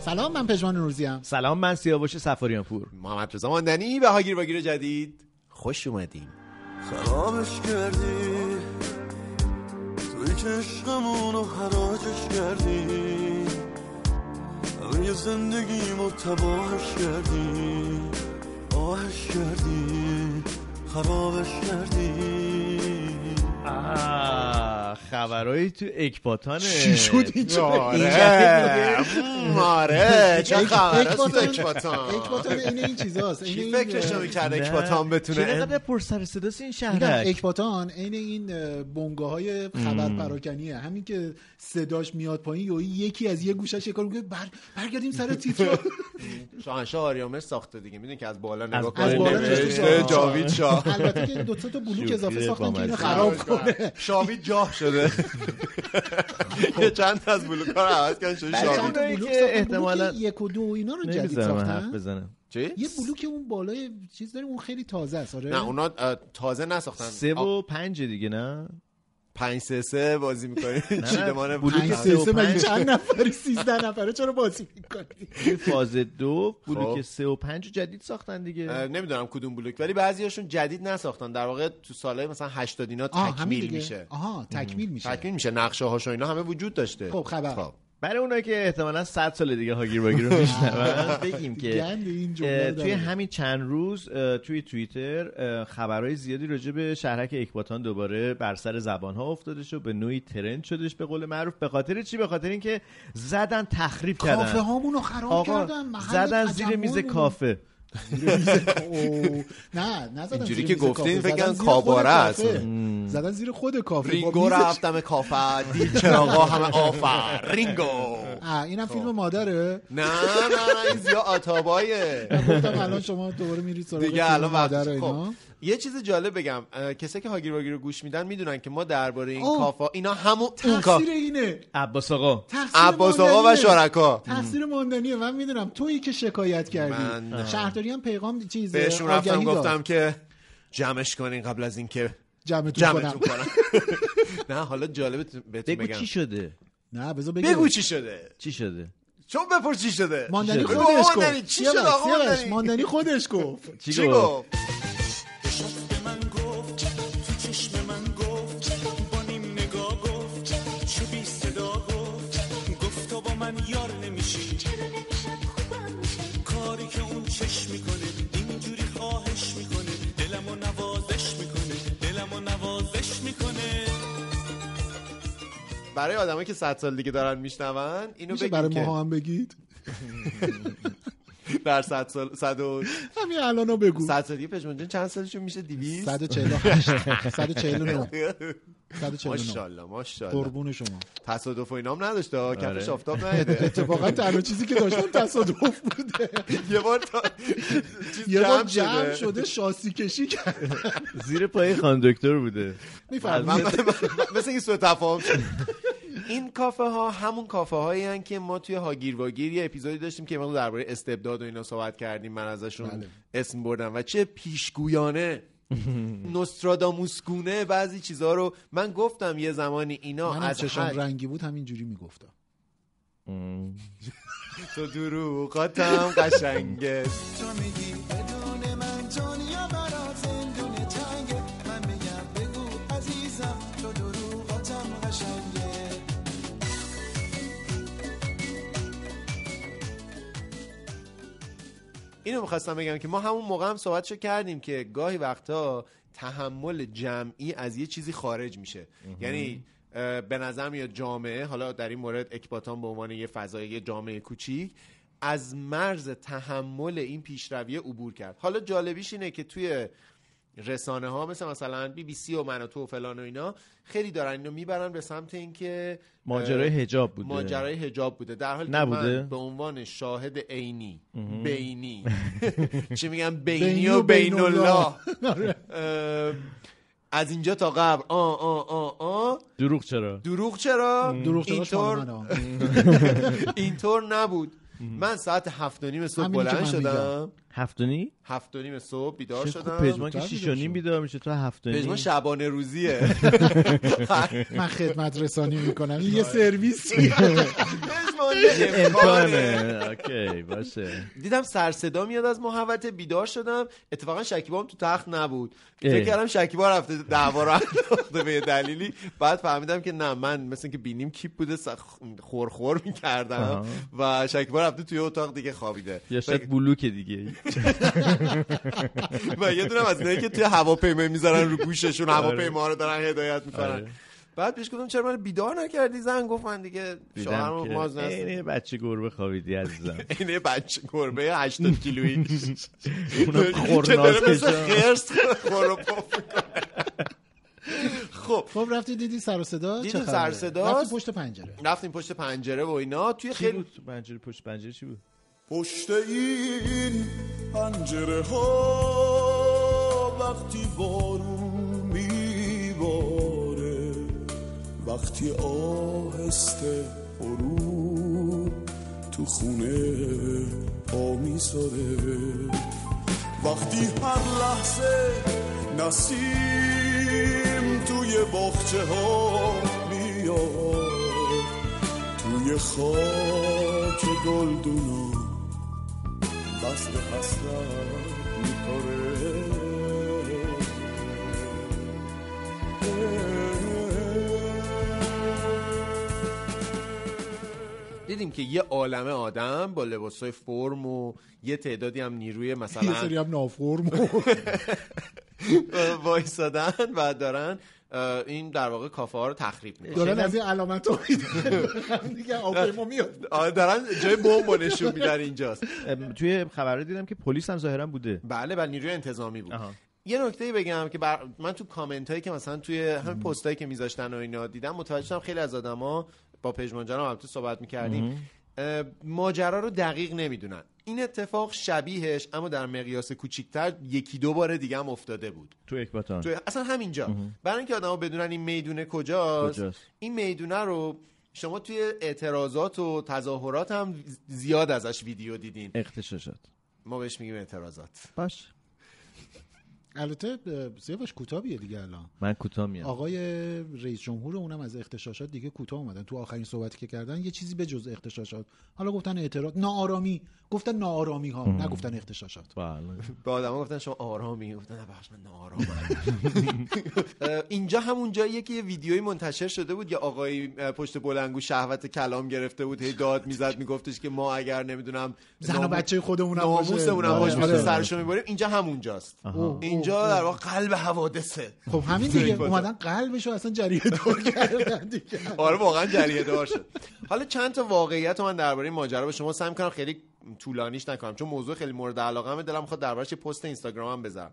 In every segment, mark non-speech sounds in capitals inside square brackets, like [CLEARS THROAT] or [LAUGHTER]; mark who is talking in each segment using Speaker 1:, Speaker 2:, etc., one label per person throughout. Speaker 1: سلام من پژمان نوروزی ام
Speaker 2: سلام من سیاوش سفاریان پور
Speaker 3: محمد رضا ماندنی به هاگیر واگیر جدید
Speaker 2: خوش اومدیم
Speaker 4: خرابش کردی توی که عشقمون رو حراجش کردی همه زندگیمو تباهش کردی آهش کردی خرابش کردی
Speaker 2: آه، خبرایی تو اکباتانه
Speaker 1: چی شد این چه-
Speaker 3: آره مم،
Speaker 2: [LAUGHS]
Speaker 3: آره چه
Speaker 1: یک-
Speaker 3: خبر است تو
Speaker 1: اکباتان-
Speaker 3: اکباتان
Speaker 1: اکباتان این این چیزاست عین
Speaker 3: کی
Speaker 1: این-
Speaker 3: فکرشو میکرد اکباتان بتونه
Speaker 2: چقدر پر سر صداست این
Speaker 1: میگم
Speaker 2: شهرک
Speaker 1: اکباتان عین این بنگاه های خبر پراکنیه همین که صداش میاد پایین یوی یکی از یه گوشش یه کار میکنه بر... برگردیم سر تیتر
Speaker 3: شاهنشاه آریامر ساخته دیگه میدونی که از بالا
Speaker 2: از
Speaker 3: نگاه
Speaker 1: از
Speaker 3: کنه
Speaker 1: بالا نوشته
Speaker 3: نوشته
Speaker 1: شاه.
Speaker 3: جاوید شاه
Speaker 1: البته که دو سه تا بلوک
Speaker 2: شوخی
Speaker 1: اضافه ساختن که اینو
Speaker 2: بامزه.
Speaker 1: خراب کنه
Speaker 3: شاوید جاه
Speaker 2: [LAUGHS]
Speaker 3: شده یه چند تا از بلوک‌ها رو عوض کردن شده
Speaker 1: بعد چند
Speaker 3: شاوید
Speaker 1: تا
Speaker 2: اینه
Speaker 1: بلوک
Speaker 2: که
Speaker 1: ساختن،
Speaker 2: احتمالاً-
Speaker 1: بلوک یک و دو و اینا رو جدید
Speaker 2: نمیذارم حرف
Speaker 1: ساختن
Speaker 2: بزنم
Speaker 3: چی
Speaker 1: یه بلوک اون بالای چیز داریم اون خیلی تازه است آره
Speaker 3: نه اونا اه، تازه نساختن
Speaker 2: سه
Speaker 3: آ،
Speaker 2: و پنج دیگه نه
Speaker 3: پنج سه سه بازی میکنی
Speaker 2: نه،
Speaker 3: چیدمان
Speaker 2: بلوک
Speaker 3: پنج
Speaker 1: پنج
Speaker 2: سه
Speaker 1: سه
Speaker 2: و
Speaker 1: سه
Speaker 2: پنج.
Speaker 1: مگه چند نفری سیزده نفره چرا بازی میکنی
Speaker 2: توی فاز دو
Speaker 3: خب.
Speaker 2: بلوک سه و پنج رو جدید ساختن دیگه
Speaker 3: نمیدونم کدوم بلوک ولی بعضیاشون جدید نساختن در واقع تو سالهای مثلا 80 اینا
Speaker 1: آه همین
Speaker 3: تکمیل
Speaker 1: دیگه
Speaker 3: میشه
Speaker 1: آها تکمیل میشه
Speaker 3: تکمیل میشه نقشه هاش و اینا همه وجود داشته
Speaker 1: خب، خبر.
Speaker 2: برای اونایی که احتمالا 100 سال دیگه هاگیر باگیر رو میشنون بگیم که
Speaker 1: گند این جمله
Speaker 2: اه،
Speaker 1: رو
Speaker 2: توی
Speaker 1: داره.
Speaker 2: همین چند روز اه، توی توییتر اه، خبرهای زیادی راجع به شهرک اکباتان دوباره بر سر زبان ها افتادش و به نوعی ترند شدش به قول معروف به خاطر چی به خاطر اینکه زدن تخریب
Speaker 1: کافه
Speaker 2: کردن
Speaker 1: هامونو خراب
Speaker 2: آقا
Speaker 1: کردن محل
Speaker 2: زدن زیر
Speaker 1: تجمعمون.
Speaker 2: میز
Speaker 1: [LAUGHS]
Speaker 2: کافه
Speaker 1: زیر میز کا- اوه. نه نزدن
Speaker 3: اینجوری
Speaker 1: زیر
Speaker 3: که
Speaker 1: میز
Speaker 3: گفتین
Speaker 1: کافه،
Speaker 3: فکر
Speaker 1: زدن
Speaker 3: کنم
Speaker 1: زیر
Speaker 3: کاباره
Speaker 1: خود
Speaker 3: است.
Speaker 1: کافه. زدن زیر خود کافه خب، با
Speaker 3: رینگو
Speaker 1: میزش.
Speaker 3: رفتم کافه دید چراغا همه آفر رینگو
Speaker 1: آه،
Speaker 2: خب.
Speaker 1: اینم فیلم مادره
Speaker 3: نه نه نه این زیا
Speaker 1: [LAUGHS]
Speaker 3: آتابایه
Speaker 1: گفتم الان شما دوباره میرید سراغ
Speaker 3: دیگه
Speaker 1: فیلم
Speaker 3: الان
Speaker 1: مادر
Speaker 3: وقت
Speaker 1: اینا.
Speaker 3: خب یه چیز جالب بگم اه، کسایی که هاگیر واگیر رو گوش میدن میدونن که ما درباره این
Speaker 1: آه.
Speaker 3: کافا اینا همون اون کافه
Speaker 1: تقصیر اینه
Speaker 2: عباس آقا
Speaker 1: تقصیر
Speaker 3: عباس آقا و
Speaker 1: ماندنیه.
Speaker 3: شرکا
Speaker 1: تقصیر ماندنیه من میدونم تویی که شکایت کردی
Speaker 3: من-
Speaker 1: شهرداری هم پیغام چیز
Speaker 3: بهشون رفتم
Speaker 1: آگهی داد.
Speaker 3: گفتم که جمعش کنین قبل از اینکه
Speaker 1: جمعتون
Speaker 3: جمعتون
Speaker 1: کنم
Speaker 3: کنم
Speaker 1: [LAUGHS]
Speaker 3: نه حالا جالب بهتون
Speaker 2: بگو
Speaker 3: بگم
Speaker 2: چی شده
Speaker 1: نه بذار
Speaker 3: بگو
Speaker 1: بگو
Speaker 3: چی شده
Speaker 2: چی شده
Speaker 3: چون بپر چی شده
Speaker 1: ماندنی
Speaker 2: چی
Speaker 3: بگو
Speaker 2: شده؟
Speaker 3: آقا
Speaker 1: خودش
Speaker 3: ماندنی،
Speaker 1: گفت
Speaker 3: چی شد آقا
Speaker 1: سیاوش،
Speaker 3: ماندنی؟
Speaker 1: ماندنی خودش گفت
Speaker 3: [LAUGHS] چی گفت
Speaker 4: شست من گفت تو چشم من گفت با نیم نگاه گفت چه بی صدا گفت گفت تو با من یار نمیشی کاری که اون چشم میکنه اینجوری خواهش میکنه دلمو نوازش میکنه دلمو نوازش میکنه
Speaker 3: برای آدمایی که 100 سال دیگه دارن میشنون اینو
Speaker 1: میشه
Speaker 3: بگیم
Speaker 1: برای
Speaker 3: که
Speaker 1: ماها هم بگید
Speaker 3: در 100 سال 100 و
Speaker 1: همین الان بگو
Speaker 3: 100 سال دیگه پشمان جان چند سالشون میشه 200 [LAUGHS]
Speaker 1: 148 149 149
Speaker 3: ماشاءالله ماشاءالله [LAUGHS]
Speaker 1: قربون شما
Speaker 3: تصادف و اینام نداشته ها کفش
Speaker 2: آره.
Speaker 3: آفتاب
Speaker 1: [LAUGHS]
Speaker 3: نیده
Speaker 1: اتفاقا تنها چیزی که داشتم تصادف
Speaker 3: [LAUGHS]
Speaker 1: بوده
Speaker 3: یه بار تا چیز
Speaker 1: یه بار
Speaker 3: جمع
Speaker 1: جمع
Speaker 3: شده
Speaker 1: شده شاسی کشی کرد
Speaker 2: زیر پای [LAUGHS] خان دکتر بوده
Speaker 3: من-
Speaker 1: میفهمید
Speaker 3: من- من- مثل این سوء تفاهم شد. بله، این کافه ها همون کافه هایی که ما توی هاگیر واگیر یه اپیزودی داشتیم که ما درباره استبداد و اینا صحبت کردیم من ازشون
Speaker 1: بله.
Speaker 3: اسم بردم و چه پیشگویانه نوستراداموس گونه بعضی چیزها رو من گفتم یه زمانی اینا
Speaker 1: من
Speaker 3: از
Speaker 1: چشم
Speaker 3: حد
Speaker 1: رنگی بود همینجوری میگفتم
Speaker 3: تو دروغاتم قشنگه
Speaker 4: تو میگی بدون من دنیا برات زندون تنگه من میگم بگو عزیزم تو دروغاتم قشنگه
Speaker 3: اینو میخواستم بگم که ما همون موقع هم صحبتشو کردیم که گاهی وقتا تحمل جمعی از یه چیزی خارج میشه یعنی اه، به نظر میاد جامعه حالا در این مورد اکباتان به عنوان یه فضای یه جامعه کوچیک از مرز تحمل این پیشروی عبور کرد حالا جالبیش اینه که توی رسانه ها مثل مثلا بی بی سی و من و تو و فلان و اینا خیلی دارن اینو میبرن به سمت اینکه اه،
Speaker 2: ماجرای هجاب بوده
Speaker 3: ماجرای حجاب بوده در حالی که
Speaker 2: نبوده؟
Speaker 3: من به عنوان شاهد عینی بینی
Speaker 2: [LAUGHS]
Speaker 3: چی میگم
Speaker 1: بینی
Speaker 3: بینی
Speaker 1: و
Speaker 3: و بین
Speaker 1: بین
Speaker 3: [LAUGHS] الله
Speaker 1: آره.
Speaker 3: اه، از اینجا تا قبل آ آ آ آ
Speaker 2: دروغ چرا
Speaker 3: دروغ چرا
Speaker 1: دروغ چرا
Speaker 3: اینطور
Speaker 1: شما
Speaker 3: اینطور نبود من ساعت هفت و نیم صبح
Speaker 1: همینی که
Speaker 3: بلند
Speaker 1: من
Speaker 3: شدم
Speaker 2: هفتونی
Speaker 3: هفت و نیم صبح بیدار
Speaker 2: چه خوب
Speaker 3: شدم
Speaker 2: پژمان که
Speaker 1: زودتر
Speaker 2: شیش و
Speaker 1: بیدار
Speaker 2: نیم
Speaker 1: شد.
Speaker 2: بیدار میشه تو هفتونی
Speaker 3: پژمان شبانه
Speaker 2: [LAUGHS]
Speaker 3: روزیه
Speaker 1: من خدمت رسانی میکنم این یه سرویس
Speaker 3: مانده امکانه
Speaker 1: [LAUGHS]
Speaker 2: امکانه اوکی باشه
Speaker 3: دیدم سر صدا میاد از محوت بیدار شدم اتفاقا شکیبا هم تو تخت نبود
Speaker 2: اه.
Speaker 3: فکر کردم شکیبا رفته دعوا رو انداخته به یه دلیلی بعد فهمیدم که نه من مثل که بینیم کیپ بوده سخ- خورخور میکردم و شکیبا رفته توی اتاق دیگه خوابیده
Speaker 2: یا شاید بلوک دیگه
Speaker 3: و یه دونم از اینایی که توی هواپیما میذارن رو گوششون
Speaker 2: آره.
Speaker 3: هواپیما رو دارن هدایت
Speaker 2: آره.
Speaker 3: میکنن بعد پیش گفتم چرا من بیدار نکردی زن گفت من دیگه
Speaker 2: دیدم
Speaker 3: شوهرم
Speaker 2: که
Speaker 3: ماز
Speaker 2: عین
Speaker 3: نست
Speaker 2: یه بچه گربه خوابیدی [LAUGHS] عزیزم
Speaker 3: اینه بچه گربه 80
Speaker 1: [LAUGHS]
Speaker 3: کیلویی
Speaker 2: اونم
Speaker 3: که داره مثل
Speaker 2: خورناکش
Speaker 3: خرس خور و پف میکنه خب
Speaker 1: خب رفتی دیدی سر و صدا چه
Speaker 3: دیدیم
Speaker 1: خبره؟
Speaker 3: سر و صداست.
Speaker 1: رفتی پشت پنجره
Speaker 3: رفتیم پشت پنجره و اینا توی
Speaker 2: چی
Speaker 3: خیلی
Speaker 2: بود پنجره پشت پنجره چی بود
Speaker 4: پشت این پنجره ها وقتی بارون میباره وقتی آهسته غروب تو خونه پا میذاره وقتی هر لحظه نسیم توی باخچه ها میاد توی خاک گلدونا وصل حسرت میکاره
Speaker 3: دیدیم که یه عالمه آدم با لباسای فرم و یه تعدادی هم نیروی
Speaker 1: یه سری
Speaker 3: مثلا
Speaker 1: هم نافرم و
Speaker 3: [LAUGHS] وایسادن و دارن اه، این در واقع کافه ها رو تخریب میکنن
Speaker 1: دارن از این علامت ها می‌دن. دیگه آفیما میاد
Speaker 3: آره دارن جای بمب رو نشون میدن اینجاست
Speaker 2: ام، توی خبرها دیدم که پلیس هم ظاهرا بوده
Speaker 3: بله بله نیروی انتظامی بود
Speaker 2: آها.
Speaker 3: یه نکته بگم که بر... من تو کامنت هایی که مثلا توی همین پست هایی که میذاشتن و اینا دیدم متوجه شدم خیلی از آدما با پژمانجان هم البته صحبت میکردیم ماجرا رو دقیق نمیدونن این اتفاق شبیهش اما در مقیاس کوچیکتر یکی دو بار دیگه هم افتاده بود
Speaker 2: تو اکباتان
Speaker 3: تو اصلا همینجا برای اینکه آدما بدونن این میدونه کجاست,
Speaker 2: کجاست؟
Speaker 3: این میدونه رو شما توی اعتراضات و تظاهرات هم زیاد ازش ویدیو دیدین
Speaker 2: اختشاشات
Speaker 3: ما بهش میگیم اعتراضات
Speaker 2: باش
Speaker 1: البته سیاوش کوتاهیه دیگه الان
Speaker 2: من کوتاه میام
Speaker 1: آقای رئیس جمهور اونم از اختشاشات دیگه کوتاه اومدن تو آخرین صحبتی که کردن یه چیزی به جز اختشاشات حالا گفتن اعتراض ناآرامی گفتن ناآرامی ها نگفتن اختشاشات
Speaker 2: بله
Speaker 3: به آدما گفتن شما آرامی گفتن نه بخش من ناآرامم اه، [LAUGHS] اینجا همون جاییه که یه ویدیویی منتشر شده بود یه آقایی اه، پشت بلنگو شهوت کلام گرفته بود هی داد میزد میگفتش که ما اگر نمیدونم
Speaker 1: زن و بچه خودمونم باشه.
Speaker 3: ناموسمونم باش
Speaker 1: آره.
Speaker 3: میشه سرشو میبریم اینجا همونجاست
Speaker 1: اوه،
Speaker 3: اینجا در واقع قلب حوادثه
Speaker 1: خب همین دیگه اومدن قلبشو اصلا جریه دور کردن دیگه
Speaker 3: آره واقعا جریه دار شد حالا چند تا واقعیت رو من درباره این ماجرا به شما سعی می‌کنم خیلی طولانیش نکنم چون موضوع خیلی مورد علاقه همه دلم خود دربارش یه پست اینستاگرامم بذارم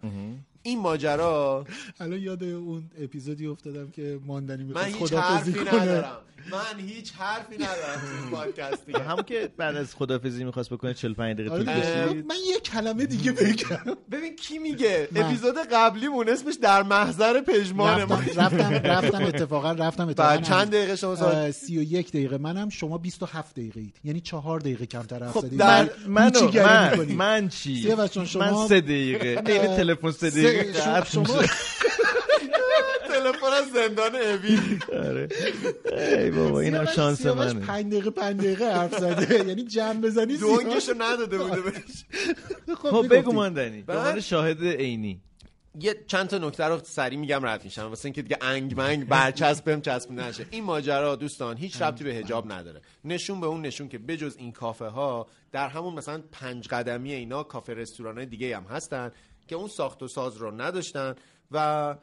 Speaker 3: این ماجرا
Speaker 1: الان یاد اون اپیزودی افتادم که ماندنی
Speaker 3: من
Speaker 1: میخواد
Speaker 3: هیچ
Speaker 1: خدافزی
Speaker 3: حرفی
Speaker 1: کنه
Speaker 3: ندارم من هیچ حرفی ندارم تو این پادکست دیگه.
Speaker 2: همون که بعد از خدافزی میخواست بکنه 45 دقیقه
Speaker 1: آره
Speaker 2: طول
Speaker 1: دیگه.
Speaker 2: کشید
Speaker 1: من یه کلمه دیگه
Speaker 3: [LAUGHS]
Speaker 1: بگم
Speaker 3: ببین کی میگه
Speaker 1: من.
Speaker 3: اپیزود قبلیمون اسمش در محضر پژمان ما
Speaker 1: رفتم رفتم رفتم اتفاقا رفتم اتفاقا
Speaker 3: بعد چند دقیقه شما ساعت
Speaker 1: اه، 31 دقیقه منم شما 27 دقیقه اید یعنی 4 دقیقه کمتر حرف
Speaker 3: خب،
Speaker 1: زدید
Speaker 3: در-
Speaker 2: من
Speaker 1: بعد
Speaker 2: منو
Speaker 1: کوچیگری
Speaker 2: من
Speaker 1: می‌کنید.
Speaker 2: من چی
Speaker 1: سیاوش جان، شما-
Speaker 2: من سه دقیقه عین تلفن سه
Speaker 1: سه-
Speaker 2: دقیقه
Speaker 1: شما-
Speaker 2: قطع
Speaker 1: شما
Speaker 2: میشه.
Speaker 3: تلفن از زندان اوین
Speaker 2: آره. ای بابا اینم
Speaker 1: سیاوش-
Speaker 2: شانس
Speaker 1: سیاوش
Speaker 2: خب، منه
Speaker 1: پنج دقیقه پنج دقیقه حرف زده [LAUGHS] یعنی جمع بزنی سیاوش-
Speaker 3: دونگشو نداده بوده بهش
Speaker 2: خب
Speaker 1: می‌گفتی.
Speaker 2: بگو ماندنی به
Speaker 3: بعد-
Speaker 2: عنوان شاهد عینی
Speaker 3: یه چند تا نکته رو سریع میگم رد میشم واسه اینکه دیگه انگ منگ برچسبم چسب نشه این ماجرا دوستان هیچ ربطی به حجاب نداره نشون به اون نشون که بجز این کافه ها در همون مثلا پنج قدمی اینا کافه رستوران های دیگه هم هستن که اون ساخت و ساز رو نداشتن و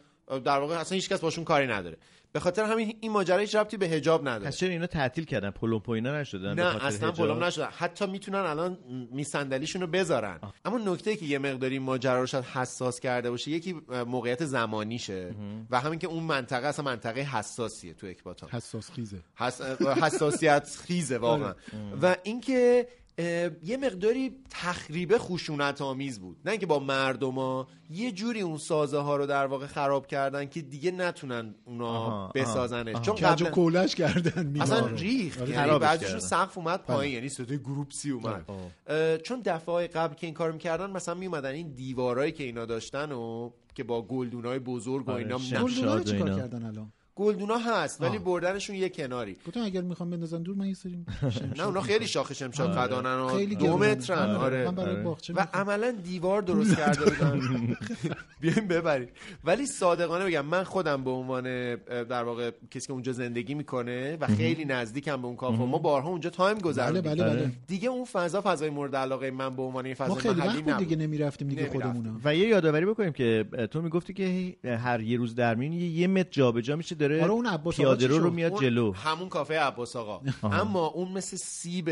Speaker 3: در واقع اصلا هیچ کس باشون کاری نداره به خاطر همین این ماجرا هیچ ربطی به حجاب نداره
Speaker 2: پس چرا اینا تعطیل کردن پلوم پوینا نشدن به
Speaker 3: نه
Speaker 2: خاطر
Speaker 3: اصلا
Speaker 2: حجاب؟
Speaker 3: پلم نشدن حتی میتونن الان می صندلیشون رو بذارن اما نکته که یه مقداری این ماجرا رو شاید حساس کرده باشه یکی موقعیت زمانیشه و همین که اون منطقه اصلا منطقه حساسیه تو اکباتان
Speaker 1: حساس خیزه
Speaker 3: حس... حساسیت
Speaker 2: [LAUGHS]
Speaker 3: خیزه
Speaker 2: آره.
Speaker 3: واقعا و اینکه اه، یه مقداری تخریب خشونت آمیز بود نه اینکه با مردما یه جوری اون سازه ها رو در واقع خراب کردن که دیگه نتونن اونا
Speaker 2: آها،
Speaker 3: بسازنش چون
Speaker 1: کج و
Speaker 3: قبل
Speaker 1: کولش کردن مینا
Speaker 3: اصلا
Speaker 1: رو.
Speaker 3: ریخت یعنی
Speaker 2: خرابش
Speaker 3: بعدش
Speaker 2: کردن.
Speaker 3: سقف اومد پایین یعنی صدای گروپسی اومد اه، چون دفعه قبل که این کار میکردن مثلا میومدن این دیوارایی که اینا داشتن و که با گلدونای بزرگ و
Speaker 2: آره،
Speaker 3: اینا
Speaker 2: شن-
Speaker 1: گلدونا رو
Speaker 2: شاد و
Speaker 1: چیکار
Speaker 2: اینا.
Speaker 1: کردن الان
Speaker 3: گلدونا هست ولی
Speaker 1: آه.
Speaker 3: بردنشون یه کناری
Speaker 1: گفتم اگر میخوام بندازن دور من یه سری شمشیر
Speaker 3: نه اونا خیلی شاخ شمشاد قدانن و
Speaker 1: خیلی
Speaker 3: دو
Speaker 1: گرونه.
Speaker 3: مترن آره
Speaker 1: من برای
Speaker 2: آره.
Speaker 1: باغچه
Speaker 3: و
Speaker 1: می‌خوام.
Speaker 3: عملا دیوار درست کرده بودن [LAUGHS] بیایم ببریم ولی صادقانه بگم من خودم به عنوان اه، در واقع کسی که اونجا زندگی میکنه و خیلی نزدیکم به اون کافه ما بارها اونجا تایم
Speaker 1: بله
Speaker 3: گذروندیم
Speaker 1: بله بله
Speaker 3: دیگه اون فضا فضای مورد علاقه من به عنوان یه
Speaker 1: ما
Speaker 3: فضای
Speaker 1: خیلی
Speaker 3: محلی
Speaker 1: وقت بود
Speaker 3: نبود
Speaker 1: دیگه نمیرفتیم دیگه
Speaker 3: نمی‌رفتیم.
Speaker 1: خودمونا
Speaker 2: و یه یادآوری بکنیم که اه، تو میگفتی که هی- هر یه روز در میون یه, یه متر جابجا میشه داره
Speaker 1: آره، اون عباس آقا
Speaker 2: پیاده
Speaker 1: چی
Speaker 2: رو رو
Speaker 1: شد؟
Speaker 2: میاد
Speaker 3: اون
Speaker 2: جلو
Speaker 3: همون کافه عباس آقا اما اون مثل سیب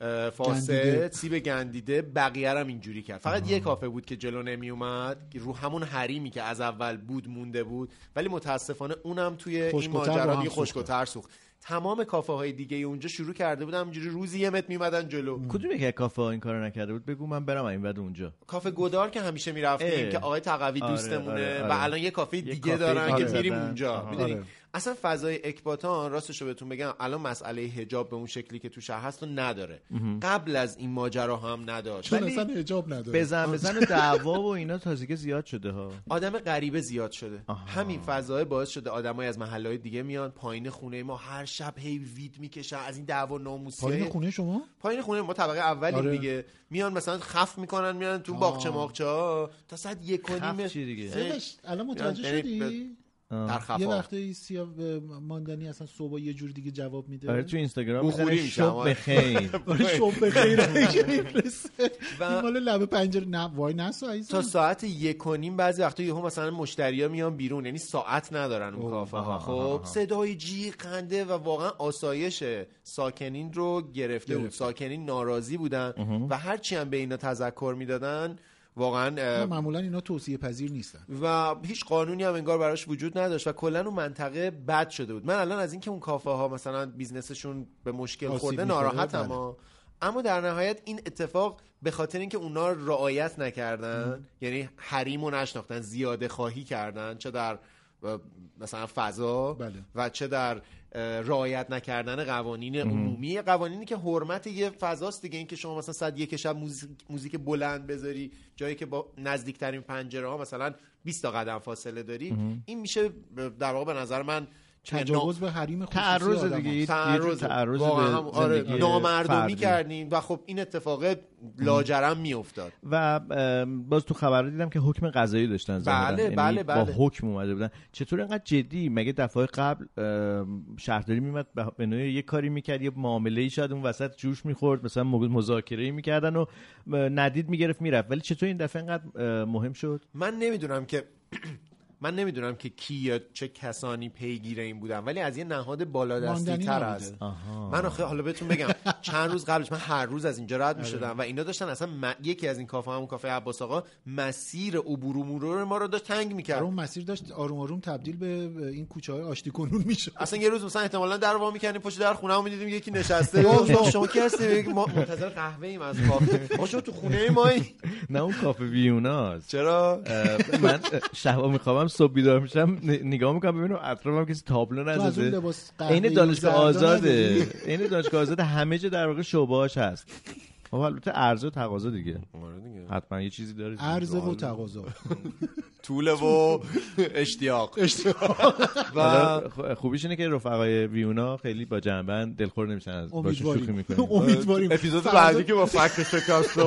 Speaker 3: اه،
Speaker 1: گندیده.
Speaker 3: فاسد سیب گندیده بقیه رو هم اینجوری کرد فقط یه کافه بود که جلو نمی اومد که رو همون حریمی که از اول بود مونده بود ولی متاسفانه اونم توی این
Speaker 1: خشک‌وتر با
Speaker 3: ماجرا
Speaker 1: هم
Speaker 3: دیگه
Speaker 1: سوخت.
Speaker 3: خشک‌وتر سوخت تمام کافه های دیگه اونجا شروع کرده بودن همینجوری روزی یه مت میمدن جلو
Speaker 2: کدومی که کافه ها این کارو نکرده بود بگو من برم این بعد اونجا
Speaker 3: کافه گدار که همیشه میرفتیم
Speaker 2: اه.
Speaker 3: که آقای تقوی
Speaker 2: آره،
Speaker 3: دوستمونه
Speaker 2: آره، آره.
Speaker 3: و الان یه کافه
Speaker 2: یه
Speaker 3: دیگه
Speaker 2: کافه
Speaker 3: دارن
Speaker 2: دیگه
Speaker 3: که
Speaker 2: زدن.
Speaker 3: میریم اونجا
Speaker 2: آها.
Speaker 3: میدونی
Speaker 1: آره.
Speaker 3: اصلا فضای اکباتان راستش رو بهتون بگم الان مسئله حجاب به اون شکلی که تو شهر هست رو نداره قبل از این ماجرا هم نداشت
Speaker 1: چون
Speaker 3: ولی
Speaker 1: اصلا اجاب نداره
Speaker 2: بزن بزن و دعوا و اینا تازگی زیاد شده ها
Speaker 3: [LAUGHS] آدم غریبه زیاد شده همین فضای باعث شده آدمای از محلهای دیگه میان پایین خونه ما هر شب هی وید میکشن از این دعوا
Speaker 1: پایین
Speaker 3: ناموسیه
Speaker 1: خونه شما
Speaker 3: پایین خونه ما طبقه اولیم
Speaker 1: آره.
Speaker 3: دیگه میان مثلا خف میکنن میان تو باغچه ماغچه ها تا ساعت یک و
Speaker 2: خف
Speaker 3: نیم
Speaker 2: چی دیگه؟
Speaker 1: داداش، الان متوجه
Speaker 3: یعنی به-
Speaker 1: شدی
Speaker 3: در
Speaker 1: یه
Speaker 3: خفا
Speaker 1: وقتایی سیاه ماندنی اصلا صبح یه جور دیگه جواب میده
Speaker 2: آره تو اینستاگرام
Speaker 3: بخوری
Speaker 2: میزنه
Speaker 3: میشم،
Speaker 2: شب
Speaker 3: آره.
Speaker 2: بخیر
Speaker 3: [LAUGHS]
Speaker 1: آره شب بخیر که میفرسته
Speaker 3: و-
Speaker 1: این مال لب پنجره نه وای نسا
Speaker 3: تا
Speaker 1: عزیزم
Speaker 3: ساعت یک و نیم بعضی وقتا یهو مثلا مشتریا میان بیرون یعنی ساعت ندارن اون کافه ها خب صدای جیغ خنده و واقعا آسایش ساکنین رو گرفته بود
Speaker 1: گرفته.
Speaker 3: ساکنین ناراضی بودن و هرچی هم به اینا تذکر میدادن واقعا اه،
Speaker 1: نه، معمولا اینا توصیه پذیر نیستن
Speaker 3: و هیچ قانونی هم انگار براش وجود نداشت و کلا اون منطقه بد شده بود من الان از اینکه اون کافه ها مثلا بیزنسشون به مشکل
Speaker 1: آسیب
Speaker 3: خورده
Speaker 1: می‌خوره،
Speaker 3: ناراحتم
Speaker 1: بله.
Speaker 3: ها. اما در نهایت این اتفاق به خاطر اینکه اونا رعایت نکردن یعنی حریم رو نشناختن زیاده خواهی کردن چه در اه، مثلا فضا
Speaker 1: بله.
Speaker 3: و چه در اه، رعایت نکردن قوانین عمومی قوانینی که حرمت یه فضاست دیگه اینکه شما مثلا صد یک شب موزیک, موزیک بلند بذاری جایی که با نزدیکترین پنجره ها مثلا 20 تا قدم فاصله داری این میشه ب- در واقع به نظر من چه
Speaker 1: تجاوز به حریم خصوصی
Speaker 2: تعرض
Speaker 1: آدم
Speaker 2: دیگه
Speaker 1: هست.
Speaker 2: یه جور
Speaker 3: تعرض
Speaker 2: تعرض
Speaker 3: واقعا
Speaker 2: به
Speaker 3: هم آره
Speaker 2: زندگی
Speaker 3: نامردمی
Speaker 2: فردی.
Speaker 3: کردیم و خب این اتفاق لاجرم میافتاد
Speaker 2: و ام، باز تو خبر دیدم که حکم قضایی داشتن ظاهراً.
Speaker 3: بله،
Speaker 2: یعنی
Speaker 3: بله،
Speaker 2: با
Speaker 3: بله.
Speaker 2: حکم اومده بودن چطور اینقدر جدی مگه دفعه قبل ام، شهرداری میمد به نوعی یه کاری میکرد یه معامله ای شاید اون وسط جوش میخورد مثلا مذاکره میکردن و م، ندید میگرفت میرفت ولی چطور این دفعه اینقدر ام، مهم شد
Speaker 3: من نمیدونم که [CLEARS THROAT] من نمیدونم که کی یا چه کسانی پیگیر این بودن ولی از یه نهاد بالادستی
Speaker 1: ماندنی
Speaker 3: تر
Speaker 1: نبوده.
Speaker 3: است من آخه حالا بهتون
Speaker 2: [LAUGHS]
Speaker 3: بگم چند روز قبلش من هر روز از اینجا رد
Speaker 2: آره.
Speaker 3: میشدم و اینا داشتن اصلا م- یکی از این کافه همون کافه عباس آقا مسیر عبور و مرور ما رو داشت تنگ
Speaker 1: در
Speaker 3: میکرد
Speaker 1: اون مسیر داشت آروم آروم تبدیل به این کوچه های آشتی کنون میشه
Speaker 3: اصلا یه روز مثلا احتمالا در وا میکنیم پشت در خونه هم میدیدیم یکی نشسته [LAUGHS] گفتم شما کی هستی ما منتظر قهوه ایم از کافه ما شما تو خونه ما
Speaker 2: نه اون کافه ویوناست
Speaker 3: چرا
Speaker 2: اه، [LAUGHS] من شبا میخوابم صبح بیدار میشم نگاه میکنم ببینم اطرافم کسی تابلو
Speaker 1: تو از اون
Speaker 2: نزده
Speaker 1: لباس قهوه‌ای
Speaker 2: عین دانشگاه
Speaker 1: زرد
Speaker 2: آزاده
Speaker 1: نداری؟
Speaker 2: عین دانشگاه آزاده همه جا در واقع شعبه‌هاش هست خب البته عرضه و تقاضا دیگه
Speaker 3: آره
Speaker 2: حتما یه چیزی داره
Speaker 1: عرضه و [LAUGHS] تقاضا
Speaker 3: طول و اشتیاق آره. و
Speaker 2: حالا خ- خوبیش اینه که رفقای ویونا خیلی با جنبن دلخور نمیشن از باشه
Speaker 1: [LAUGHS]
Speaker 2: شوخی آره،
Speaker 3: [LAUGHS]
Speaker 1: امیدواریم
Speaker 2: میکنن
Speaker 1: امیدواریم
Speaker 3: اپیزود
Speaker 1: فردا-
Speaker 3: بعدی که با فکر شکست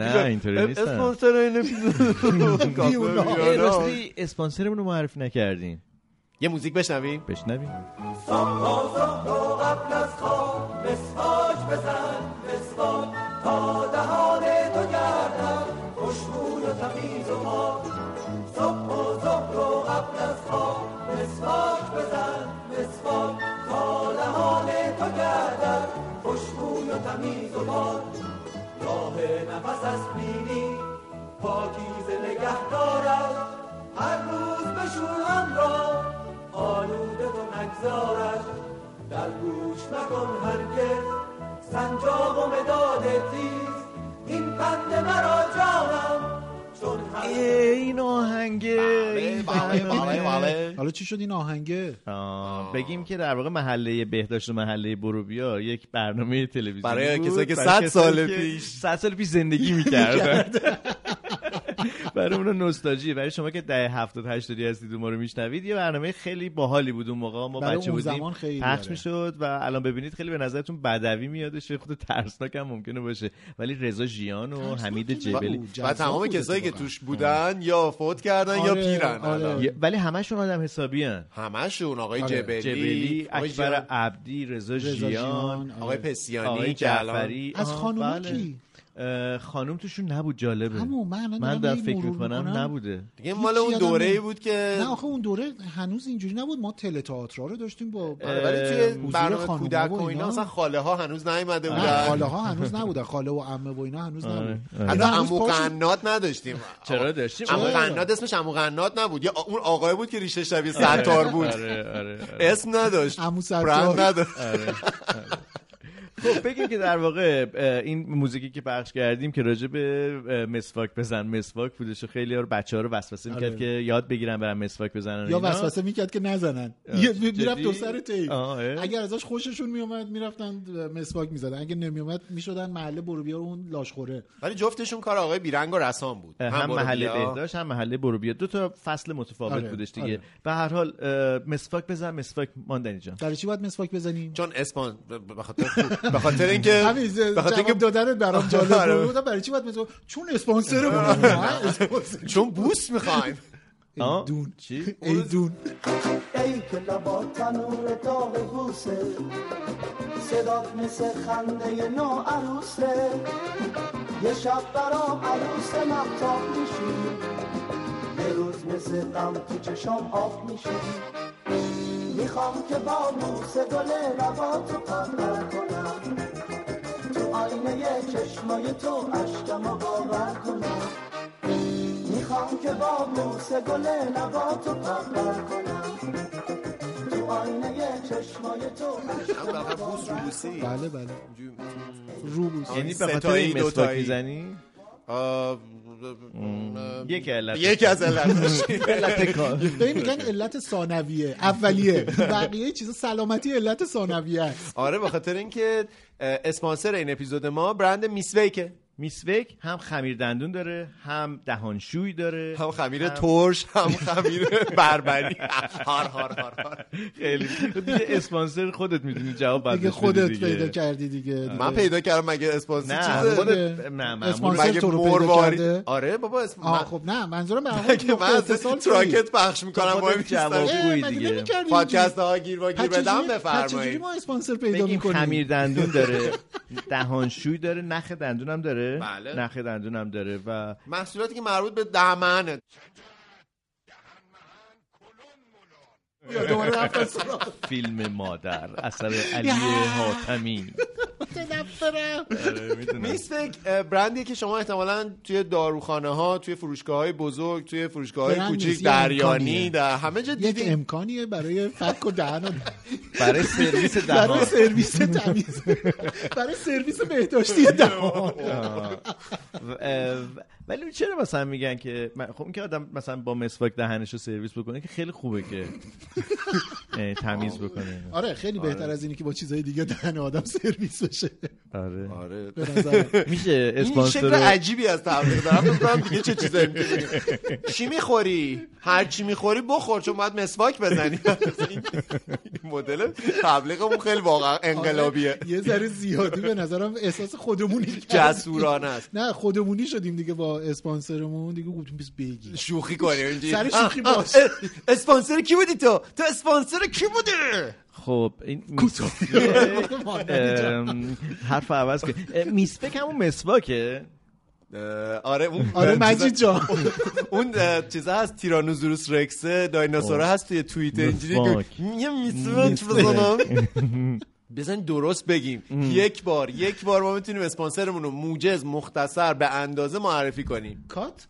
Speaker 2: نه اینطوری نیستن
Speaker 3: اسپانسر این اپیزود کافه
Speaker 1: ویونا.
Speaker 2: اه،
Speaker 3: ویونا.
Speaker 2: راستی اسپانسرمون رو معرفی نکردیم
Speaker 3: یه موزیک بشنویم
Speaker 2: بشنویم
Speaker 5: نفس از بینی پاکیز نگه دارد هر روز بشور آن را آلوده تو نگذارد در گوش مکن هرگز سنجاب و مداد تیز این بند مرا جانم چون هر
Speaker 2: این آهنگه این
Speaker 3: بله، بله،
Speaker 2: آره.
Speaker 3: بله.
Speaker 1: حالا چی شد این آهنگه
Speaker 2: آه، بگیم که در واقع محله بهداشت و محله بروبیا یک برنامه تلویزیونی
Speaker 3: برای
Speaker 2: بود.
Speaker 3: کسایی که
Speaker 2: برای
Speaker 3: 100
Speaker 2: کسایی
Speaker 3: سال
Speaker 2: که
Speaker 3: پیش-
Speaker 2: 100 سال پیش زندگی می‌کردن [LAUGHS] برای اون نوستالژی برای شما که ده هفتاد هشتادی هستید و ما رو میشنوید یه برنامه خیلی باحالی بود اون موقع ما
Speaker 1: برای
Speaker 2: بچه
Speaker 1: اون
Speaker 2: بودیم
Speaker 1: زمان خیلی
Speaker 2: پخش
Speaker 1: آره.
Speaker 2: میشد و الان ببینید خیلی به نظرتون بدوی میادش یه خود ترسناک هم ممکنه باشه ولی رضا ژیان و حمید جبلی
Speaker 1: بود،
Speaker 3: و
Speaker 1: جذاب
Speaker 3: تمام
Speaker 1: بوده
Speaker 3: کسایی که
Speaker 1: واقعا.
Speaker 3: توش بودن یا فوت کردن یا
Speaker 1: آره،
Speaker 3: پیرن
Speaker 1: آره.
Speaker 3: الان.
Speaker 2: یه- ولی همشون آدم حسابی هن.
Speaker 3: همشون آقای
Speaker 1: آره.
Speaker 3: جبلی,
Speaker 2: جبلی
Speaker 3: آقای
Speaker 2: اکبر
Speaker 3: جیان،
Speaker 2: عبدی رضا
Speaker 1: رضا
Speaker 2: ژیان
Speaker 1: ژیان، آره.
Speaker 3: آقای
Speaker 2: آقای
Speaker 3: پسیانی که الان
Speaker 2: جعفری
Speaker 1: از
Speaker 2: آه،
Speaker 1: خانوما
Speaker 2: بله.
Speaker 1: کی؟
Speaker 2: اه، خانوم توشون نبود جالبه
Speaker 1: همون، من الان
Speaker 2: من
Speaker 1: دارم
Speaker 2: در
Speaker 1: هی
Speaker 2: فکر
Speaker 1: مرور
Speaker 2: میکنم
Speaker 1: می‌کنم.
Speaker 2: نبوده
Speaker 3: دیگه مال اون
Speaker 1: هیچی یادم
Speaker 3: دوره ای
Speaker 1: نی-
Speaker 3: بود که
Speaker 1: نه آخه اون دوره هنوز اینجوری نبود ما تله تئاترا رو داشتیم با
Speaker 3: آره، ولی توی
Speaker 1: حضور
Speaker 3: برنامه
Speaker 1: خانوما
Speaker 3: کودک
Speaker 1: و
Speaker 3: و اینا
Speaker 1: اینا.
Speaker 3: اصلا خاله ها هنوز نیومده
Speaker 1: نه
Speaker 3: بودن
Speaker 1: خاله ها هنوز نبودن خاله و عمه و اینا هنوز
Speaker 2: آره،
Speaker 1: نبود
Speaker 2: آره.
Speaker 1: اینا
Speaker 3: حتی
Speaker 1: هنوز
Speaker 3: عمو
Speaker 1: پاشون-
Speaker 3: قنات نداشتیم
Speaker 2: چرا داشتیم آره،
Speaker 3: عمو
Speaker 1: چرا؟
Speaker 3: قنات اسمش عمو قنات نبود یا اون آقای بود که ریشه شبیه ستار بود
Speaker 2: آره [LAUGHS] آره آره.
Speaker 3: اسم نداشت
Speaker 1: عمو ستار.
Speaker 3: برند نداشت
Speaker 2: خب بگیم که در واقع اه، این موزیکی که پخش کردیم که راجع به اه، مسواک بزن مسواک بودش و خیلی ها رو بچه ها رو وسوسه میکرد
Speaker 1: آره.
Speaker 2: که یاد بگیرن برن مسواک بزنن و
Speaker 1: یا
Speaker 2: اینا.
Speaker 1: وسوسه میکرد که نزنن
Speaker 2: آه،
Speaker 1: یه- میرفت
Speaker 2: جدی؟
Speaker 1: دو سر تیپ
Speaker 2: آه، آره. اه.
Speaker 1: اگر ازش خوششون میومد میرفتن مسواک میزدن اگه نمیومد میشدن محله برو بیار اون لاشخوره
Speaker 3: ولی جفتشون کار آقای بیرنگ و رسام بود
Speaker 2: هم
Speaker 3: برو
Speaker 2: محله
Speaker 3: بیا.
Speaker 2: بهداشت هم محله بروبیا دو تا فصل متفاوت
Speaker 1: آره،
Speaker 2: بودش دیگه
Speaker 1: آره.
Speaker 2: به هر حال اه، مسواک بزن مسواک ماندنی جان
Speaker 1: برای چی باید مسواک بزنیم
Speaker 3: چون اسپان ب- به خاطر خوب- به خاطر اینکه
Speaker 1: [LAUGHS] همین
Speaker 3: به خاطر
Speaker 1: جواب
Speaker 3: اینکه
Speaker 1: دادنت
Speaker 3: [LAUGHS]
Speaker 1: برام
Speaker 3: آره.
Speaker 1: جالب بود گفتم برای چی باید مسواک چون اسپانسرمون [LAUGHS]
Speaker 3: [LAUGHS] چون بوس میخوایم [LAUGHS]
Speaker 2: آه،
Speaker 1: دون
Speaker 2: چی
Speaker 1: ای دون
Speaker 6: ای که لبا تنور داغ بوسه صدات مثل خنده نو عروسه یه شب برام عروس مقتاب میشی یه روز مثل غم تو چشام آب میشی میخوام که با بوس گل لبا تو پاکر کنم تو آینه چشمای تو عشقم رو باور کنم میخوام که با بوس گل لبا تو پاکر کنم تو آینه چشمای تو
Speaker 3: فقط بوس رو بوسی
Speaker 1: بله بله رو بود
Speaker 3: آره.
Speaker 2: یعنی به خاطر
Speaker 3: ستایی،
Speaker 2: این مسواک
Speaker 3: دوتایی.
Speaker 2: میزنی
Speaker 3: آه،
Speaker 2: یکی علت
Speaker 3: یکی از علتش
Speaker 2: علت کار
Speaker 1: به این میگن علت ثانویه اولیه بقیه چیزا سلامتی علت ثانویه است
Speaker 3: آره به خاطر اینکه اه، اسپانسر این اپیزود ما برند میسویکه
Speaker 2: میسوک هم خمیر دندون داره هم دهانشوی داره
Speaker 3: هم خمیر
Speaker 1: آره.
Speaker 3: ترش هم خمیر بربری هار هار هار, هار.
Speaker 2: خیلی دیگه اسپانسر خودت میدونی جواب بعد
Speaker 1: دیگه
Speaker 2: بهش بدی
Speaker 1: خودت
Speaker 2: دیگه.
Speaker 1: پیدا کردی دیگه, دیگه.
Speaker 3: من پیدا کردم مگه اسپانسر
Speaker 2: نه
Speaker 3: چیزه
Speaker 2: خودت
Speaker 1: دیگه.
Speaker 2: نه معمول
Speaker 1: اسپانسر
Speaker 3: مگه
Speaker 1: تو رو پیدا
Speaker 3: مرواری-
Speaker 1: کرده
Speaker 3: آره بابا اسم
Speaker 1: آه
Speaker 3: من- [LAUGHS]
Speaker 1: خب نه منظورم به
Speaker 3: که
Speaker 1: همون
Speaker 3: من از
Speaker 1: اتصال خب،
Speaker 3: تراکت پخش میکنم
Speaker 2: خودت
Speaker 3: مهم نیست.
Speaker 2: جواب
Speaker 3: اه،
Speaker 2: بگویی دیگه.
Speaker 1: دیگه
Speaker 3: پادکست ها گیر با گیر بدم
Speaker 1: خب، چجوری
Speaker 3: بفرمایید
Speaker 1: ما اسپانسر پیدا
Speaker 2: بگیم
Speaker 1: میکنیم
Speaker 2: خمیر دندون
Speaker 1: [LAUGHS]
Speaker 2: داره دهانشوی داره نخ دندونم داره
Speaker 3: بله.
Speaker 2: نخ دندونم داره و
Speaker 3: محصولاتی که مربوط به دهمنه
Speaker 1: یا دوباره رفتن سراغ.
Speaker 2: فیلم مادر
Speaker 1: [LAUGHS]
Speaker 2: اثر علی حاتمی آره، می‌دونم.
Speaker 3: میسفک برندیه که شما احتمالا توی داروخانه ها توی فروشگاه های بزرگ توی فروشگاه های
Speaker 1: برند
Speaker 3: کوچیک
Speaker 1: نیست،
Speaker 3: در
Speaker 1: یه امکانیه.
Speaker 3: یانی در همه جا
Speaker 1: یک
Speaker 3: دیدین
Speaker 1: امکانیه برای فک و دهن و-
Speaker 2: برای سرویس
Speaker 1: برای
Speaker 2: دهان
Speaker 1: سرویس تمیز برای سرویس بهداشتی دهان
Speaker 2: و- اه، و- ولی چرا مثلا میگن که من- خب این که آدم مثلا با مسواک دهنش رو سرویس بکنه که خیلی خوبه که اه، تمیز بکنه
Speaker 1: آره خیلی بهتر از اینه که با چیزهای دیگه دهن آدم سرویس بشه
Speaker 2: آره
Speaker 3: آره
Speaker 1: به نظر
Speaker 3: [LAUGHS]
Speaker 1: من.
Speaker 2: میشه
Speaker 3: این
Speaker 2: اسپانسر
Speaker 3: شکل
Speaker 2: رو-
Speaker 3: عجیبی از تبلیغ دارم فکر کنم دیگه چه چیزایی می‌گی. چی میخوری هر چی میخوری بخور چون باید مسواک بزنی [LAUGHS] این مدل تبلیغمون خیلی واقعا انقلابیه
Speaker 1: یه ذره زیادی به نظرم احساس خودمونی کرد.
Speaker 3: جسورانه است
Speaker 1: نه خودمونی شدیم دیگه با اسپانسرمون دیگه گفتیم بس بگی
Speaker 3: شوخی کنیم اینجوری.
Speaker 1: سر شوخی
Speaker 3: آه، آه،
Speaker 1: [LAUGHS] باش.
Speaker 3: اه، اسپانسر کی بودی تو تو اسپانسر کی بودی
Speaker 2: خب این
Speaker 3: [LAUGHS]
Speaker 2: میسواکه، ام، حرف عوض که اه، میسفک همون مسواکه
Speaker 3: اه، آره اون
Speaker 1: آره
Speaker 3: چیزا-
Speaker 1: مجید جان
Speaker 3: [LAUGHS] اون اه، چیزا هست تیرانوزوروس رکس دایناسور هست توی توییتر اینجوری که
Speaker 2: مسواک.
Speaker 3: یه میسواک بزنم [LAUGHS] بزن درست بگیم یک بار یک بار ما میتونیم اسپانسرمون رو موجز مختصر به اندازه معرفی کنیم
Speaker 1: کات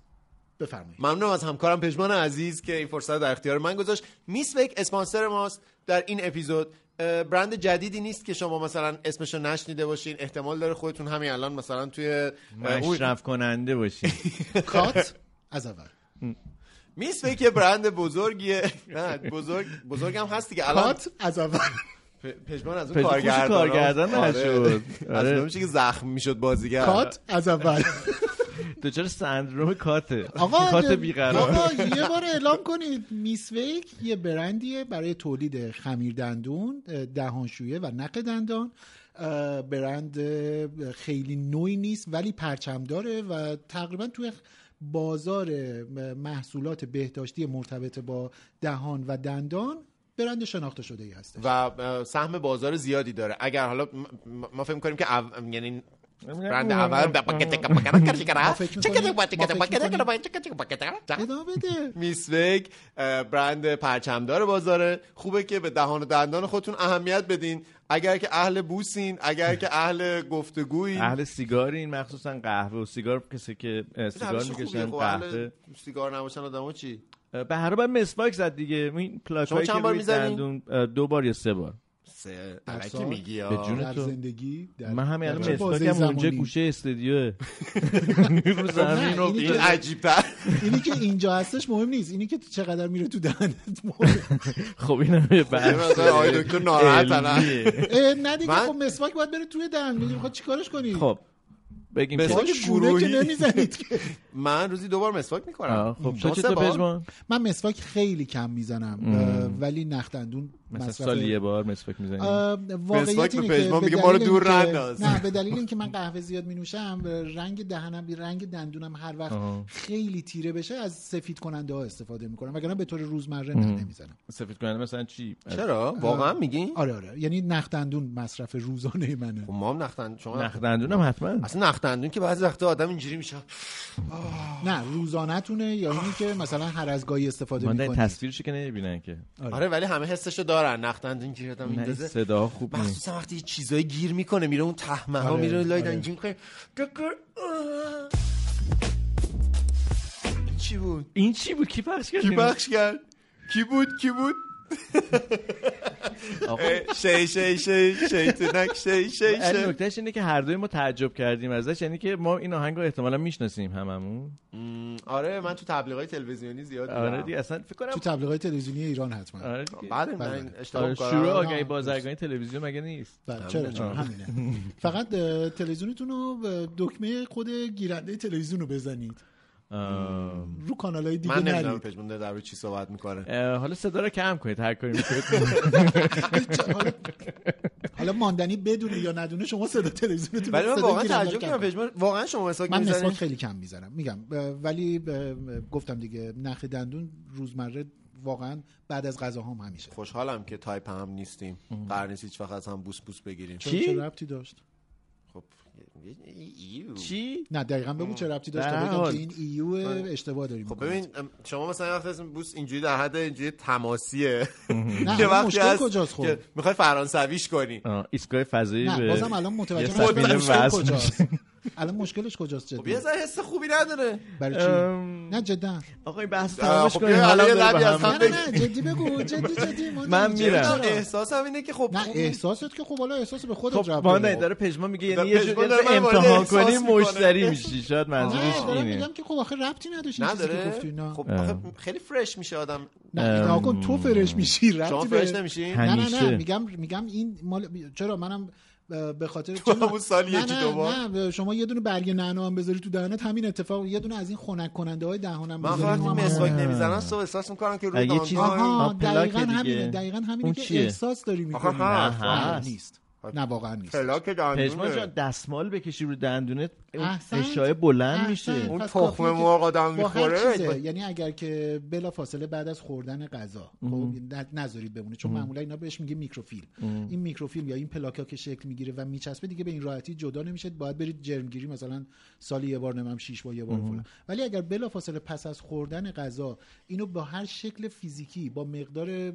Speaker 1: بفرمایید
Speaker 3: ممنونم از همکارم پژمان عزیز که این فرصت رو در اختیار من گذاشت میسوک اسپانسر ماست در این اپیزود اه، برند جدیدی نیست که شما مثلا اسمش رو نشنیده باشین احتمال داره خودتون همین الان مثلا توی اه، اون-
Speaker 2: مشرف کننده باشی
Speaker 1: کات از اول
Speaker 3: میس فکر یه برند بزرگیه نه بزرگ بزرگم هستی که الان
Speaker 1: کات از اول
Speaker 3: پ- پژمان از اون
Speaker 2: پژمان
Speaker 3: کارگردان
Speaker 2: خوش کارگردان
Speaker 3: آره.
Speaker 2: نشد.
Speaker 3: از
Speaker 2: آره.
Speaker 3: اون میشه که زخم میشد بازیگر
Speaker 1: کات از اول
Speaker 2: دچار سندروم کاته
Speaker 1: آقا
Speaker 2: کات
Speaker 1: آقا،
Speaker 2: بیقرار
Speaker 1: یه بار اعلام کنید میس ویک یه برندیه برای تولید خمیر دندون دهانشویه و نق دندان اه، برند اه، خیلی نوعی نیست ولی پرچم داره و تقریبا توی بازار محصولات بهداشتی مرتبط با دهان و دندان برند شناخته شده ای هست
Speaker 3: و اه، سهم بازار زیادی داره اگر حالا م- م- ما فکر می‌کنیم که او... یعنی برند
Speaker 1: ما فکر می‌کنیم- ما فکر
Speaker 3: اول
Speaker 1: ادامه بده
Speaker 3: میس ویگ اه، برند پرچمدار بازاره خوبه که به دهان و دندان خودتون اهمیت بدین اگر که اهل بوسین اگر که اهل گفتگویی
Speaker 2: اهل سیگارین مخصوصا قهوه و سیگار کسی که اه، سیگار
Speaker 3: خب،
Speaker 2: میکشن قهوه
Speaker 3: سیگار نباشن آدمو چی
Speaker 2: اه، به هر حال باید مسواک زد دیگه این پلاک
Speaker 3: شما
Speaker 2: هایی که
Speaker 3: چند بار
Speaker 2: روی
Speaker 3: می‌زنی؟
Speaker 2: دندون اه، دو بار یا سه بار
Speaker 3: سه
Speaker 1: در
Speaker 3: علکی
Speaker 1: سال؟
Speaker 3: میگی
Speaker 2: به
Speaker 3: آه.
Speaker 2: جون
Speaker 1: در
Speaker 2: تو.
Speaker 1: زندگی در-
Speaker 2: من همین
Speaker 1: در چه
Speaker 2: الان
Speaker 1: بازه
Speaker 2: مسواکم اونجا
Speaker 1: زمانی؟
Speaker 2: گوشه
Speaker 1: [LAUGHS]
Speaker 2: استدیوه رو
Speaker 1: نه،
Speaker 2: زمین رو
Speaker 1: اینی
Speaker 3: این
Speaker 1: که-
Speaker 3: عجیبتر
Speaker 1: اینی که اینجا هستش مهم نیست اینی که چقدر میره تو دهنت مهم.
Speaker 2: خب این هم یه
Speaker 3: [LAUGHS]
Speaker 2: بحث
Speaker 3: آقای دکتر ناراحتن ها.
Speaker 2: علمیه.
Speaker 1: اه، نه دیگه
Speaker 3: من-
Speaker 1: خب مسواک باید بره توی دهن میگه خب چیکارش کنی
Speaker 2: خب بگیم که-
Speaker 3: مسواک
Speaker 1: باش گوره که
Speaker 3: خب، گروهی.
Speaker 1: نمیزنید که.
Speaker 3: من روزی دوبار مسواک میکنم
Speaker 2: آه، خب تو چطور پژمان
Speaker 1: من مسواک خیلی کم میزنم اه، ولی نخ دندون
Speaker 2: مثلا
Speaker 1: مصرف-
Speaker 2: سال یه بار مسواک میزنی
Speaker 1: اه،
Speaker 3: مسواک
Speaker 1: واقعیت
Speaker 3: به
Speaker 1: اینه که
Speaker 3: پژمان
Speaker 1: به
Speaker 3: میگه
Speaker 1: دلیل
Speaker 3: ما رو دور
Speaker 1: اینکه-
Speaker 3: ننداز.
Speaker 1: نه به دلیل اینکه من قهوه زیاد می نوشم رنگ دهنم رنگ دندونم هر وقت
Speaker 2: آها.
Speaker 1: خیلی تیره بشه از سفید کننده ها استفاده میکنم وگرنه به طور روزمره نه نمیزنم
Speaker 2: سفید کننده مثلا چی
Speaker 3: چرا واقعا میگی
Speaker 1: آره آره یعنی نخ دندون مصرف روزانه منه
Speaker 3: خب ما هم نختن شما
Speaker 2: نخ دندونم حتما
Speaker 3: اصلا نختندون که بعضی وقتا آدم اینجوری میشه
Speaker 1: نه روزانه تونه یا اینی که مثلا هر از گاهی استفاده
Speaker 2: من این
Speaker 1: میکنید
Speaker 2: تصویرش که نمیبینن که
Speaker 3: آره ولی همه حسشو دارن نختندون که آدم
Speaker 2: نه این
Speaker 3: میندازه
Speaker 2: صدا خوب نیست
Speaker 3: مخصوصا وقتی یه چیزایی گیر میکنه میره اون تهمه ها
Speaker 1: آره،
Speaker 3: میره لای
Speaker 1: آره.
Speaker 3: دنجی میکنه دکر چی بود؟
Speaker 2: این چی بود کی پخش کرد
Speaker 3: کی بخش کرد؟ کی بود؟ کی بود؟
Speaker 2: آقا
Speaker 3: اه، شی شی شی شیطنک شی شی
Speaker 2: ولی
Speaker 3: شی
Speaker 2: نکتهش اینه که هر دوی ما تعجب کردیم ازش یعنی که ما این آهنگ رو احتمالا میشناسیم هممون
Speaker 3: م، آره من تو تبلیغات تلویزیونی زیاد
Speaker 2: آره
Speaker 3: آره
Speaker 2: دیگه اصلا فکر
Speaker 1: تو
Speaker 2: کنم
Speaker 1: تبلیغات تلویزیونی ایران حتما
Speaker 2: آره دیگه.
Speaker 3: بله من
Speaker 1: بله.
Speaker 3: اشتباه
Speaker 2: آره، شروع
Speaker 3: کردم
Speaker 2: آگهی بازرگانی تلویزیون مگه نیست
Speaker 1: بله، چرا چرا همینه فقط اه، تلویزیونتون رو اه، دکمه خود گیرنده تلویزیون رو بزنید
Speaker 2: آه.
Speaker 1: رو کانال های دیگه
Speaker 3: من نمیدونم
Speaker 1: نرید
Speaker 3: پژمان داره در مورد چی صحبت میکنه
Speaker 2: اه، حالا صدا رو کم کنید هر کاری [LAUGHS] میکنید
Speaker 1: چه- حالا- حالا ماندنی بدونه یا ندونه شما صدا تلویزیونتون
Speaker 3: ولی
Speaker 1: رو
Speaker 3: من
Speaker 1: صدا
Speaker 3: واقعا
Speaker 1: گیرنده رو
Speaker 3: تعجب
Speaker 1: کم
Speaker 3: کردم پژمان واقعا شما مسواک
Speaker 1: من مسواک
Speaker 3: میزنید
Speaker 1: خیلی کم میزنم میگم اه، ولی اه، گفتم دیگه نخ دندون روزمره واقعا بعد از غذا هم همیشه
Speaker 3: خوشحالم که تایپ هم نیستیم قرار نیست هیچ وقت از هم بوس بوس بگیریم
Speaker 1: چرا-
Speaker 2: کی؟
Speaker 1: چه ربطی داشت
Speaker 3: خب ایو.
Speaker 2: چی
Speaker 1: نه دقیقا بگو چه ربطی داشت
Speaker 2: به
Speaker 1: تا
Speaker 2: هر
Speaker 1: بگم
Speaker 2: حال. آره.
Speaker 1: که این ایو اشتباه داریم
Speaker 3: خب ببین ام، شما مثلا وقتی اسم بوس اینجوری در حد اینجوری تماسیه [LAUGHS]
Speaker 1: نه
Speaker 3: یه
Speaker 1: الان
Speaker 3: وقتی
Speaker 1: مشکل
Speaker 3: هست
Speaker 1: کجاست خب
Speaker 3: که میخوای فرانسویش کنی
Speaker 2: آه، ایستگاه فضایی
Speaker 1: نه
Speaker 2: به
Speaker 1: بازم الان متوجه
Speaker 2: یه
Speaker 1: نشدم.
Speaker 2: سفینه
Speaker 1: مشکل
Speaker 2: وزن [LAUGHS]
Speaker 1: کجاست الان مشکلش کجاست
Speaker 3: خب یه
Speaker 1: جدا
Speaker 3: ذره حس خوبی نداره
Speaker 1: برای چی
Speaker 2: ام،
Speaker 1: نه جدا
Speaker 2: آقا این بحث
Speaker 3: آه،
Speaker 2: تمامش
Speaker 3: خب
Speaker 2: کنیم
Speaker 3: بیا
Speaker 2: حالا
Speaker 3: الان یه لبی از
Speaker 2: بریم به هم.
Speaker 3: هم
Speaker 1: نه نه نه جدی بگو
Speaker 2: [LAUGHS]
Speaker 1: جدی جدی ما
Speaker 2: خب من
Speaker 1: نمی‌دونیم.
Speaker 2: میرم.
Speaker 1: چرا؟
Speaker 3: احساس هم اینه که خب
Speaker 1: نه احساسات که خب حالا احساس به خودت
Speaker 2: خب
Speaker 1: رب
Speaker 2: مانده داره پژمان میگه یعنی یه
Speaker 3: پژمان
Speaker 2: جور
Speaker 3: داره من وارد
Speaker 2: امتحان
Speaker 3: احساس
Speaker 2: کنی
Speaker 3: می‌کنه.
Speaker 2: مشتری میشی شاید منظورش
Speaker 1: نه دارم
Speaker 2: اینه
Speaker 1: میگم که خب آخه ربطی نداشت این چیزی که
Speaker 3: نداره
Speaker 1: گفتی نه
Speaker 3: خب آخه خیلی فرش میشه آدم
Speaker 1: نه نگاه کن تو فرش میشی ربطی
Speaker 3: شما
Speaker 1: به-
Speaker 3: فرش نمیشین
Speaker 1: نه نه
Speaker 2: همیشه.
Speaker 1: نه میگم میگم این مال چرا منم اه، به خاطر
Speaker 3: تو [LAUGHS] همون سال
Speaker 1: نه،
Speaker 3: یکی
Speaker 1: نه،
Speaker 3: دو بار.
Speaker 1: نه شما یه دونه برگ نعنا هم بذاری تو دهنت همین اتفاق یه دونه از این خنک کننده های دهانم
Speaker 3: من
Speaker 1: بذاری،
Speaker 3: وقتی
Speaker 1: اونم
Speaker 3: مسواک
Speaker 1: هم-
Speaker 3: نمیزنم صبح احساس میکنم که
Speaker 2: یه
Speaker 3: روی
Speaker 2: چیزی-
Speaker 3: دندان
Speaker 1: آها
Speaker 2: آه، پلاک
Speaker 1: دقیقا
Speaker 2: دیگه.
Speaker 1: همینه دقیقا همینه
Speaker 2: اون
Speaker 1: که
Speaker 2: چیه؟
Speaker 1: احساس داری میکنی
Speaker 3: آخه خب، هست،
Speaker 2: هست.
Speaker 1: نیست نه واقعا نیست
Speaker 3: پلاک
Speaker 2: پژمان جان
Speaker 3: دندونه
Speaker 2: دستمال بکشی رو دندونت اون
Speaker 1: احسنت.
Speaker 2: اشاره بلند
Speaker 1: احسنت.
Speaker 2: میشه
Speaker 3: اون
Speaker 1: پس کافیه
Speaker 3: تخم
Speaker 1: که
Speaker 3: مرغ آدم
Speaker 1: با هر چیزه
Speaker 3: میخوره
Speaker 1: یعنی اگر که بلا فاصله بعد از خوردن غذا خب ن- نذارید بمونه چون معمولا اینا بهش میگه میکروفیل این میکروفیل یا این پلاکا که شکل میگیره و میچسبه دیگه به این راحتی جدا نمیشه باید برید جرمگیری مثلا سالی یه بار نمیم شیش بار یه بار فلان ولی اگر بلا فاصله پس از خوردن غذا اینو با هر شکل فیزیکی با مقدار اه، اه،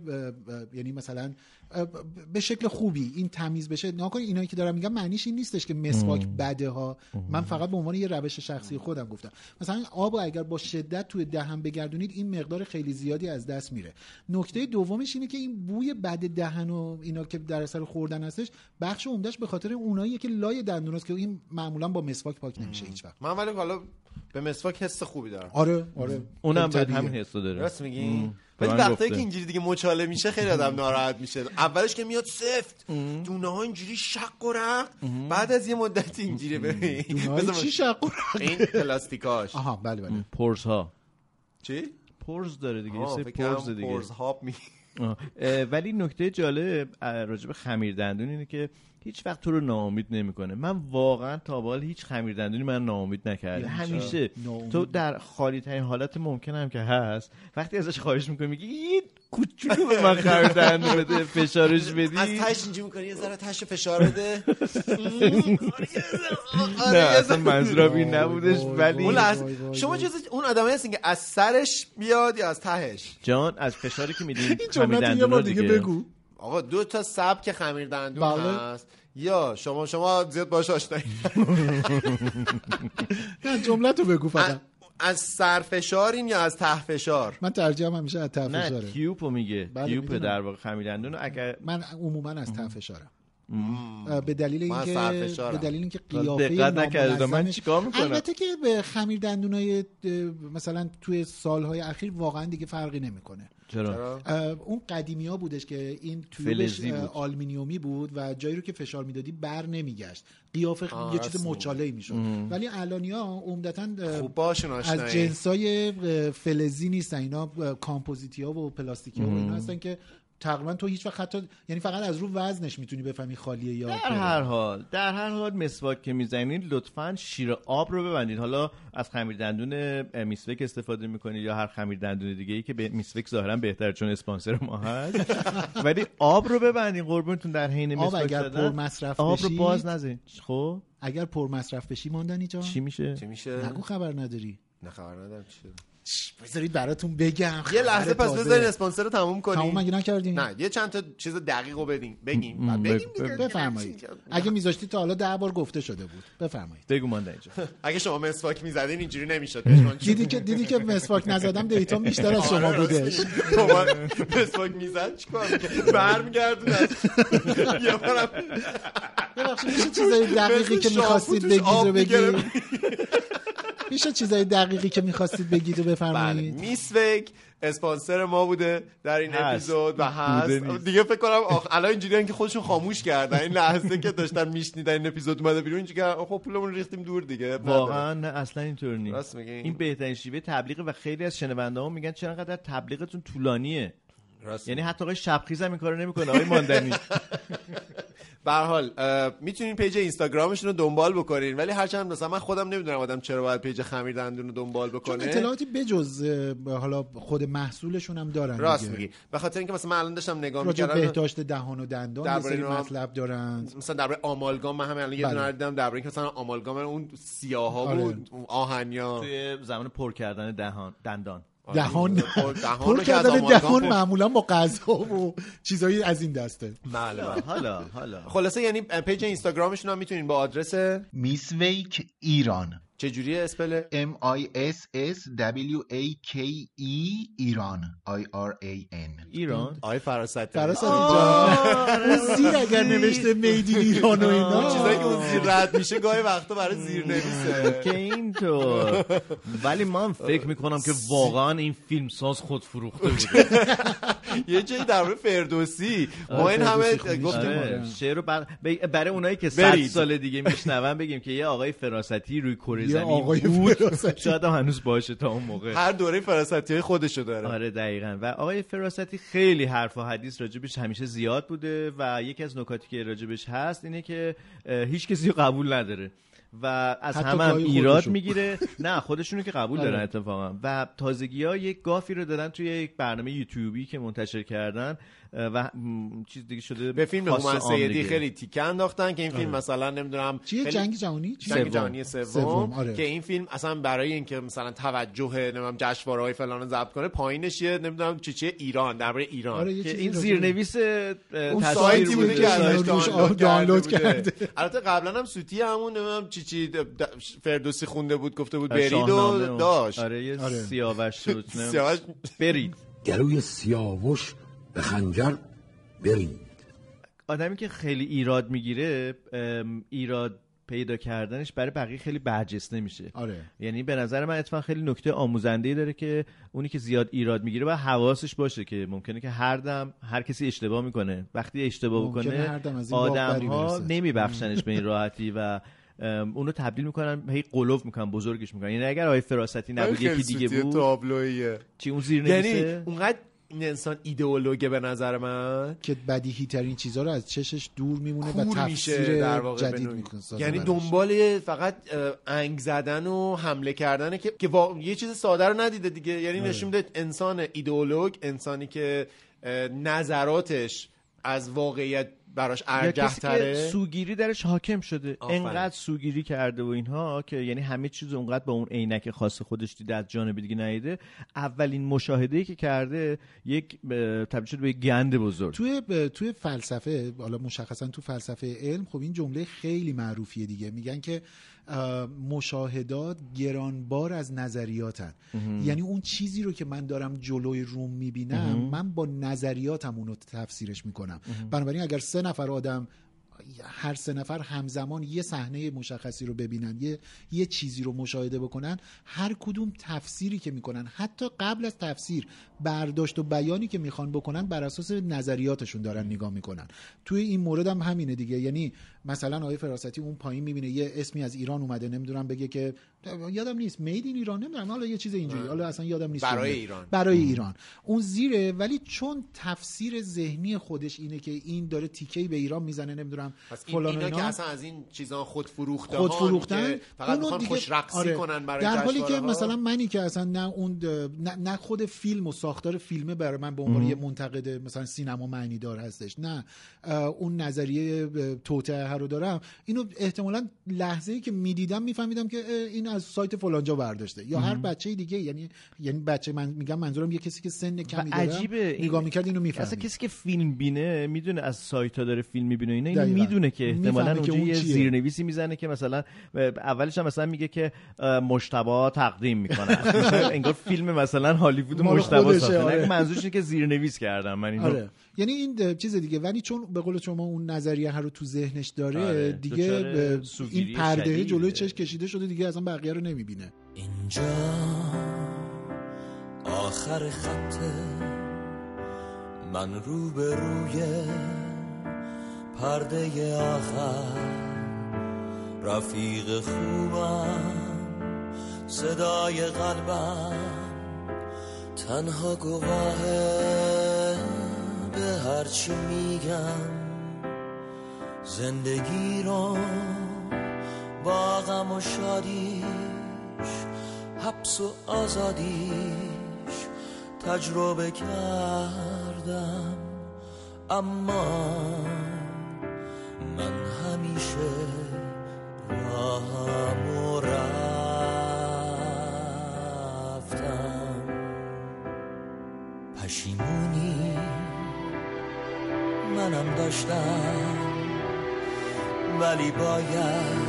Speaker 1: یعنی مثلا اه، به شکل خوبی این تمیز بشه ناکن اینایی که دارم میگم معنیش این نیستش که مسواک بده ها من فقط به عنوان یه روش شخصی خودم گفتم مثلا آب رو اگر با شدت توی دهن بگردونید این مقدار خیلی زیادی از دست میره نکته دومش اینه که این بوی بد دهن و اینا که در اثر خوردن هستش بخش عمدهش به خاطر اوناییه که لای دندوناست که این معمولا با مسواک پاک نمیشه هیچ وقت
Speaker 3: من ولی حالا به مسواک حس خوبی دارم
Speaker 1: آره آره
Speaker 2: اونم
Speaker 1: خیلی
Speaker 2: به
Speaker 1: طبیعیه.
Speaker 2: همین حسو داره
Speaker 3: راست میگی
Speaker 2: به
Speaker 3: ولی
Speaker 2: من
Speaker 3: وقتایی
Speaker 2: گفته.
Speaker 3: که اینجوری دیگه مچاله میشه خیلی آدم ناراحت میشه اولش که میاد سفت دونه ها اینجوری شق و رق بعد از یه مدت اینجوری ببین
Speaker 1: دونه‌های
Speaker 3: بذار
Speaker 1: چی
Speaker 3: من-
Speaker 1: شق و رق؟
Speaker 3: این پلاستیکاش
Speaker 1: [LAUGHS] آها بله بله
Speaker 2: پرز ها
Speaker 3: چی
Speaker 2: پرز داره دیگه یه
Speaker 3: آه،
Speaker 2: سری
Speaker 3: فکر کردم
Speaker 2: پرز دیگه
Speaker 3: پرز هاب می
Speaker 2: آه. اه، ولی نکته جالب اه، راجع به خمیر دندون اینه که هیچ وقت تو رو ناامید نمیکنه من واقعا تا به حال هیچ خمیر دندونی من ناامید نکرده همیشه
Speaker 1: یعنی ناامید.
Speaker 2: تو در خالی ترین حالت ممکن هم که هست وقتی ازش خواهش میکنی میگی این کوچولو به من خمیر دندون بده فشارش بدی
Speaker 3: از تاش اینجوری میکنی یه ذره تاش رو فشار
Speaker 2: [LAUGHS]
Speaker 3: بده
Speaker 2: نه اصلا منظورم این نبودش
Speaker 1: وای،
Speaker 2: ولی
Speaker 3: اون
Speaker 1: وای،
Speaker 3: لحظه-
Speaker 1: وای، وای،
Speaker 3: شما
Speaker 1: وای.
Speaker 3: جز اون آدمایی هستین که از سرش بیاد یا از تهش
Speaker 2: جان از فشاری که میدیم
Speaker 1: این جملت رو یه بار دیگه بگو
Speaker 3: آقا دو تا سبک خمیر دندون
Speaker 1: بله.
Speaker 3: هست یا شما شما زیاد باش آشنایی
Speaker 1: نه جملت رو بگو
Speaker 3: از-
Speaker 1: فقط
Speaker 3: از سرفشارین یا از تهفشار
Speaker 1: من ترجیح همیشه از تف
Speaker 2: نه
Speaker 1: فشاره.
Speaker 2: کیوپو میگه
Speaker 1: بله،
Speaker 2: کیوپ
Speaker 1: می‌دونم.
Speaker 2: در واقع خمیر دندون رو اگر
Speaker 1: من عموما از تف فشارم اه، به دلیل
Speaker 3: من
Speaker 1: اینکه
Speaker 3: از تف فشارم.
Speaker 1: به دلیل اینکه
Speaker 2: من
Speaker 1: قیافه
Speaker 2: دقت نکردم. من
Speaker 1: نامنظمش-
Speaker 2: چیکار می‌کنم؟
Speaker 1: البته که به خمیر دندونای اه، مثلا توی سالهای اخیر واقعا دیگه فرقی نمیکنه
Speaker 2: چرا
Speaker 1: اون قدیمی ها بودش که این تویبش
Speaker 2: فلزی بود.
Speaker 1: اه، آلومینیومی بود و جایی رو که فشار میدادی بر نمیگشت قیافه
Speaker 3: آه،
Speaker 1: یه چیز
Speaker 3: راست میگی.
Speaker 1: مچاله میشد ولی الانیا عمدتا اه،
Speaker 3: خوب باشون
Speaker 1: از
Speaker 3: آشنایی
Speaker 1: جنسای اه، فلزی نیستن اینا اه، کامپوزیتی ها و پلاستیکی ها و اینا هستن که تقریبا تو هیچ وقت حتی یعنی فقط از رو وزنش میتونی بفهمی خالیه یا
Speaker 2: در
Speaker 1: پره.
Speaker 2: هر حال در هر حال مسواک که میزنید لطفا شیر آب رو ببندید حالا از خمیر دندون اه، میسوک استفاده میکنید یا هر خمیر دندون دیگه ای که به میسوک ظاهرا بهتر چون اسپانسر ما هست
Speaker 1: [LAUGHS]
Speaker 2: ولی آب رو ببندید قربونتون در حین
Speaker 1: آب
Speaker 2: مسواک
Speaker 1: اگر پر
Speaker 2: زدن
Speaker 1: مصرف
Speaker 2: آب رو
Speaker 1: بشی
Speaker 2: باز نذارید خب
Speaker 1: اگر پر مصرف بشی ماندنی جان
Speaker 2: چی میشه
Speaker 3: چی میشه
Speaker 1: نگو خبر نداری
Speaker 3: نه خبر ندارم چی شده.
Speaker 1: چش، بذارید براتون بگم
Speaker 3: یه لحظه
Speaker 1: خبر
Speaker 3: پس
Speaker 1: آره، تازه.
Speaker 3: بذارین اسپانسر رو تموم
Speaker 1: تموم
Speaker 3: کنیم
Speaker 1: مگه نکردیم
Speaker 3: نه یه چند تا چیز دقیق رو بدیم بگیم بعد
Speaker 2: بگو،
Speaker 3: بگیم دیگه.
Speaker 1: بفرمایید اگه میذاشتی تا حالا ده بار گفته شده بود
Speaker 3: [LAUGHS]
Speaker 1: بفرمایید
Speaker 2: بگو مانده [LAUGHS] اینجا
Speaker 3: اگه شما مسواک میزدین اینجوری نمیشد پشمان چی؟
Speaker 1: دیدی که دیدی که مسواک نزدم دیتا بیشتر از شما
Speaker 3: آره، راست
Speaker 1: بوده
Speaker 3: میگی. شما مسواک میزد چیکار می‌کرد؟ برمیگردون از یه
Speaker 2: [LAUGHS]
Speaker 3: بارم
Speaker 1: ببخشید میشه چیزای دقیقی
Speaker 3: مثل
Speaker 1: که میخواستید
Speaker 3: شامپو توش
Speaker 1: بگید
Speaker 3: آب
Speaker 1: رو بگید
Speaker 3: می‌گرفت.
Speaker 1: میشه چیزای دقیقی که میخواستید بگید و
Speaker 3: بله
Speaker 1: بفرمایید
Speaker 3: میس ویک اسپانسر ما بوده در این
Speaker 2: هست.
Speaker 3: اپیزود و
Speaker 2: بوده
Speaker 3: هست
Speaker 2: نیست.
Speaker 3: دیگه فکر کنم آخ الان اینجوری که خودشون خاموش کردن این لحظه که داشتن میشنیدن این اپیزود اومده بیرون اینجوری که خب پولمون رو ریختیم دور دیگه بله.
Speaker 2: واقعا نه اصلا اینطور نیست
Speaker 3: راست میگی.
Speaker 2: این بهترین شیوه تبلیغ و خیلی از شنونده ها میگن چرا انقدر تبلیغتون طولانیه [LAUGHS]
Speaker 3: راست
Speaker 2: یعنی حتی آقای شبخیز هم این کارو نمیکنه آقای [LAUGHS] ماندنی
Speaker 3: به هر حال اه، میتونین پیج اینستاگرامشون رو دنبال بکنین ولی هرچند مثلا من خودم نمیدونم آدم چرا باید پیج خمیر دندون رو دنبال
Speaker 1: چون
Speaker 3: بکنه
Speaker 1: اطلاعاتی بجز اه، حالا خود محصولشون هم دارن
Speaker 3: راست
Speaker 1: دیگه.
Speaker 3: میگی به خاطر اینکه مثلا من الان داشتم نگاه
Speaker 1: راجع به
Speaker 3: میکردم
Speaker 1: بهداشت دهان و دندان یه
Speaker 3: درباره
Speaker 1: سری
Speaker 3: اینا هم-
Speaker 1: مطلب دارن
Speaker 3: مثلا درباره آمالگام من همین الان یه
Speaker 1: بله.
Speaker 3: دونه رو دیدم درباره اینکه مثلا آمالگام اون سیاها
Speaker 1: آره.
Speaker 3: بود اون آهنیا
Speaker 2: توی زمان پر کردن دهان دندان
Speaker 1: دهان
Speaker 3: پر- آره، دهان
Speaker 1: پر
Speaker 3: رو که از
Speaker 1: کردن
Speaker 3: آمالگام
Speaker 1: دهان
Speaker 3: پر-
Speaker 1: معمولا با غذا و چیزایی از این دسته
Speaker 3: بله
Speaker 2: حالا حالا
Speaker 3: خلاصه یعنی پیج اینستاگرامشون هم میتونین با آدرس
Speaker 7: میسویک ایران
Speaker 3: چجوری اسپل
Speaker 7: M I S S W A K E ایران I R A N
Speaker 2: ایران
Speaker 3: آقای فراست
Speaker 1: فرا جان اون زیر اگر نوشته میدین ایران و
Speaker 3: آره. چیزایی که
Speaker 1: اینا
Speaker 3: اون زیر رد میشه گاهی وقتا برای زیر نویسه
Speaker 2: [LAUGHS] که اینطور ولی من فکر میکنم که واقعا این فیلم ساز خود فروخته بوده
Speaker 3: یه جایی درباره فردوسی ما این همه
Speaker 1: فردوسی خونیش.
Speaker 3: گفتیم
Speaker 2: آره، شعر رو بر... ب- برای اونایی که صد
Speaker 3: برید.
Speaker 2: سال دیگه میشنون بگیم که یه آقای فراستی روی کره
Speaker 1: یه
Speaker 2: زمین
Speaker 1: آقای
Speaker 2: بود
Speaker 1: فراستی.
Speaker 2: شاید هم هنوز باشه تا اون موقع
Speaker 3: هر دوره فراستی های خودشو داره
Speaker 2: آره دقیقا و آقای فراستی خیلی حرف و حدیث راجبش همیشه زیاد بوده و یکی از نکاتی که راجبش هست اینه که اه، هیچ کسی رو قبول نداره و از
Speaker 1: حتی
Speaker 2: همه هم
Speaker 1: گاهی
Speaker 2: ایراد
Speaker 1: خودشون.
Speaker 2: میگیره نه خودشونو که قبول
Speaker 1: آره.
Speaker 2: دارن اتفاقا و تازگی ها یک گافی رو دادن توی یک برنامه یوتیوبی که منتشر کردن اه، و م، چیز دیگه شده
Speaker 3: به فیلم
Speaker 2: خاص
Speaker 3: هومن
Speaker 2: عام
Speaker 3: سیدی
Speaker 2: دیگه.
Speaker 3: خیلی تیکه انداختن که این فیلم مثلا نمیدونم
Speaker 1: چیه
Speaker 3: خیلی-
Speaker 1: جنگ جهانی چی؟
Speaker 3: جنگ
Speaker 2: سوم.
Speaker 3: جهانی
Speaker 1: سوم،
Speaker 3: سوم
Speaker 1: آره.
Speaker 3: که این فیلم اصلا برای اینکه مثلا توجه نمیدونم جشنواره های فلان رو ضبط کنه پایینش یه نمیدونم چی چیه ایران درباره ایران
Speaker 1: آره، یه
Speaker 2: که
Speaker 1: چیزی
Speaker 2: این
Speaker 1: راجع به-
Speaker 2: زیرنویس اه، تصویر
Speaker 1: سایتی
Speaker 3: سایتی بوده
Speaker 1: بوده
Speaker 3: که
Speaker 1: که
Speaker 3: ازش
Speaker 1: روش
Speaker 3: دانلود,
Speaker 1: دانلود
Speaker 3: کرده
Speaker 1: کرده.
Speaker 3: بوده. البته قبلا هم سوتی همون نمیدونم چی چی د- د- فردوسی خونده بود گفته بود
Speaker 2: آره،
Speaker 3: برید
Speaker 2: شاهنامه
Speaker 3: و
Speaker 2: اون.
Speaker 3: داشت
Speaker 2: آره یه
Speaker 1: آره.
Speaker 2: سیاوش شد نه،
Speaker 3: سیاوش
Speaker 2: برید
Speaker 8: گلوی سیاوش به خنجر برید
Speaker 2: آدمی که خیلی ایراد میگیره ایراد پیدا کردنش برای بقیه خیلی برجسته میشه
Speaker 1: آره
Speaker 2: یعنی به نظر من اتفاقا خیلی نکته آموزنده داره که اونی که زیاد ایراد میگیره و حواسش باشه که ممکنه که هر دم هر کسی اشتباه میکنه وقتی اشتباه
Speaker 1: ممکنه
Speaker 2: بکنه
Speaker 1: هر دم از این
Speaker 2: آدم ها
Speaker 1: باغبری برسه.
Speaker 2: نمیبخشنش به این
Speaker 1: [LAUGHS]
Speaker 2: راحتی و ام، اونو تبدیل میکنن هی قلوف میکنن بزرگش میکنن یعنی اگر آقای فراستی نبود یکی دیگه بود
Speaker 3: تابلویه
Speaker 2: چی اون زیر
Speaker 3: یعنی
Speaker 2: نمیشه
Speaker 3: اونقدر این انسان ایدئولوگه به نظر من
Speaker 1: که بدیهی ترین چیزها رو از چشش دور میمونه و
Speaker 3: کور میشه
Speaker 1: تفسیر
Speaker 3: در واقع به
Speaker 1: جدید
Speaker 3: نوعی.
Speaker 1: میکنه
Speaker 3: یعنی دنبال فقط اه، انگ زدن و حمله کردنه که, که واقع- یه چیز ساده رو ندیده دیگه یعنی
Speaker 1: آره.
Speaker 3: نشون میده انسان ایدئولوگ انسانی که اه، نظراتش از واقعیت براش
Speaker 2: یا کسی
Speaker 3: ارجح
Speaker 2: که
Speaker 3: تره
Speaker 2: سوگیری درش حاکم شده
Speaker 3: آفرین.
Speaker 2: انقدر سوگیری کرده و اینها که یعنی همه چیز رو اونقدر با اون عینک خاص خودش دیده از جانب دیگه ندیده اولین مشاهده که کرده یک اه، تبدیل شده به یک گند بزرگ
Speaker 1: توی ب- توی فلسفه حالا مشخصا تو فلسفه علم خب این جمله خیلی معروفیه دیگه میگن که اه، مشاهدات گرانبار از نظریاتن یعنی اون چیزی رو که من دارم جلوی روم میبینم من با نظریاتم اونو تفسیرش میکنم بنابراین اگر سه نفر آدم هر سه نفر همزمان یه صحنه مشخصی رو ببینن یه یه چیزی رو مشاهده بکنن هر کدوم تفسیری که میکنن حتی قبل از تفسیر برداشت و بیانی که میخوان بکنن بر اساس نظریاتشون دارن نگاه میکنن توی این مورد هم همینه دیگه یعنی مثلا آقای فراستی اون پایین میبینه یه اسمی از ایران اومده نمیدونم بگه که یادم نیست میدین ایران نمیدونم حالا یه چیز اینجوری حالا اصلا یادم نیست
Speaker 3: برای
Speaker 1: جمله.
Speaker 3: ایران.
Speaker 1: برای ایران اون زیره ولی چون تفسیر ذهنی خودش اینه که این داره تیکهی به ایران میزنه نمیدونم
Speaker 3: پس این
Speaker 1: فلان و
Speaker 3: اینا که
Speaker 1: اینا.
Speaker 3: اصلا از این چیزا خود فروختن
Speaker 1: خود فروختن
Speaker 3: فقط
Speaker 1: اونو
Speaker 3: میخوان
Speaker 1: دیگه-
Speaker 3: خوش رقصی
Speaker 1: آره.
Speaker 3: کنن برای
Speaker 1: در حالی که
Speaker 3: جشنواره‌ها.
Speaker 1: مثلا منی که اصلا نه اون د- نه, نه خود فیلم و ساختار فیلمه برای من به عنوان یه منتقد مثلا سینما معنی دار هستش نه اه، اون نظریه اه، توتعه رو دارم اینو احتمالا لحظه ای که میدیدم میفهمیدم که اه، این از سایت فلانجا برداشته یا هر بچه دیگه یعنی یعنی بچه من میگم منظورم یه کسی که سن کمی داره
Speaker 2: عجیبه این-
Speaker 1: نگاه میکرد اینو
Speaker 2: اصلا
Speaker 1: میفهمید
Speaker 2: کسی که فیلم بینه میدونه از سایت ها داره فیلم میبینه اینا اینو
Speaker 1: دقیقاً.
Speaker 2: میدونه که احتمالا
Speaker 1: میفهمه که
Speaker 2: اونجا
Speaker 1: اون
Speaker 2: یه
Speaker 1: چیه.
Speaker 2: زیرنویسی میزنه که مثلا اه، اولش هم مثلا میگه که اه، مشتبه تقدیم [LAUGHS] میکنه انگار فیلم مثلا هالیوود
Speaker 1: مال
Speaker 2: مشتبه
Speaker 1: خودشه،
Speaker 2: ساخته
Speaker 1: آره.
Speaker 2: نه، منظورش اینه که زیرنویس کردم من اینو
Speaker 1: آره یعنی این ده- چیز دیگه ولی چون به قول شما اون نظریه هر رو تو ذهنش داره
Speaker 2: آره،
Speaker 1: دیگه
Speaker 2: دچار
Speaker 1: به-
Speaker 2: سوگیری
Speaker 1: این پرده
Speaker 2: شدیده.
Speaker 1: جلوی چش کشیده شده دیگه اصلا بقیه رو نمیبینه
Speaker 9: اینجا آخر خطه من رو به روی پرده آخر رفیق خوبم صدای قلبم تنها گواه به هرچی میگم زندگی رو با غم و شادیش حبس و آزادیش تجربه کردم اما من همیشه راهم و رفتم پشیمونی منم داشتم ولی باید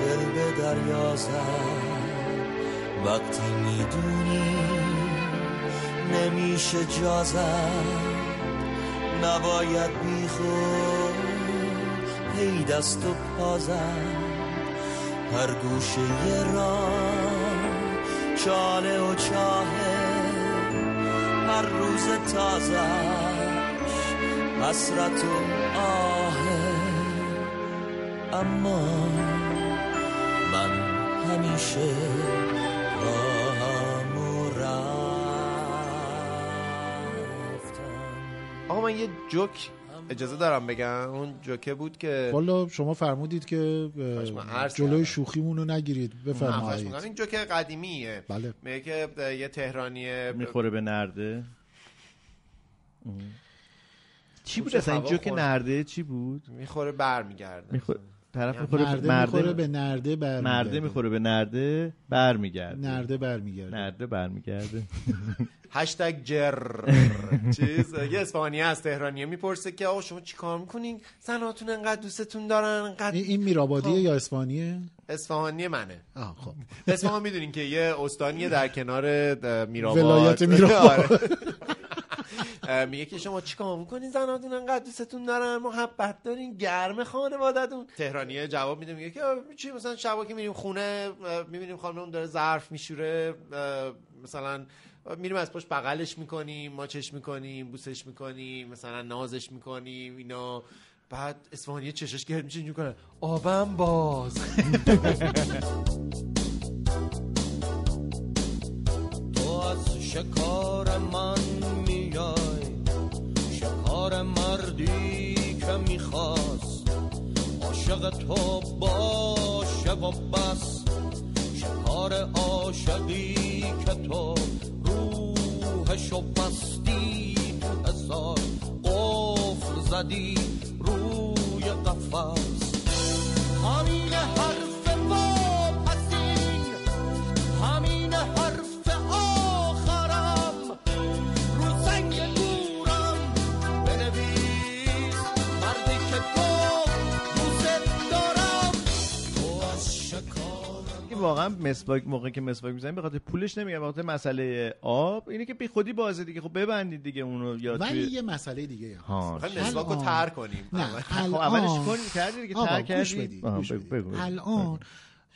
Speaker 9: دل به دریا زد وقتی میدونی نمیشه جا زد نباید بیخود هی دست و پا زد هر گوشه یه راه چاله و چاهه هر روز تازش حسرت و آهه اما من همیشه راهم و رفتم
Speaker 3: آقا من یه جوک اجازه دارم بگم اون جوکه بود که
Speaker 1: والا شما فرمودید که
Speaker 3: من
Speaker 1: اه،
Speaker 3: عرض کردم.
Speaker 1: جلوی شوخیمون رو نگیرید
Speaker 3: حرفش
Speaker 1: بفرمایید
Speaker 3: می‌کنم. این جوک قدیمیه
Speaker 1: بله.
Speaker 3: میگه که یه تهرانی
Speaker 2: میخوره به نرده چی
Speaker 1: خب
Speaker 2: بود
Speaker 3: چه
Speaker 2: اصلا
Speaker 3: هوا
Speaker 2: اینجا که
Speaker 3: خورد.
Speaker 2: نرده چی بود
Speaker 3: میخوره برمیگرده
Speaker 2: میخوره طرف میخوره
Speaker 1: مرده, میخوره به نرده بر
Speaker 2: مرده میخوره به نرده برمیگرده
Speaker 1: نرده برمیگرده
Speaker 2: نرده برمیگرده
Speaker 3: هشتگ جر چیز یه اسپانیایی از تهرانیه میپرسه که آقا شما چیکار میکنین زناتون انقدر دوستتون دارن انقدر
Speaker 1: این, این
Speaker 3: خب.
Speaker 1: میرآبادیه یا اسپانیه
Speaker 3: اصفهانی منه
Speaker 1: آه خب
Speaker 3: اصفهان میدونین که یه استانیه در کنار د- میرآباد [LAUGHS]
Speaker 1: ولایت میرآباد.
Speaker 3: آره. اه، میگه که شما چیکار میکنین زناتون انقدر دوستتون دارن محبت دارین گرم خانوادتون تهرانیه جواب میده میگه که آه، چی مثلا شبا که میریم خونه میبینیم خانممون داره ظرف میشوره مثلا میریم از پشت بغلش میکنیم ماچش میکنیم بوسش میکنیم مثلا نازش میکنیم اینا بعد اسفانیه چشش گرد میشه اینجور کنه آبم باز
Speaker 9: تو از شکار من میای شکار مردی که میخواست عاشق تو باشه و بس شکار عاشقی که تو روحشو بستی تو هزار قفل زدی روی قفص همین حرف واپسین همین حرف آخرم رو سنگ گورم بنویس مردی که تو دوست دارم تو از شکار
Speaker 2: این واقعا مسواک موقعی که مسواک میزنیم به خاطر پولش نمیگم به خاطر مسئله آب اینه که بی خودی بازه دیگه خب ببندید دیگه اونو یا
Speaker 1: ولی
Speaker 2: خب، توی
Speaker 1: یه مسئله دیگه هم.
Speaker 2: ها
Speaker 3: خب مسواک رو
Speaker 1: الان-
Speaker 3: تر کنیم
Speaker 1: نه
Speaker 2: خب
Speaker 1: الان
Speaker 2: اولش کن کردی دیگه
Speaker 1: آقا،
Speaker 2: تر
Speaker 1: گوش
Speaker 2: کردی
Speaker 1: بدی،
Speaker 2: آها،
Speaker 1: گوش
Speaker 2: بگو،
Speaker 1: بدی.
Speaker 2: بگو.
Speaker 1: الان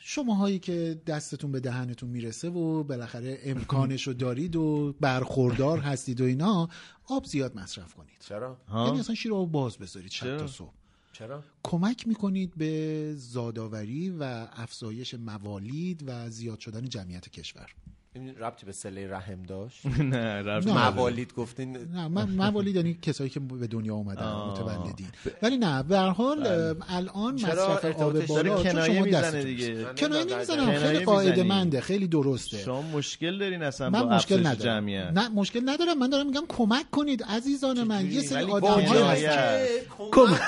Speaker 1: شماهایی که دستتون به دهنتون میرسه و بالاخره امکانش رو دارید و برخوردار هستید و اینا آب زیاد مصرف کنید
Speaker 3: چرا
Speaker 1: یعنی اصلا شیر آب باز بذارید شب تا صبح
Speaker 3: چرا
Speaker 1: کمک میکنید به زادآوری و افزایش موالید و زیاد شدن جمعیت کشور
Speaker 3: این ربطی به سله رحم داشت
Speaker 2: [LAUGHS] نه رفت
Speaker 1: نه.
Speaker 3: موالید گفتین
Speaker 1: نه
Speaker 2: [LAUGHS]
Speaker 1: من موالید یعنی کسایی که به دنیا اومدن متولدین ولی نه به هر حال اه، الان
Speaker 3: چرا
Speaker 1: مصرف آب
Speaker 3: ارتباطش داره
Speaker 1: بالا چون
Speaker 2: کنایه
Speaker 1: شما
Speaker 2: میزنه
Speaker 1: دستتون
Speaker 2: دیگه
Speaker 3: من
Speaker 1: کنایه
Speaker 3: نمی‌دونم
Speaker 1: نمیزنم
Speaker 2: کنایه
Speaker 1: خیلی
Speaker 2: می‌زنی.
Speaker 1: قاعده منده خیلی درسته
Speaker 2: شما مشکل دارین اصلا
Speaker 1: من
Speaker 2: با
Speaker 1: مشکل
Speaker 2: افزایش
Speaker 1: ندارم
Speaker 2: جمعیت
Speaker 1: نه مشکل ندارم من دارم میگم کمک کنید عزیزان من یه سری
Speaker 2: ولی
Speaker 1: آدم
Speaker 2: باید.
Speaker 1: هستن
Speaker 3: کمک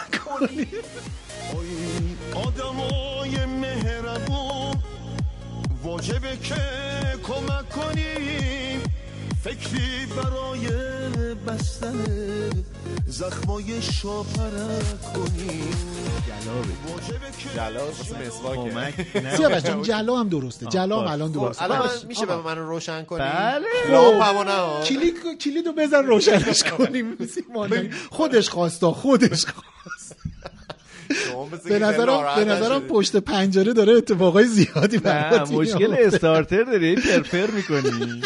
Speaker 4: آدمای مهربون واجبه که کمک کنیم فکری برای بستن زخمای شاپرک کنیم واجبه که
Speaker 3: جلا واسه
Speaker 2: [LAUGHS]
Speaker 3: مسواکه
Speaker 2: کمک نه.
Speaker 1: سیاوش جان جلا هم درسته جلا هم
Speaker 2: باش. خب،
Speaker 1: الان درسته
Speaker 3: الان
Speaker 1: ببخشید.
Speaker 3: میشه به من روشن کنی
Speaker 2: بله.
Speaker 3: لامپمو نه
Speaker 1: کلیک کلیدو بزن
Speaker 2: [LAUGHS]
Speaker 1: روشنش کنیم سیمان. خودش خواستا خودش خواست
Speaker 3: شما مثل
Speaker 1: به
Speaker 3: که
Speaker 1: نظرم
Speaker 3: ناراحت
Speaker 1: به نظرم
Speaker 3: نشدی.
Speaker 1: پشت پنجره داره اتفاقای زیادی
Speaker 2: نه
Speaker 1: برات
Speaker 2: مشکل
Speaker 1: میفته.
Speaker 2: استارتر داری پرپر میکنی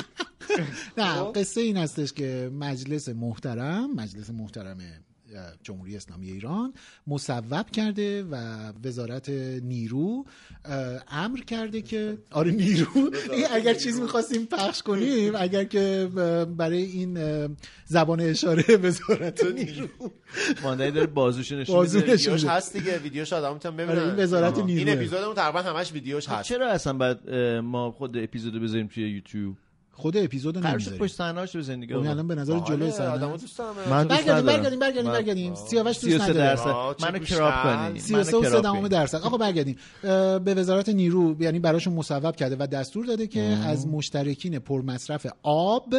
Speaker 1: نه قصه این هستش که مجلس محترم مجلس محترم اه، جمهوری اسلامی ایران مصوب کرده و وزارت نیرو اه، امر کرده که آره [LAUGHS] نیرو دیگه اگر چیز میخواستیم پخش کنیم اگر که اه، برای این اه، زبان اشاره [LAUGHS] وزارت نیرو
Speaker 2: ماندهی داره بازوشو نشون
Speaker 1: بازو
Speaker 2: میده.
Speaker 1: نشون
Speaker 3: ویدیوش
Speaker 1: بده.
Speaker 3: هست دیگه ویدیوش آدم میتونم ببینم
Speaker 1: آره، این وزارت
Speaker 3: این
Speaker 1: نیروه.
Speaker 3: اپیزودمون تقریبا همش ویدیوش هست
Speaker 2: چرا اصلا بعد ما خود اپیزودو بذاریم توی یوتیوب
Speaker 1: خود اپیزود
Speaker 2: قرار شد
Speaker 1: نمیذاریم
Speaker 2: پشت صحنه‌اش به زندگی
Speaker 1: خب،
Speaker 2: آقا.
Speaker 1: الان به نظر
Speaker 3: آره،
Speaker 1: جلوی صحنه
Speaker 3: آدمو
Speaker 1: هست.
Speaker 3: دوست دارم.
Speaker 2: من دوست
Speaker 1: برگردیم
Speaker 2: ندارم.
Speaker 1: برگردیم برگردیم
Speaker 2: من-
Speaker 1: برگردیم سیاوش دوست
Speaker 2: 33
Speaker 1: نداره
Speaker 2: درصد
Speaker 3: آه، چه
Speaker 2: منو
Speaker 3: گوش
Speaker 2: کراپ
Speaker 3: کن.
Speaker 2: کنی
Speaker 1: 33
Speaker 2: منو کراپ
Speaker 1: دهم
Speaker 2: کنی.
Speaker 1: درصد آقا برگردیم اه، به وزارت نیرو یعنی براشون مصوب کرده و دستور داده که از مشترکین پرمصرف آب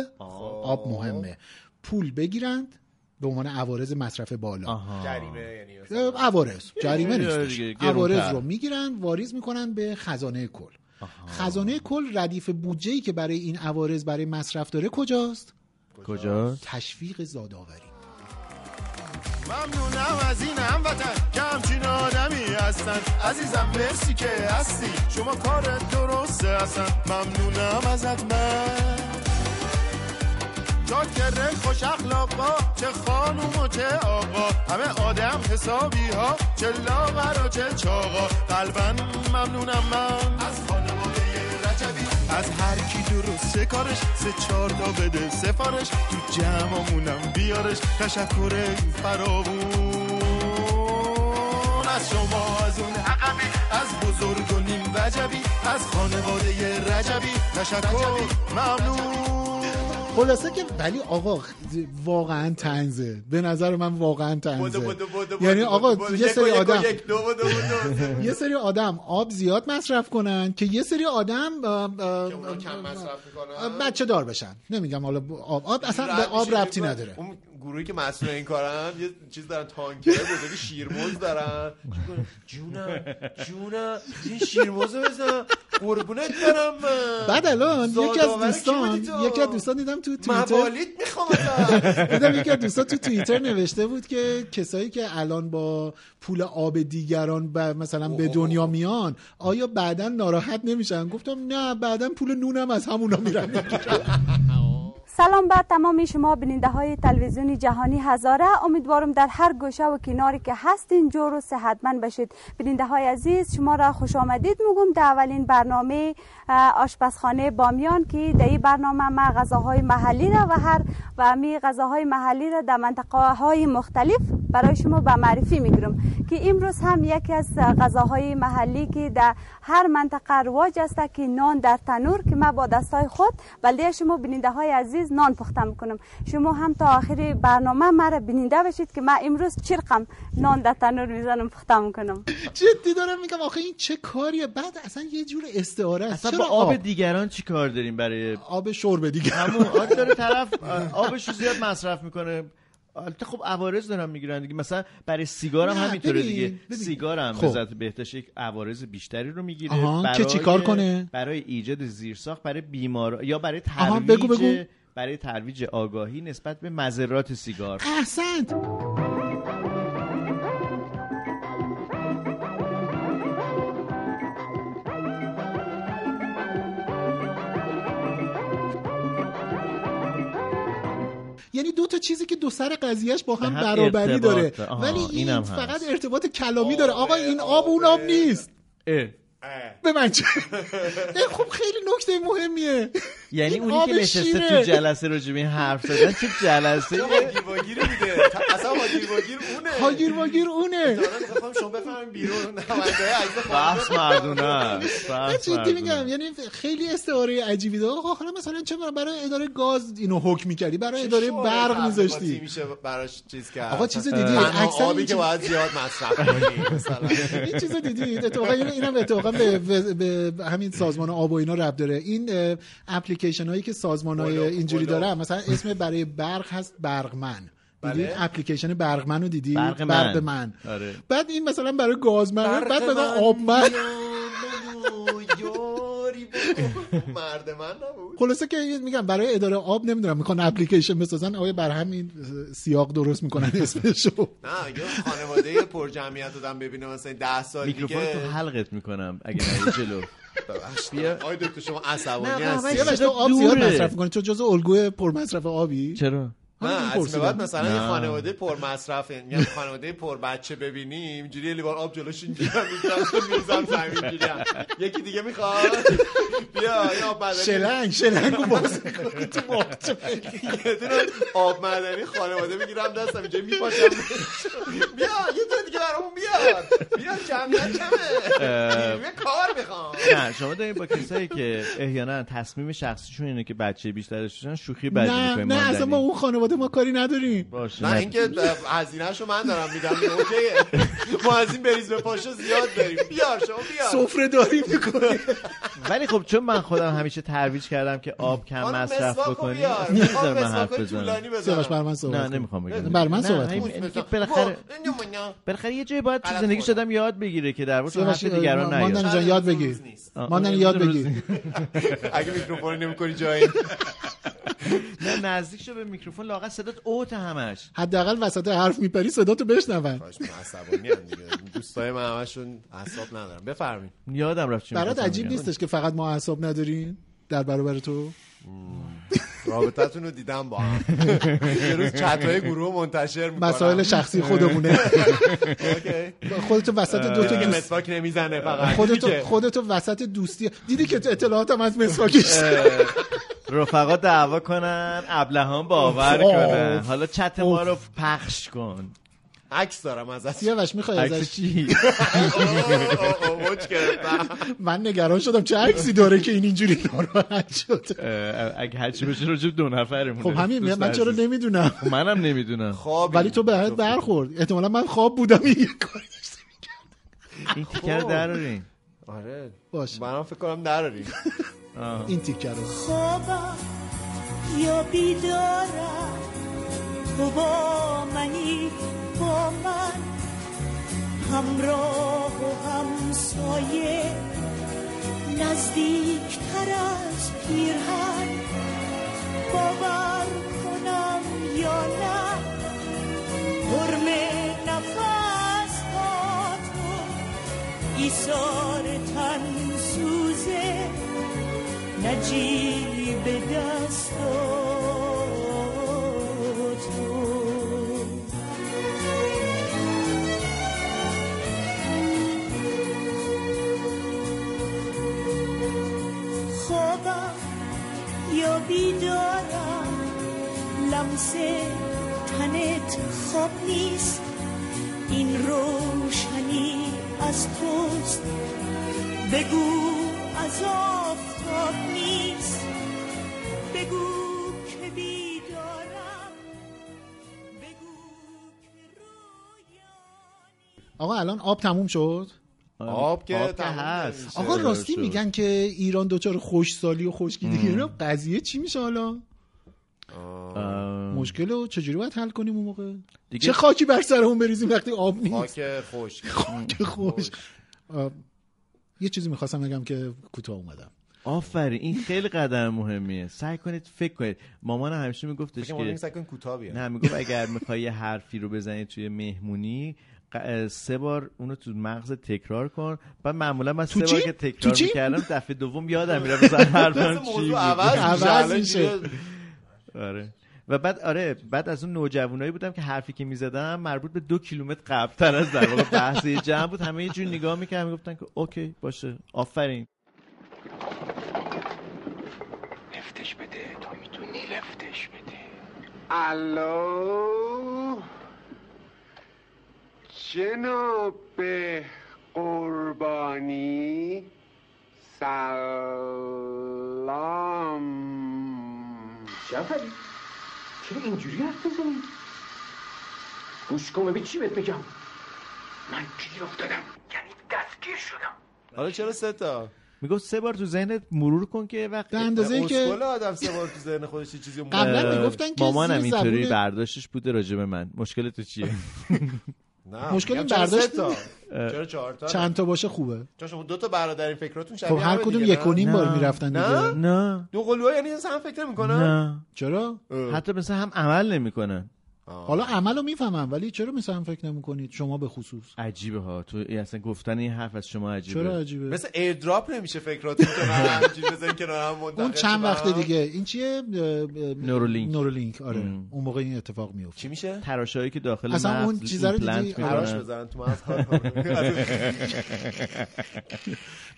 Speaker 1: آب مهمه پول بگیرند به عنوان عوارض مصرف بالا
Speaker 3: جریمه یعنی مثلا.
Speaker 1: اه، عوارض جریمه
Speaker 2: یه- یه-
Speaker 1: نیستش
Speaker 2: یه- گرونتر.
Speaker 1: عوارض رو میگیرن واریز میکنن به خزانه کل خزانه کل ردیف بودجه ای که برای این عوارض برای مصرف داره کجاست
Speaker 2: کجا
Speaker 1: تشویق زادآوری
Speaker 4: ممنونم از این هموطن که همچین آدمی هستن عزیزم مرسی که هستی شما کارت درسته هستن ممنونم ازت من چاکره خوش اخلاقا چه خانوم و چه آقا همه آدم حسابی ها چه لاغر و چه چاقا قلبا ممنونم من از خانواده رجبی از هر کی درسته کارش سه چهار تا بده سفارش تو جمعمونم بیارش تشکر فراوون از شما از اون عقبی از بزرگ و نیم وجبی از خانواده رجبی تشکر ممنون
Speaker 1: خلاصه که ولی آقا واقعا تنزه به نظر من واقعا
Speaker 3: بدو،
Speaker 1: تنزه
Speaker 3: بدو، بدو، بدو،
Speaker 1: یعنی
Speaker 3: بدو، بدو،
Speaker 1: آقا یه
Speaker 3: یک و
Speaker 1: سری
Speaker 3: یک و
Speaker 1: آدم
Speaker 3: یک، دو و دو و دو.
Speaker 1: یه سری آدم آب زیاد مصرف کنن که یه سری آدم اه، اه،
Speaker 3: که اونا کم مصرف میکنن
Speaker 1: اه، بچه دار بشن نمیگم حالا ب- آب آب اصلا به
Speaker 3: رد
Speaker 1: آب
Speaker 3: میشه،
Speaker 1: ربطی
Speaker 3: میگه،
Speaker 1: نداره
Speaker 3: اون گروهی که مسئول این کارن یه چیز دارن تانکر بزرگ شیرموز دارن جونم جونم این شیرموز رو بزن قربونت برم من.
Speaker 1: بعد الان یکی از
Speaker 3: زادآور کی
Speaker 1: دوستان
Speaker 3: بودی تو؟
Speaker 1: یکی از دوستان دیدم تو توییتر
Speaker 3: موالیت میخوام ازت.
Speaker 1: [LAUGHS] دیدم یکی از دوستان تو توییتر نوشته بود که کسایی که الان با پول آب دیگران ب... مثلا به دنیا میان آیا بعدا ناراحت نمیشن گفتم نه بعدا پول نونم از همونا میرن
Speaker 2: [LAUGHS]
Speaker 10: سلام به تمام شما بیننده های تلویزیون جهانی هزاره امیدوارم در هر گوشه و کناری که هستین جور و صحتمند باشید بیننده های عزیز شما را خوش آمدید میگم در اولین برنامه اه، آشپزخانه بامیان که در این برنامه ما غذاهای محلی را و هر و می غذاهای محلی را در منطقه های مختلف برای شما به معرفی میگیرم که امروز هم یکی از غذاهای محلی که در هر منطقه رواج است که نان در تنور که ما با دستای خود ولی شما بیننده های عزیز نان پخته میکنم شما هم تا آخر برنامه مرا بیننده باشید که من امروز چرقم نان در تنور میزنم پخته میکنم
Speaker 1: جدی دارم میگم آخه این چه کاریه بعد اصلا یه جور استعاره است
Speaker 2: اصلا
Speaker 1: چرا
Speaker 2: با آب
Speaker 1: آب
Speaker 2: دیگران چی کار داریم برای
Speaker 1: آب شرب دیگه
Speaker 2: همون آب داره طرف
Speaker 1: [LAUGHS]
Speaker 2: آبش رو زیاد مصرف میکنه البته خب عوارض دارن میگیرن دیگه مثلا برای سیگار هم
Speaker 1: نه،
Speaker 2: همینطوره
Speaker 1: ببین،
Speaker 2: دیگه
Speaker 1: ببین.
Speaker 2: سیگار هم
Speaker 1: خب.
Speaker 2: وزارت بهداشت یک عوارض بیشتری رو میگیره
Speaker 1: آها، که چیکار کنه؟
Speaker 2: برای ایجاد زیرساخت برای بیمار یا برای ترویج
Speaker 1: آها، بگو، بگو.
Speaker 2: برای ترویج آگاهی نسبت به مذرات سیگار
Speaker 1: احسنت یعنی دو تا چیزی که دو سر قضیهش با هم
Speaker 2: به هم
Speaker 1: برابری داره
Speaker 2: ارتباط داره. آها،
Speaker 1: ولی این
Speaker 2: اینم هست.
Speaker 1: فقط ارتباط کلامی داره آقا این آب اون آب نیست
Speaker 2: اه.
Speaker 1: به من چه اه، خب خیلی نکته مهمیه
Speaker 2: یعنی
Speaker 1: این
Speaker 2: اونی که
Speaker 1: آب
Speaker 2: نشسته
Speaker 1: شیره.
Speaker 2: تو جلسه راجع به این حرف زدن چه
Speaker 1: [LAUGHS]
Speaker 2: جلسه
Speaker 3: هاگیر واگیر میده تا- اصلا هاگیر واگیر اونه
Speaker 1: هاگیر واگیر اونه
Speaker 3: دارم میخوام شما بفهمین بیرون نماینده عزیز خانم.
Speaker 2: بحث مردونه است.
Speaker 1: من
Speaker 2: بحث
Speaker 1: جدی
Speaker 2: مردونه.
Speaker 1: میگم یعنی خیلی استعاره عجیبی داره آقا حالا مثلا چه می‌دونم، برای اداره گاز اینو حکم میکردی برای اداره
Speaker 3: شعار
Speaker 1: برق
Speaker 3: تبلیغاتی
Speaker 1: میذاشتی
Speaker 3: میشه براش چیز کرد
Speaker 1: آقا چیز دیدی
Speaker 3: تنها
Speaker 1: اکثر
Speaker 3: آبی که
Speaker 1: این چیز-
Speaker 3: باید زیاد مصرف کنی مثلا
Speaker 1: این چیز رو دیدید اتفاقا این اینم اتفاقا به, به- به- به همین سازمان آب و اینا رب داره این اپلیکیشن هایی که سازمان های
Speaker 3: بلو،
Speaker 1: اینجوری
Speaker 3: بلو.
Speaker 1: دارن مثلا اسم برای برق هست برقمن دیدید
Speaker 3: بله.
Speaker 1: اپلیکیشن برقمن رو دیدید
Speaker 2: برق من.
Speaker 1: من
Speaker 2: آره.
Speaker 1: بعد این مثلا برای گازمن آره، بعد مثلا
Speaker 3: من
Speaker 1: آبمن
Speaker 3: بیا، بیا، یاری بگو. مرد من نبود
Speaker 1: خلاصه که این میگم برای اداره آب نمیدونم میخوان اپلیکیشن بسازن آیا بر همین سیاق درست میکنن اسمشو
Speaker 3: نه یه خانواده پر جمعیت دادم ببینه مثلا ده سال
Speaker 2: میکروفون رو تو
Speaker 3: دیگه
Speaker 2: حلقت میکنم اگه نری
Speaker 1: [LAUGHS]
Speaker 2: جلو
Speaker 3: بیا آی دکتر شما عصبانی
Speaker 2: نه،
Speaker 3: هستی
Speaker 1: یه
Speaker 2: چرا
Speaker 1: وقتا آب زیاد
Speaker 2: دوره؟
Speaker 1: مصرف میکنه چون جزو الگوی پر مصرف آبی
Speaker 2: چرا
Speaker 1: همین
Speaker 3: نه از به
Speaker 1: پرسیدم.
Speaker 3: بعد مثلا یه خانواده پر مصرف یعنی خانواده پر بچه ببینیم اینجوری یه لیوان آب جلوش اینجوری هم می‌ریزم، می‌ریزم زمین اینجوری هم. یکی دیگه میخواد بیا یا بعد
Speaker 1: شلنگ شلنگ رو باز می‌کنی تو ماهچه.
Speaker 3: یه دونه آب معدنی خانواده میگیرم دستم اینجا میپاشم بیا یه دونه دیگه برامون بیار بیا جمعیت کمه نیروی کار میخوام
Speaker 2: نه شما دارید با کسایی که احیانا تصمیم شخصیشون اینه که بچه بیشتر داشته باشن شوخی بدی
Speaker 1: نه
Speaker 2: می‌کنیم
Speaker 1: نه اصلا ما اون خانواده ما کاری نداریم
Speaker 2: باشه
Speaker 3: نه اینکه هزینهشو من دارم میدم اوکیه ما از این بریز به پاشو زیاد داریم بیار شما بیار
Speaker 1: سفره داری میکنی
Speaker 2: ولی خب چون من خودم همیشه ترویج کردم که آب کم
Speaker 3: خانم
Speaker 2: مصرف
Speaker 3: مسواکو
Speaker 2: بکنی
Speaker 3: بیار.
Speaker 2: نمی‌ذارم
Speaker 3: می‌خوام
Speaker 2: من حرف
Speaker 3: مسواک
Speaker 2: بزنم
Speaker 3: طولانی بزنم.
Speaker 1: سیاوش بر من
Speaker 2: نه
Speaker 1: صحبت کن.
Speaker 2: نمیخوام بگم
Speaker 1: بر من
Speaker 2: نه،
Speaker 1: صحبت
Speaker 2: همین-
Speaker 1: کن. خب.
Speaker 2: اینه که
Speaker 3: خب،
Speaker 2: بالاخره بالاخره یه جایی باید تو
Speaker 3: غلط
Speaker 2: زندگیش
Speaker 3: خوردم.
Speaker 2: آدم یاد بگیره که در واقع
Speaker 1: سیاوش
Speaker 2: حرف دیگران
Speaker 1: ما- ماندنی
Speaker 2: نیاد
Speaker 1: جان یاد
Speaker 3: آره، روز
Speaker 1: بگی
Speaker 3: نیست.
Speaker 1: ماندنی یاد بگی
Speaker 3: اگه میکروفون نمیکنی جایی
Speaker 2: نه نزدیک شو به میکروفون لاغر صدات اوت همش
Speaker 1: حداقل وسط حرف میپری صدا تو بشنون
Speaker 3: باش من عصبانی هم دیگه دوستای من همشون اعصاب ندارم بفرمایید
Speaker 2: یادم رفت چی
Speaker 1: برات
Speaker 2: می‌خواستم
Speaker 1: عجیب
Speaker 2: بگم.
Speaker 1: نیستش که فقط ما اعصاب نداریم در برابر تو
Speaker 3: رابطتون رو دیدم با هم یه روز چتای گروه منتشر میکنم
Speaker 1: مسائل شخصی خودمونه
Speaker 3: اوکی
Speaker 1: خودتو وسط دو تا
Speaker 3: دیگه
Speaker 1: دوست
Speaker 3: مسواک نمیزنه فقط
Speaker 1: خودتو
Speaker 3: دیگه.
Speaker 1: خودتو وسط دوستی دیدی که اطلاعاتم از مسواکش
Speaker 2: رفقا دعوا کنن ابلهان باور
Speaker 1: اوف.
Speaker 2: کنن حالا چت ما رو پخش کن
Speaker 3: عکس دارم از
Speaker 1: سیاوش میخوای
Speaker 2: عکس
Speaker 1: ازش
Speaker 2: چی
Speaker 3: اوج گرفتم
Speaker 1: من نگران شدم چه عکسی داره که این اینجوری ناراحت شد
Speaker 2: اه، اگه هرچی بشه راجب دو نفرمونه
Speaker 1: خب همین
Speaker 2: دوست
Speaker 1: من چرا
Speaker 2: عزیز.
Speaker 1: نمیدونم
Speaker 2: خب منم نمیدونم
Speaker 3: خواب
Speaker 1: ولی تو بهت برخورد احتمالا من خواب بودم این یه کاری داشتم.
Speaker 2: این تیکر
Speaker 1: خب.
Speaker 2: درارین
Speaker 3: آره
Speaker 1: باش
Speaker 3: منم فکر کنم نراریم
Speaker 1: این تیکه رو
Speaker 11: خوابم یا بیدارم
Speaker 4: تو با منی با من همراه و همسایه نزدیکتر از پیرهن باور کنم یا نه حرم نفس با تو ایثار تن سوزه نجیب دست تو خوابم یا بیدارم لمس تنت خواب نیست این روشنی از توست بگو از آفتاب نیست بگو که بیدارم
Speaker 1: آقا الان آب تموم شد
Speaker 3: آب که
Speaker 2: آب که
Speaker 3: تموم
Speaker 2: هست
Speaker 3: نمیشه.
Speaker 1: آقا راستی
Speaker 2: شد.
Speaker 1: میگن که ایران دوچار خوشسالی و خشکیدگی اینا قضیه چی میشه حالا مشکل رو چجوری باید حل کنیم اون موقع
Speaker 2: دیگه
Speaker 1: چه خاکی بر سرمون بریزیم وقتی آب نیست
Speaker 3: خاک خوش
Speaker 1: خاک خوش آه، یه چیزی میخواستم بگم که کوتاه اومدم
Speaker 2: آفرین این خیلی قدم مهمیه سعی کنید فکر کنید مامان همیشه میگفتش
Speaker 3: فکر کنم
Speaker 2: که
Speaker 3: سعی کن کوتاه بیاد
Speaker 2: نه میگفت اگر میخوای یه حرفی رو بزنی توی مهمونی ق- سه بار اونو تو مغز تکرار کن بعد معمولا من سه
Speaker 1: چی؟
Speaker 2: بار که
Speaker 1: تو
Speaker 2: تکرار
Speaker 1: چی؟
Speaker 2: میکردم دفعه دوم یادم میرم
Speaker 1: [LAUGHS]
Speaker 2: مثلا حرفم چی بود.
Speaker 3: موضوع عوض میشه
Speaker 1: عوض
Speaker 3: الان
Speaker 1: میشه.
Speaker 3: دیگه
Speaker 2: آره و بعد آره بعد از اون نوجوانایی بودم که حرفی که میزدم مربوط به دو کیلومتر قبلتر از در واقع بحث یه جمع بود همه یه جور نگاه میکردن میگفتن که اوکی باشه آفرین
Speaker 12: لفتش بده تو میتونی لفتش بده
Speaker 13: الو جناب قربانی سلام
Speaker 12: جعفری چرا اینجوری حرف بزنی گوش کن ببین چی بهت بگم من گیر افتادم یعنی دستگیر شدم
Speaker 3: حالا چرا سه تا
Speaker 2: میگفت سه بار تو ذهنت مرور کن که وقتی
Speaker 1: به اندازه ای که
Speaker 3: اسکل آدم سه بار تو ذهن خودش یه چیزی رو
Speaker 1: قبلا
Speaker 3: مرور-
Speaker 1: نه، میگفتن که
Speaker 2: مامانم
Speaker 1: زیر
Speaker 2: اینطوری
Speaker 1: زبونه-
Speaker 2: برداشتش بوده راجع به من مشکل تو
Speaker 1: [LAUGHS]
Speaker 2: چیه
Speaker 3: نه
Speaker 1: مشکل
Speaker 3: میگم
Speaker 1: این
Speaker 3: چرا
Speaker 1: برداشت
Speaker 3: سه تا
Speaker 1: نیست.
Speaker 3: چرا چهار تا
Speaker 1: چند تا باشه خوبه
Speaker 3: چون شما دو تا برادر این فکراتون شبیه
Speaker 1: خب هر
Speaker 3: یعنی همه
Speaker 1: کدوم
Speaker 3: دیگه،
Speaker 1: یک
Speaker 3: نه؟
Speaker 1: و نیم بار
Speaker 2: نه.
Speaker 1: میرفتن
Speaker 3: نه؟
Speaker 1: دیگه
Speaker 2: نه
Speaker 3: دو قلوها یعنی از هم فکر میکنن
Speaker 2: نه
Speaker 1: چرا
Speaker 2: حتی مثل هم عمل نمیکنن
Speaker 1: حالا عمل رو میفهمم ولی چرا مثل هم فکر نمیکنید شما به خصوص
Speaker 2: عجیبه ها تو اصلا گفتن این حرف از شما عجیبه
Speaker 1: چرا عجیبه
Speaker 3: مثل ایردراپ نمیشه فکراتون که من همینجوری بزن کنار هم منتقل
Speaker 1: اون چند
Speaker 3: شم.
Speaker 1: وقت دیگه این چیه اه، اه،
Speaker 2: نورولینک.
Speaker 1: نورولینک آره
Speaker 2: ام.
Speaker 1: اون موقع این اتفاق میفته
Speaker 3: چی میشه
Speaker 2: تراشایی که داخل
Speaker 1: اصلا
Speaker 2: مغز
Speaker 1: اون چیزا رو دیدی؟
Speaker 2: ایمپلنت می‌کنن.
Speaker 3: براش بزنن تو مغز کار
Speaker 1: [LAUGHS]
Speaker 3: کنن.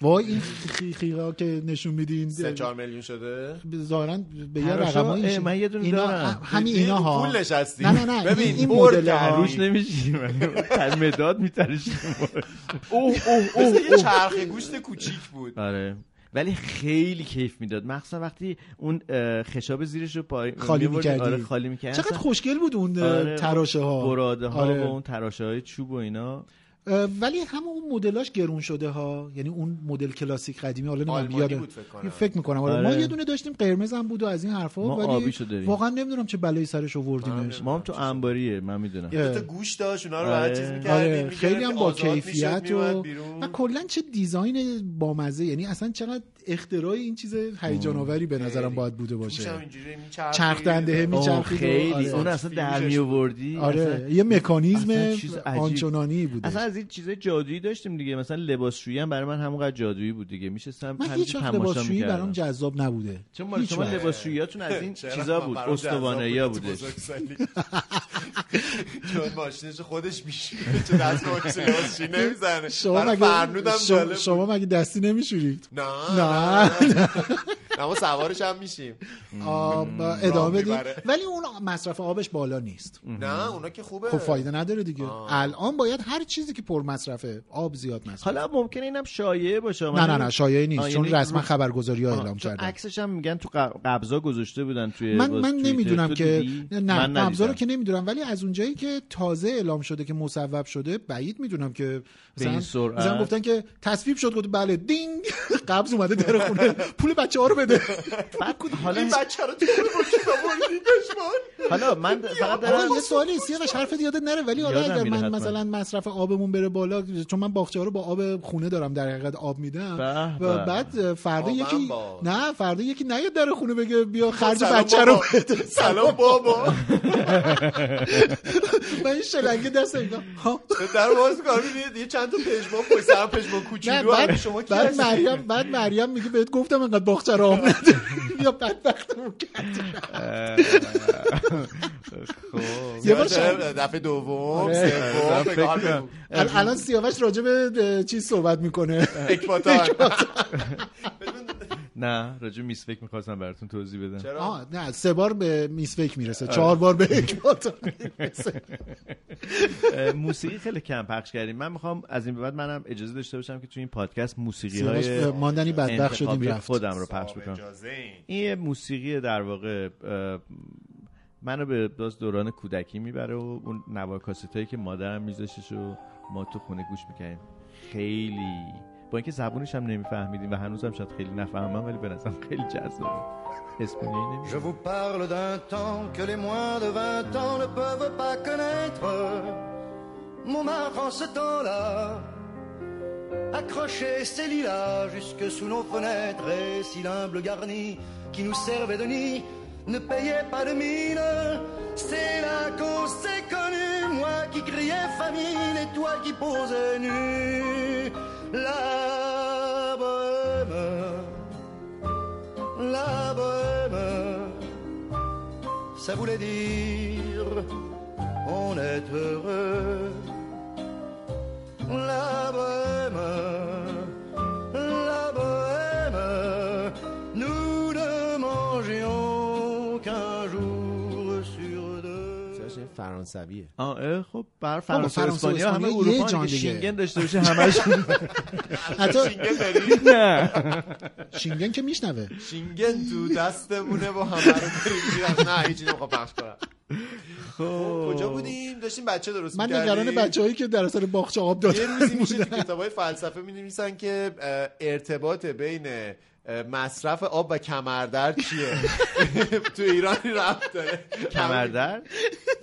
Speaker 1: وای این خیخیقا که نشون میدین
Speaker 3: سه چهار میلیون شده
Speaker 1: ظاهرا به یه
Speaker 2: تراشو-
Speaker 1: رقمایی
Speaker 2: اه،
Speaker 1: میشه.
Speaker 2: من یه دونه
Speaker 1: اینا-
Speaker 2: دارم.
Speaker 1: همین
Speaker 3: دیدی؟
Speaker 1: اینا ها
Speaker 3: پول نشستی
Speaker 1: نه، نه، نه، این-
Speaker 3: ببین
Speaker 1: این
Speaker 3: بر
Speaker 1: مدل‌ها.
Speaker 3: کردی.
Speaker 2: روش
Speaker 1: [LAUGHS]
Speaker 2: نمیشی مداد میترشی
Speaker 3: اوه اوه اوه یه چرخه گوشت کوچیک بود
Speaker 2: آره ولی خیلی کیف میداد مخصوصا وقتی اون اه، خشاب زیرش رو پای
Speaker 1: خالی
Speaker 2: می‌بردی.
Speaker 1: می‌کردی.
Speaker 2: آره خالی میکردی
Speaker 1: چقدر خوشگل بود اون آره تراشه ها
Speaker 2: براده ها
Speaker 1: آره.
Speaker 2: و اون تراشه های چوب و اینا
Speaker 1: اه، ولی همون اون مدلاش گرون شده ها یعنی اون مدل کلاسیک قدیمی حالا نمیدونم
Speaker 3: آلمانی
Speaker 1: یادم
Speaker 3: بود فکر کنم.
Speaker 1: فکر میکنم آره.
Speaker 2: آره.
Speaker 1: ما یه دونه داشتیم قرمز هم بود و از این حرفا
Speaker 2: ما
Speaker 1: ولی
Speaker 2: آبیشو داریم.
Speaker 1: واقعا نمیدونم چه بلایی سرش آوردینش
Speaker 2: ما هم تو انباریه من میدونم
Speaker 1: یعنی
Speaker 3: یه دوتا گوش داشت اونا رو هر
Speaker 2: آره.
Speaker 3: چیز می‌کردی،
Speaker 1: آره
Speaker 3: می‌گرفتی،
Speaker 1: خیلی هم با
Speaker 3: آزاد می‌شد،
Speaker 1: کیفیت و
Speaker 3: می‌اومد بیرون.
Speaker 1: و کلا چه دیزاین بامزه یعنی اصلا چقدر اختراع این چیز هیجان آوری به نظرم باید بوده
Speaker 3: گوشم
Speaker 1: باشه
Speaker 3: اینجوری می‌چرخید.
Speaker 1: چرخ دنده
Speaker 2: آه،
Speaker 1: میچرخید
Speaker 2: خیلی
Speaker 1: آره.
Speaker 2: اون اصلا در
Speaker 3: فیلمشش
Speaker 2: می آوردی
Speaker 1: آره یه مکانیزم
Speaker 2: اصلا چیز عجیب.
Speaker 1: آنچنانی بوده
Speaker 2: اصلا از این چیزای جادویی داشتیم دیگه مثلا لباسشویی هم برای من همونقدر جادویی بود دیگه میشستم
Speaker 1: من هیچ وقت لباسشویی برام جذاب نبوده
Speaker 2: چون مال
Speaker 1: هیچ
Speaker 2: شما
Speaker 1: وقت.
Speaker 2: لباسشوییاتون از [LAUGHS] این
Speaker 3: چرا؟
Speaker 2: چیزا
Speaker 3: من
Speaker 2: بود
Speaker 3: برام جذاب
Speaker 2: استوانه ها
Speaker 3: بود تو
Speaker 2: بودش
Speaker 3: بزرگسالی. چون ماشینش خودش میشه چه دست ماشین لباسشویی نمیزنه
Speaker 1: شما
Speaker 3: برای فرنودم
Speaker 1: مگه شما-
Speaker 3: جالب بود.
Speaker 1: شما مگه دستی نمیشورید
Speaker 3: نه نه
Speaker 1: نه.
Speaker 2: [LAUGHS]
Speaker 3: نه ما سوارش هم میشیم راه
Speaker 1: ادامه بدیم
Speaker 3: میبره.
Speaker 1: ولی اون
Speaker 2: [LAUGHS]
Speaker 1: مصرف آبش بالا نیست
Speaker 3: نه اونا که خوبه
Speaker 1: خب فایده نداره دیگه الان باید هر چیزی که پر مصرفه آب زیاد مصرف
Speaker 2: حالا ممکنه اینم شایعه باشه
Speaker 1: نه نه نه شایعه
Speaker 2: خب، آه،
Speaker 1: نیست چون
Speaker 2: یعنی
Speaker 1: رسما
Speaker 2: رو-
Speaker 1: خبرگزاری ها
Speaker 2: آه،
Speaker 1: اعلام
Speaker 2: چون
Speaker 1: کردن
Speaker 2: عکسش هم میگن تو ق- قبضا گذاشته بودن توی
Speaker 1: من
Speaker 2: باز
Speaker 1: من
Speaker 2: توییتر.
Speaker 1: نمیدونم
Speaker 2: تو
Speaker 1: که
Speaker 2: دیدی؟
Speaker 1: نه
Speaker 2: من
Speaker 1: قبضا رو
Speaker 2: ندیدم.
Speaker 1: که نمیدونم ولی از اونجایی که تازه اعلام شده که مصوب شده بعید میدونم که مثلا
Speaker 2: این
Speaker 1: [LAUGHS]
Speaker 2: سرعت.
Speaker 1: مثلا گفتن که تصویب شد گفت بله دینگ قبض اومده در خونه پول بچه ها رو بده بده [LAUGHS]
Speaker 2: حالا
Speaker 4: این بچه رو تو بکشی آوردی دشمن
Speaker 2: حالا من
Speaker 1: [LAUGHS]
Speaker 2: فقط دارم
Speaker 1: آقا یه سوالی سیاوش حرف یادت نره ولی حالا
Speaker 2: یادم
Speaker 1: اگر
Speaker 2: میره
Speaker 1: من
Speaker 2: حتما.
Speaker 1: مثلا مصرف آبمون بره بالا چون من باغچه ها رو با آب خونه دارم در حقیقت آب میدم
Speaker 2: به
Speaker 1: و
Speaker 2: به.
Speaker 1: بعد فردا
Speaker 2: آبم
Speaker 1: یکی
Speaker 2: باز.
Speaker 1: نه فردا یکی نیاد در خونه بگه بیا خرج
Speaker 4: سلام
Speaker 1: بچه رو
Speaker 4: بابا.
Speaker 1: بده
Speaker 4: سلام بابا
Speaker 1: من این شلنگه دست اینا. ها
Speaker 3: در باز کار می‌بینید یه چند تا پژمان پشت سر پژمان
Speaker 1: نه
Speaker 3: کوچولو هم
Speaker 1: بعد
Speaker 3: شما کی
Speaker 1: بعد
Speaker 3: هستی؟
Speaker 1: مریم بعد مریم میگه بهت گفتم انقدر باغچه رو آب نده [LAUGHS] یا بدبختمون کردی
Speaker 3: خب.
Speaker 1: یه بار شب-
Speaker 3: دفعه دوم
Speaker 1: آره.
Speaker 3: سوم
Speaker 1: فکر
Speaker 3: بگاه
Speaker 1: کنم.
Speaker 3: بگو.
Speaker 1: ال- الان سیاوش راجع به اه، چیز صحبت میکنه
Speaker 3: اکباتان.
Speaker 1: خب.
Speaker 2: نه راجع میس فکر میخواستم براتون توضیح بدم
Speaker 1: آه نه سه بار به میسفک میرسه چهار بار به اکباتان میرسه
Speaker 2: اه، موسیقی خیلی کم پخش کردیم من میخوام از این به بعد منم اجازه داشته باشم که تو این پادکست موسیقی
Speaker 1: سیاوش،
Speaker 2: های
Speaker 1: اه، ماندنی بدبخت شدیم
Speaker 2: انتخابی
Speaker 1: رفت.
Speaker 2: خودم رو پخش بکنم این یه موسیقی در واقع اه، منو به باز دوران کودکی میبره و اون نواکاست هایی که مادرم میذاشتش و ما تو خونه گوش میکنیم خیلی با اینکه زبونش هم نمیفهمیدیم و هنوزم شاید خیلی نفهمم ولی به نظرم خیلی جذابه اسپانیایی نمی‌دونم.
Speaker 12: Je vous parle d'un temps que les moins de 20 ans ne peuvent pas connaître. Mon mari en ce temps-là accrochait ses lilas jusque sous nos fenêtres et si l'humble garni qui nous servait de nid ne payait pas de mine. C'est là qu'on s'est connus, moi qui criais famine et toi qui posais nu. La bohème la bohème, ça voulait dire on est heureux. La bohème, la bohème, nous ne mangeons qu'un jour sur deux.
Speaker 3: چه فرانسویه
Speaker 2: آه اه، خب بر
Speaker 1: بابا،
Speaker 2: فرانسه و
Speaker 1: فرانسه و
Speaker 2: اسپانیا همه
Speaker 1: اسپانیا یه
Speaker 2: اروپا
Speaker 1: جان
Speaker 2: که
Speaker 1: دیگه.
Speaker 2: شنگن داشته باشه همش
Speaker 1: [LAUGHS]
Speaker 3: [LAUGHS]
Speaker 1: حتی
Speaker 2: نه
Speaker 1: شینگن که میشنوه
Speaker 3: شینگن تو دستمونه با همه رو داریم می‌رم. نه هیچی نمیخوام پخش کنم
Speaker 1: خب،
Speaker 3: کجا بودیم داشتیم بچه درست
Speaker 1: من
Speaker 3: می‌کردیم.
Speaker 1: نگران بچه‌هایی که در اثر باغچه آب
Speaker 3: یه
Speaker 1: دادن
Speaker 3: روزی میشه
Speaker 1: بودم.
Speaker 3: تو کتابای فلسفه می نویسن که اه، ارتباط بین اه، مصرف آب و کمردر چیه [LAUGHS] تو ایرانی رفت داره
Speaker 2: کمردر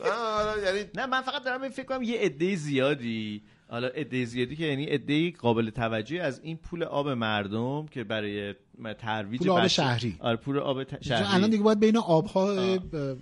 Speaker 3: آه، آره، یعنی
Speaker 2: نه من فقط دارم این فکر کنم یه عده زیادی حالا عده زیادی که یعنی عده قابل توجهی از این پول آب مردم که برای ترویج
Speaker 1: پول آب
Speaker 2: بچه-
Speaker 1: شهری.
Speaker 2: آره پول آب ت-
Speaker 1: چون
Speaker 2: شهری
Speaker 1: الان دیگه باید بین آبها اه، اه،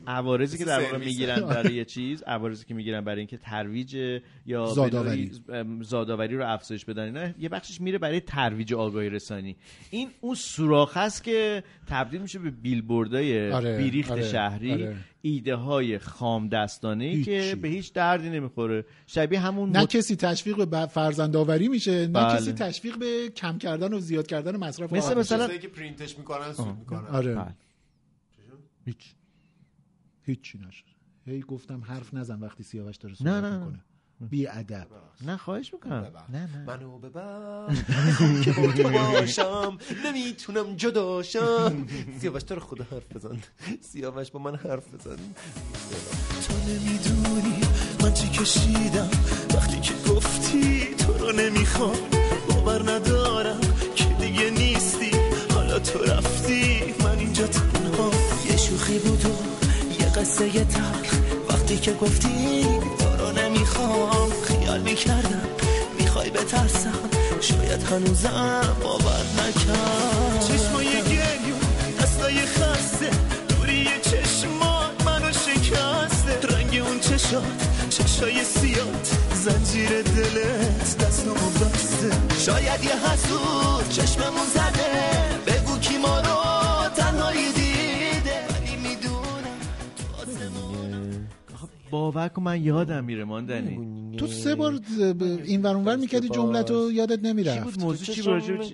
Speaker 2: عوارضی که
Speaker 1: مثل
Speaker 2: در واقع
Speaker 1: سرویس.
Speaker 2: میگیرن برای
Speaker 1: [LAUGHS]
Speaker 2: یه چیز عوارضی که میگیرن برای اینکه ترویج یا به
Speaker 1: زادآوری.
Speaker 2: نوعی، ام، زادآوری رو افزایش بدن اینا یه بخشش میره برای ترویج آگاهی رسانی این اون سوراخ است که تبدیل میشه به بیلبوردای
Speaker 1: آره،
Speaker 2: بیریخت
Speaker 1: آره،
Speaker 2: شهری
Speaker 1: آره.
Speaker 2: ایده های خام دستانه که
Speaker 1: هیچی.
Speaker 2: به هیچ دردی نمیخوره شبیه همون
Speaker 1: نه
Speaker 2: مت-
Speaker 1: کسی تشویق به فرزندآوری میشه نه
Speaker 2: بله.
Speaker 1: کسی تشویق به کم کردن و زیاد کردن مصرف
Speaker 2: مثل
Speaker 1: آب میشه.
Speaker 2: مثلا بله.
Speaker 3: چیزایی که پرینتش میکنن سود میکنن
Speaker 1: آره
Speaker 2: هیچ
Speaker 1: هیچی نشد هی گفتم حرف نزن وقتی سیاوش داره
Speaker 2: نه،
Speaker 1: صحبت
Speaker 2: نه، نه.
Speaker 1: میکنه بی ادب
Speaker 2: نه خواهش میکنم نه نه
Speaker 3: منو ببر می‌خوام که با تو باشم نمیتونم جداشم سیاوش تو رو خدا حرف بزن سیاوش با من حرف بزن
Speaker 4: تو نمیدونی من چی کشیدم وقتی که گفتی تو رو نمیخوام باور ندارم که دیگه نیستی حالا تو رفتی من اینجا تنها یه شوخی بود و یه قصه یه تلخ وقتی که گفتی تو رو نمیخوام خیال میکردم میخوای بترسم شاید هنوزم باور نکرد چشمای گریون دستای خسته دوری چشمات منو شکسته رنگ اون چشات چشای سیات زنجیر دلت دستمو بسته شاید یه حسود چشممون زده بگو کی ما رو تنهایی دیده ولی میدونم تو آسمون
Speaker 2: باور کن من یادم میره ماندنی
Speaker 1: تو سه بار این ور اونور میکردی جملت رو یادت
Speaker 2: چی بود
Speaker 1: نمیرفت
Speaker 2: موضوع چی بود راجع به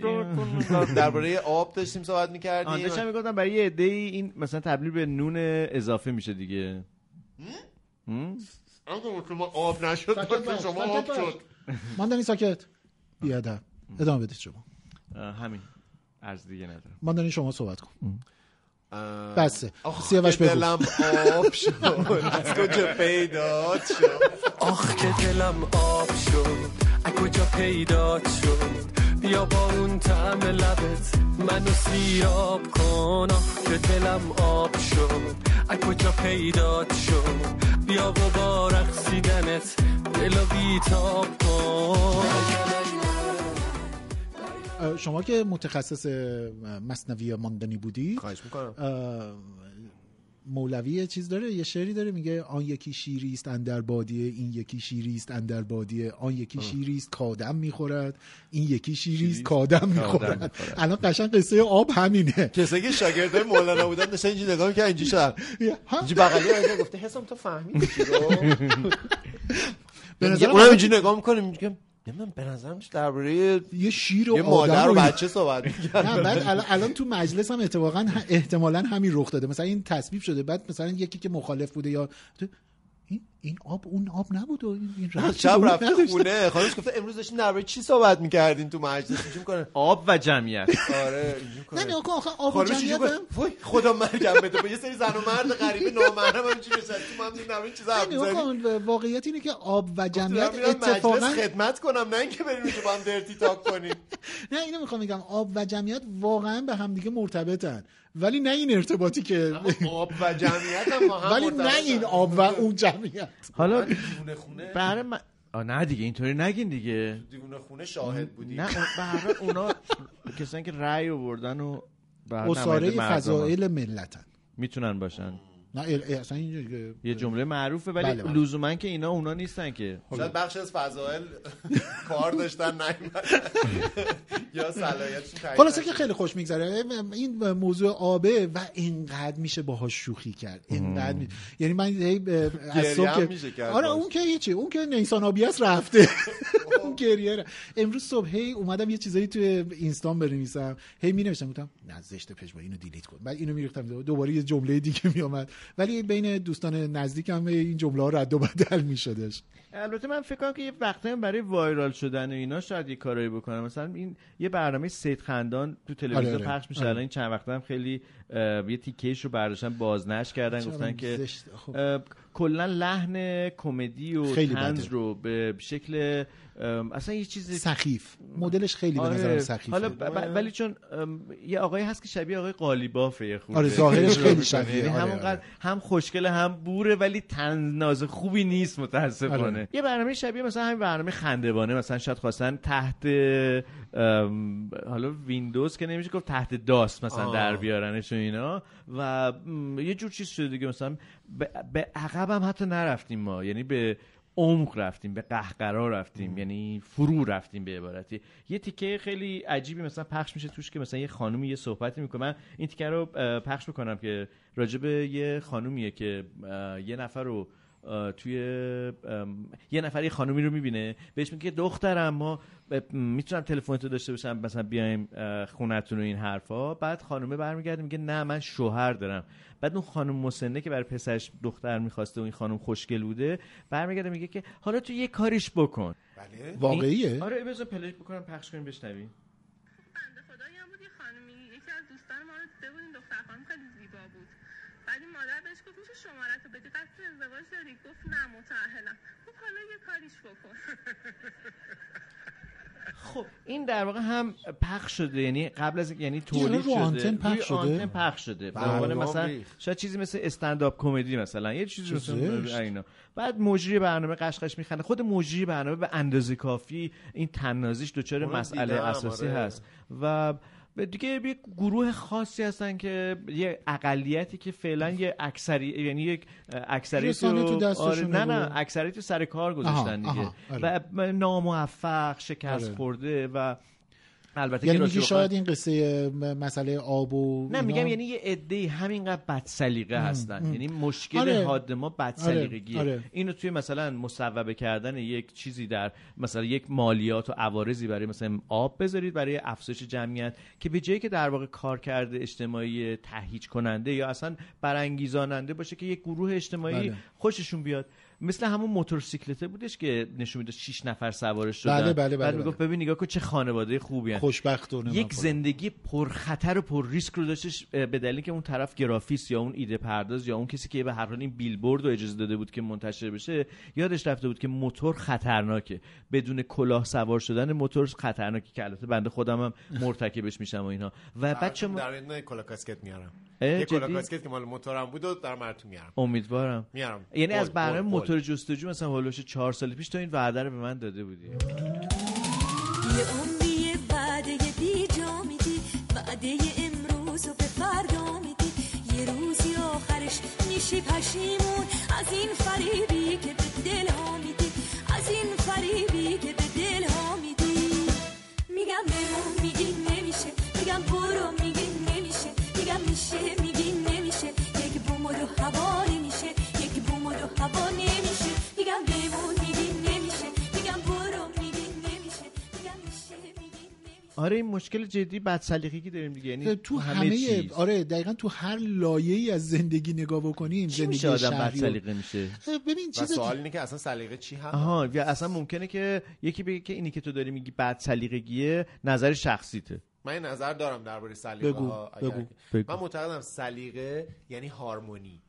Speaker 2: چی؟
Speaker 3: درباره آب داشتیم صحبت
Speaker 2: آن داشتم
Speaker 3: میکردیم
Speaker 2: میگفتم برای یه عده این مثلا تبدیل به نون اضافه میشه دیگه هم؟
Speaker 3: شما آب نشد شما آب شد
Speaker 1: ماندنی ساکت بی ادب ادامه بدید شما
Speaker 2: آه، همین عرض دیگه ندارم
Speaker 1: ماندنی شما صحبت کن
Speaker 3: آه.
Speaker 1: بسه
Speaker 3: آخ،
Speaker 1: سیاوش
Speaker 3: که
Speaker 1: بگو
Speaker 3: دلم آب شد از کجا پیدا شد
Speaker 4: آخ که دلم آب شد از کجا پیدا شد
Speaker 14: یا با اون طعم لبت منو سیراب کن آه که دلم آب شد از کجا پیدات شد بیا و با رقصیدنت دلو بیتاب کن
Speaker 1: اه، شما که متخصص اه، مصنوی ماندنی بودی
Speaker 3: خواهش میکنم
Speaker 1: مولوی یه چیز داره یه شعری داره میگه آن یکی شیری است اندر بادیه این یکی شیری است اندر بادیه آن یکی شیری است کادم میخورد این یکی شیری است کادم میخورد الان قشنگ قصه آب همینه
Speaker 3: کسایی که شاگردای مولانا بودن داشتن اینجوری نگاه می‌کردن اینجوری شدن اینجوری بغلی من گفته حسام تو فهمیدی چی رو
Speaker 1: به نظرم
Speaker 3: اونم اینجوری نگاه میکنه میگه نمیدونم به نظرم درباره
Speaker 1: یه شیر و
Speaker 3: یه
Speaker 1: آدم
Speaker 3: مادر و
Speaker 1: و-
Speaker 3: بچه صحبت [LAUGHS]
Speaker 1: نه بعد
Speaker 3: می‌کرد
Speaker 1: ال- الان تو مجلس هم اتفاقا ه- احتمالا همین رخ داده مثلا این تصویب شده بعد مثلا یکی که مخالف بوده یا تو- این این آب اون آب نبود و این- این رفت
Speaker 3: شب رفته خونه خانمش گفته امروز داشتین درباره چی صحبت میکردین تو مجلس اینجوری میکنه
Speaker 2: آب و [LAUGHS] جمعیت
Speaker 3: آره اینجوری
Speaker 1: نه
Speaker 3: می‌کنه.
Speaker 1: نگاه کن آخه آب و
Speaker 3: خانمش اینجوری
Speaker 1: جمعیت
Speaker 3: می‌کنه.
Speaker 1: هم-
Speaker 3: وای خدا مرگم بده با یه سری زن و مرد غریبه نامحرم همینجوری نشستیم ما هم دیگه نمی‌دونیم چی حرف
Speaker 1: نه، نگاه
Speaker 3: می‌زنیم.
Speaker 1: کن واقعیت اینه که آب و جمعیت
Speaker 3: دارم میرم
Speaker 1: اتفاقا
Speaker 3: مجلس خدمت کنم نه اینکه بریم اونجا با هم درتی تاک کنیم
Speaker 1: نه اینو میخوام بگم آب و جمعیت واقعا به همدیگه مرتبطن ولی نه این ارتباطی که
Speaker 3: آب و جمعیت هم با هم
Speaker 1: ولی نه
Speaker 3: مرتبطن.
Speaker 1: این آب و اون جمعیت
Speaker 2: حالا
Speaker 3: دیوونه خونه
Speaker 2: برای من آره. آه، نه دیگه اینطوری نگین دیگه
Speaker 3: دیوونه خونه شاهد بودی
Speaker 2: نه اون- برای اونا کسانی که رأی آوردن و
Speaker 1: اصاره فضائل ملتن
Speaker 2: میتونن باشن
Speaker 1: نه ال- اصلا اینجوری که-
Speaker 2: یه جمله معروفه ولی
Speaker 1: بله، بله.
Speaker 2: لزوما که اینا اونا نیستن که
Speaker 3: شاید بخش از فضائل [LAUGHS] کار داشتن نیومد یا صلاحیتشون تایید
Speaker 1: خلاصه
Speaker 3: نشد.
Speaker 1: که خیلی خوش میگذره این موضوع آبه و اینقدر میشه باهاش شوخی کرد اینقدر می... یعنی من هی به- از
Speaker 3: گریه
Speaker 1: صبح
Speaker 3: هم
Speaker 1: که-
Speaker 3: میشه کرد
Speaker 1: آره
Speaker 3: باش.
Speaker 1: اون که هیچی اون که نیسان آبی است
Speaker 3: [LAUGHS]
Speaker 1: رفته اون گریه ره. امروز صبح هی اومدم یه چیزایی توی اینستان بنویسم هی می نوشتم گفتم نه زشت پشما اینو دیلیت کن بعد اینو میریختم دوباره یه جمله دیگه می آمد ولی بین دوستان نزدیکم این جمله ها رد و بدل میشدش
Speaker 2: البته من فکر کنم که یه وقتایی هم برای وایرال شدن و اینا شاید یه کارایی بکنم مثلا این یه برنامه سید خندان تو تلویزیون
Speaker 1: آره، آره.
Speaker 2: پخش میشه
Speaker 1: آره.
Speaker 2: الان این چند وقت هم خیلی اه، یه تیکش رو برداشتن بازنش کردن
Speaker 1: چرا
Speaker 2: گفتن که
Speaker 1: زشت؟ خب.
Speaker 2: اه، کلا لحن کمدی و
Speaker 1: خیلی
Speaker 2: طنز
Speaker 1: بده.
Speaker 2: رو به شکل ام، اصلا یه چیز
Speaker 1: سخیف مدلش خیلی به
Speaker 2: آره.
Speaker 1: نظرم سخیفه
Speaker 2: حالا ب- ب- ولی چون ام، یه آقایی هست که شبیه آقای قالیبافه یه خورده.
Speaker 1: آره، ظاهرش خیلی
Speaker 2: [LAUGHS] یعنی
Speaker 1: شبیه. آره،
Speaker 2: همونقدر هم خوشگل هم بوره ولی تناز خوبی نیست متاسفانه
Speaker 1: آره.
Speaker 2: یه برنامه شبیه مثلا همین برنامه خندبانه مثلا شاید خواستن تحت ام، حالا ویندوز که نمیشه گفت تحت داست مثلا
Speaker 3: آه.
Speaker 2: در بیارنش و اینا و م، یه جور چیز شده دیگه مثلا به- به عقب هم حتی نرفتیم ما یعنی به عمق رفتیم به قهقرا رفتیم یعنی فرو رفتیم به عبارتی یه تیکه خیلی عجیبی مثلا پخش میشه توش که مثلا یه خانومی یه صحبتی میکنه من این تیکه رو اه، پخش میکنم که راجب یه خانومیه که اه، یه نفر رو اه، توی ام، یه نفر یه خانومی رو میبینه بهش میگه دخترم ما میتونم تلفن تو داشته باشم مثلا بیایم اه، خونتون و این حرفا بعد خانومه برمیگرده میگه نه من شوهر دارم بعد اون خانم مسنه که برای پسرش دختر میخواسته و این خانم خوشگل بوده برمیگرده میگه که حالا تو یه کاریش بکن
Speaker 3: بله
Speaker 1: واقعیه
Speaker 2: این- آره بذار پلش بکنم پخش کنیم بشنویم
Speaker 15: بنده خدایی هم بود یه خانمی یکی از دوستان ما رو دیده بود این دختر خانم خیلی زیبا بود بعد این مادر بهش گفت میشه شماره تو بدی قصد ازدواج داری گفت نه متأهلم خب حالا یه کاریش بکن
Speaker 2: خب این در واقع هم پخش شده یعنی قبل از یعنی
Speaker 1: یعنی
Speaker 2: تولید
Speaker 1: رو
Speaker 2: شده
Speaker 1: آنتن پخش
Speaker 2: روی
Speaker 1: شده؟
Speaker 2: آنتن پخش شده به
Speaker 1: برنامه
Speaker 2: عنوان
Speaker 1: هم
Speaker 2: مثلا
Speaker 1: ریخت.
Speaker 2: شاید چیزی مثل استنداپ کمدی مثلا یه چیزی
Speaker 1: چه
Speaker 2: مثل
Speaker 1: زشت.
Speaker 2: اینا بعد مجری برنامه قشقش میخنده خود مجری برنامه به اندازه کافی این تنازیش دچار
Speaker 1: خب،
Speaker 3: اونو
Speaker 2: مسئله
Speaker 3: دیدم،
Speaker 2: اساسی
Speaker 3: آره.
Speaker 2: هست و به دیگه یه گروه خاصی هستن که یه اقلیتی که فعلا یه اکثری یعنی یک اکثریت
Speaker 1: رسانه تو دستشونه
Speaker 2: آره، نه نه
Speaker 1: بود.
Speaker 2: اکثریت رو سر کار گذاشتن
Speaker 1: آها،
Speaker 2: دیگه
Speaker 1: آها،
Speaker 2: و ناموفق شکست
Speaker 1: آره.
Speaker 2: خورده و البته
Speaker 1: یعنی
Speaker 2: که
Speaker 1: میگی
Speaker 2: راجع به
Speaker 1: شاید این قصه م- مسئله آب و
Speaker 2: نه
Speaker 1: اینا-
Speaker 2: میگم یعنی یه عده همینقدر بد سلیقه هستن یعنی مشکل
Speaker 1: آره.
Speaker 2: حاد ما بد
Speaker 1: آره.
Speaker 2: سلیقگیه
Speaker 1: آره.
Speaker 2: اینو توی مثلا مصوبه کردن یک چیزی در مثلا یک مالیات و عوارضی برای مثلا آب بذارید برای افزایش جمعیت که به جایی که در واقع کارکرد اجتماعی تهیج کننده یا اصلا برانگیزاننده باشه که یک گروه اجتماعی
Speaker 1: بله.
Speaker 2: خوششون بیاد مثل همون موتورسیکلته بودش که نشون میداد 6 نفر سوارش شدن
Speaker 1: بله، بله، بله،
Speaker 2: بعد
Speaker 1: بله.
Speaker 2: میگفت ببین نگاه کن چه خانواده خوبی هن.
Speaker 1: خوشبخت و نمی‌دونم
Speaker 2: یک
Speaker 1: فلان.
Speaker 2: زندگی پرخطر و پر ریسک رو داشتش اه، به دلیل که اون طرف گرافیس یا اون ایده پرداز یا اون کسی که به هر حال این بیلبورد رو اجازه داده بود که منتشر بشه یادش رفته بود که موتور خطرناکه بدون کلاه سوار شدن موتور خطرناکه که البته بنده خودم هم مرتکبش میشم و اینها و بچه ما
Speaker 3: آره، در نه کلا کاسکت میارم
Speaker 2: اه،
Speaker 3: یه کلا
Speaker 2: جدی؟
Speaker 3: کاسکت که مال موتورم بود و در مرتون میارم
Speaker 2: امیدوارم
Speaker 3: میارم.
Speaker 2: یعنی
Speaker 3: قول،
Speaker 2: از برنامه
Speaker 3: قول، قول.
Speaker 2: موتور جستجو مثلا هولوش چهار سال پیش تو این وعده رو به من داده بودی
Speaker 16: یه عمریه وعده بیجا میدی وعده امروز و به فردا میدی یه روزی آخرش میشی پشیمون از این فریبی که به دل ها میدی از این فریبی که به دل ها میدی میگم بمون میگی نمیشه میگم برو میگی نمیشه میگم میشه میگی نمیشه یک بوم رو هوا نمیشه یک بوم رو هوا نمیشه میگم بمون میگی نمیشه میگم برو میگی نمیشه میگم میشه میگی
Speaker 2: آره این مشکل جدی بد که داریم دیگه یعنی
Speaker 1: تو همه,
Speaker 2: چیز.
Speaker 1: آره دقیقا تو هر لایه ای از زندگی نگاه بکنیم
Speaker 2: چی
Speaker 1: زندگی
Speaker 2: میشه آدم بد
Speaker 1: شهری و- خب،
Speaker 2: سلیقه میشه
Speaker 1: ببین
Speaker 3: و
Speaker 1: چیز
Speaker 3: سوال اینه که اصلا سلیقه چی هست
Speaker 2: آها یا اصلا ممکنه که یکی بگه که اینی که تو داری میگی بد سلیقگیه نظر شخصیته
Speaker 3: من یه نظر دارم درباره سلیقه
Speaker 2: بگو،
Speaker 3: ها اگر-
Speaker 2: بگو، بگو.
Speaker 3: من معتقدم سلیقه یعنی هارمونی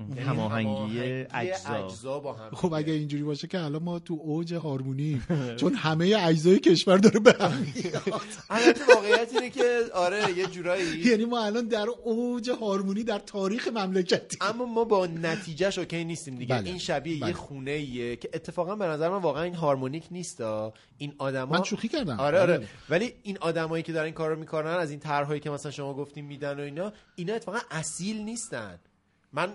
Speaker 2: ام،
Speaker 3: یعنی
Speaker 2: هماهنگی
Speaker 3: هماهنگی
Speaker 2: اجزا.
Speaker 3: با هم
Speaker 1: خب اگه اینجوری باشه که الان ما تو اوج هارمونی
Speaker 2: [LAUGHS]
Speaker 1: چون همه اجزای کشور داره به هم [LAUGHS]
Speaker 3: البته واقعیت اینه که آره یه
Speaker 1: [LAUGHS]
Speaker 3: جورایی
Speaker 1: یعنی ما الان در اوج هارمونی در تاریخ مملکتی
Speaker 3: اما ما با نتیجهش اوکی نیستیم دیگه
Speaker 1: بله.
Speaker 3: این شبیه
Speaker 1: بله.
Speaker 3: یه خونه ایه که اتفاقا به نظر من واقعا این هارمونیک نیست آه. این آدما
Speaker 1: من شوخی کردم.
Speaker 3: آره آره
Speaker 1: بله.
Speaker 3: ولی این آدمایی که دارن این کارو میکنن از این طرحهایی که مثلا شما گفتیم میدن و اینا اینا اتفاقا اصیل نیستن من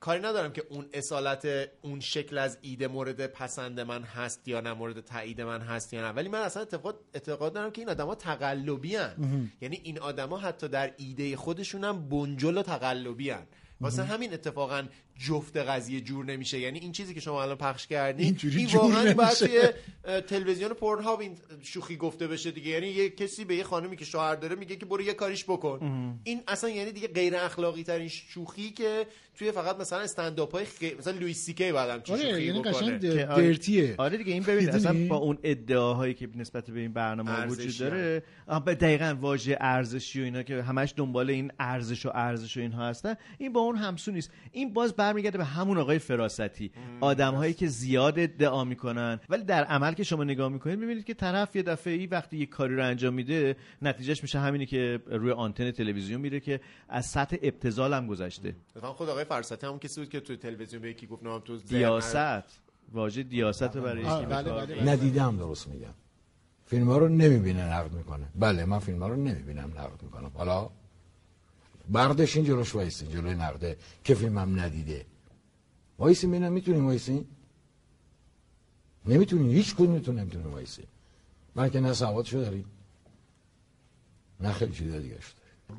Speaker 3: کاری ندارم که اون اصالت اون شکل از ایده مورد پسند من هست یا نه مورد تایید من هست یا نه ولی من اصلا اعتقاد اعتقاد دارم که این آدما تقلبی
Speaker 1: مهم.
Speaker 3: یعنی این آدما حتی در ایده خودشون هم بنجل و تقلبی هن. واسه همین اتفاقا جفت قضیه جور نمیشه یعنی این چیزی که شما الان پخش کردی
Speaker 1: اینجوری
Speaker 3: این
Speaker 1: جور
Speaker 3: واقعا باید
Speaker 1: نمیشه.
Speaker 3: توی اه، تلویزیون پورنهاب این شوخی گفته بشه دیگه یعنی یه کسی به یه خانمی که شوهر داره میگه که برو یه کاریش بکن
Speaker 2: ام.
Speaker 3: این اصلا یعنی دیگه غیر اخلاقی ترین شوخی که توی فقط مثلا استنداپ های خی... مثلا لوئیس سی کی بعدم چه
Speaker 1: آره،
Speaker 3: شوخی
Speaker 1: یعنی
Speaker 3: بکنه.
Speaker 1: قشنگ
Speaker 2: که آره- آره دیگه این ببین
Speaker 1: می‌دونی؟
Speaker 2: اصلا با اون ادعاهایی که نسبت به این برنامه
Speaker 3: ارزشی
Speaker 2: وجود داره آه، به دقیقا واژه ارزشی و اینا که همش دنبال این ارزش و ارزش و اینها هستن این با اون همسو نیست این باز برمیگرده به همون آقای فراستی آدمهایی که زیاد ادعا میکنن ولی در عمل که شما نگاه میکنید میبینید که طرف یه دفعه ای وقتی یه کاری رو انجام میده نتیجهش میشه همینی که روی آنتن تلویزیون میره که از سطح ابتذال هم گذشته
Speaker 3: اتفاقا خود آقای فرستی همون کسی بود که توی تلویزیون به یکی گفت نام تو زهر-
Speaker 2: دیاست واژه دیاست رو برای
Speaker 3: آه،
Speaker 2: یکی
Speaker 3: بله،
Speaker 2: به کار
Speaker 3: بله،
Speaker 2: برد.
Speaker 8: ندیده هم درست میگم فیلم ها رو نمیبینه نقد میکنه بله من فیلم ها رو نمیبینم نقد میکنم حالا بردش این جلوش وایسه جلوی نقده که فیلمم ندیده وایسی ببینم میتونیم وایسی نمیتونی هیچ کدومتون نمیتونی وایسی من که نه سوادشو داریم نه خیلی چیز دیگه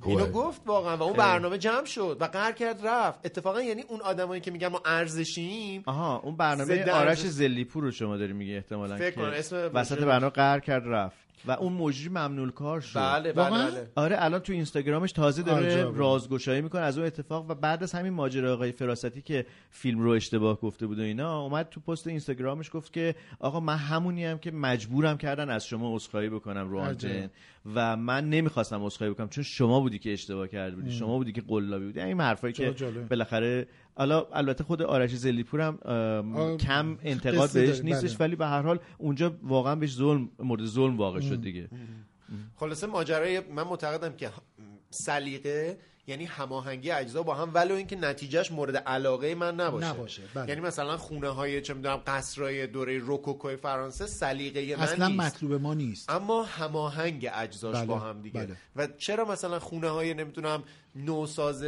Speaker 8: خب.
Speaker 3: اینو گفت واقعا و اون برنامه جمع شد و قهر کرد رفت اتفاقا یعنی اون آدمایی که میگن ما ارزشیم
Speaker 2: آها اون برنامه
Speaker 3: ضد
Speaker 2: آرش
Speaker 3: ارزش.
Speaker 2: زلیپور رو شما داری میگه احتمالا
Speaker 3: فکر
Speaker 2: که
Speaker 3: کنم اسم
Speaker 2: وسط
Speaker 3: مجری-
Speaker 2: برنامه قهر کرد رفت و اون مجری ممنول کار شد
Speaker 3: بله، بله، واقعا؟ بله.
Speaker 2: آره الان تو اینستاگرامش تازه داره
Speaker 3: عجب.
Speaker 2: رازگشایی میکنه از اون اتفاق و بعد از همین ماجرا آقای فراستی که فیلم رو اشتباه گفته بود و اینا اومد تو پست اینستاگرامش گفت که آقا من همونی هم که مجبورم کردن از شما عذرخواهی بکنم رو
Speaker 1: عجب.
Speaker 2: آنتن و من نمیخواستم عذرخواهی بکنم چون شما بودی که اشتباه کرده بودی
Speaker 1: ام.
Speaker 2: شما بودی که قلابی بودی یعنی این حرفایی
Speaker 1: چقدر
Speaker 2: که
Speaker 1: جالب.
Speaker 2: بالاخره حالا البته خود آرش زلیپور هم ام،
Speaker 1: آه،
Speaker 2: کم انتقاد
Speaker 1: قصه
Speaker 2: بهش
Speaker 1: داره،
Speaker 2: نیستش
Speaker 1: بله.
Speaker 2: ولی به هر حال اونجا واقعا بهش ظلم مورد ظلم واقع شد
Speaker 3: ام.
Speaker 2: دیگه
Speaker 3: خلاصه ماجرای من معتقدم که سلیقه یعنی هماهنگی اجزا با هم ولو اینکه نتیجهش مورد علاقه من نباشه,
Speaker 1: نباشه، بله.
Speaker 3: یعنی مثلا خونه های چه میدونم قصرهای دوره روکوکوی فرانسه سلیقه من
Speaker 1: اصلا
Speaker 3: نیست
Speaker 1: مطلوب ما نیست
Speaker 3: اما هماهنگ اجزاش
Speaker 1: بله،
Speaker 3: با هم دیگه
Speaker 1: بله.
Speaker 3: و چرا مثلا خونه های نمیدونم نوساز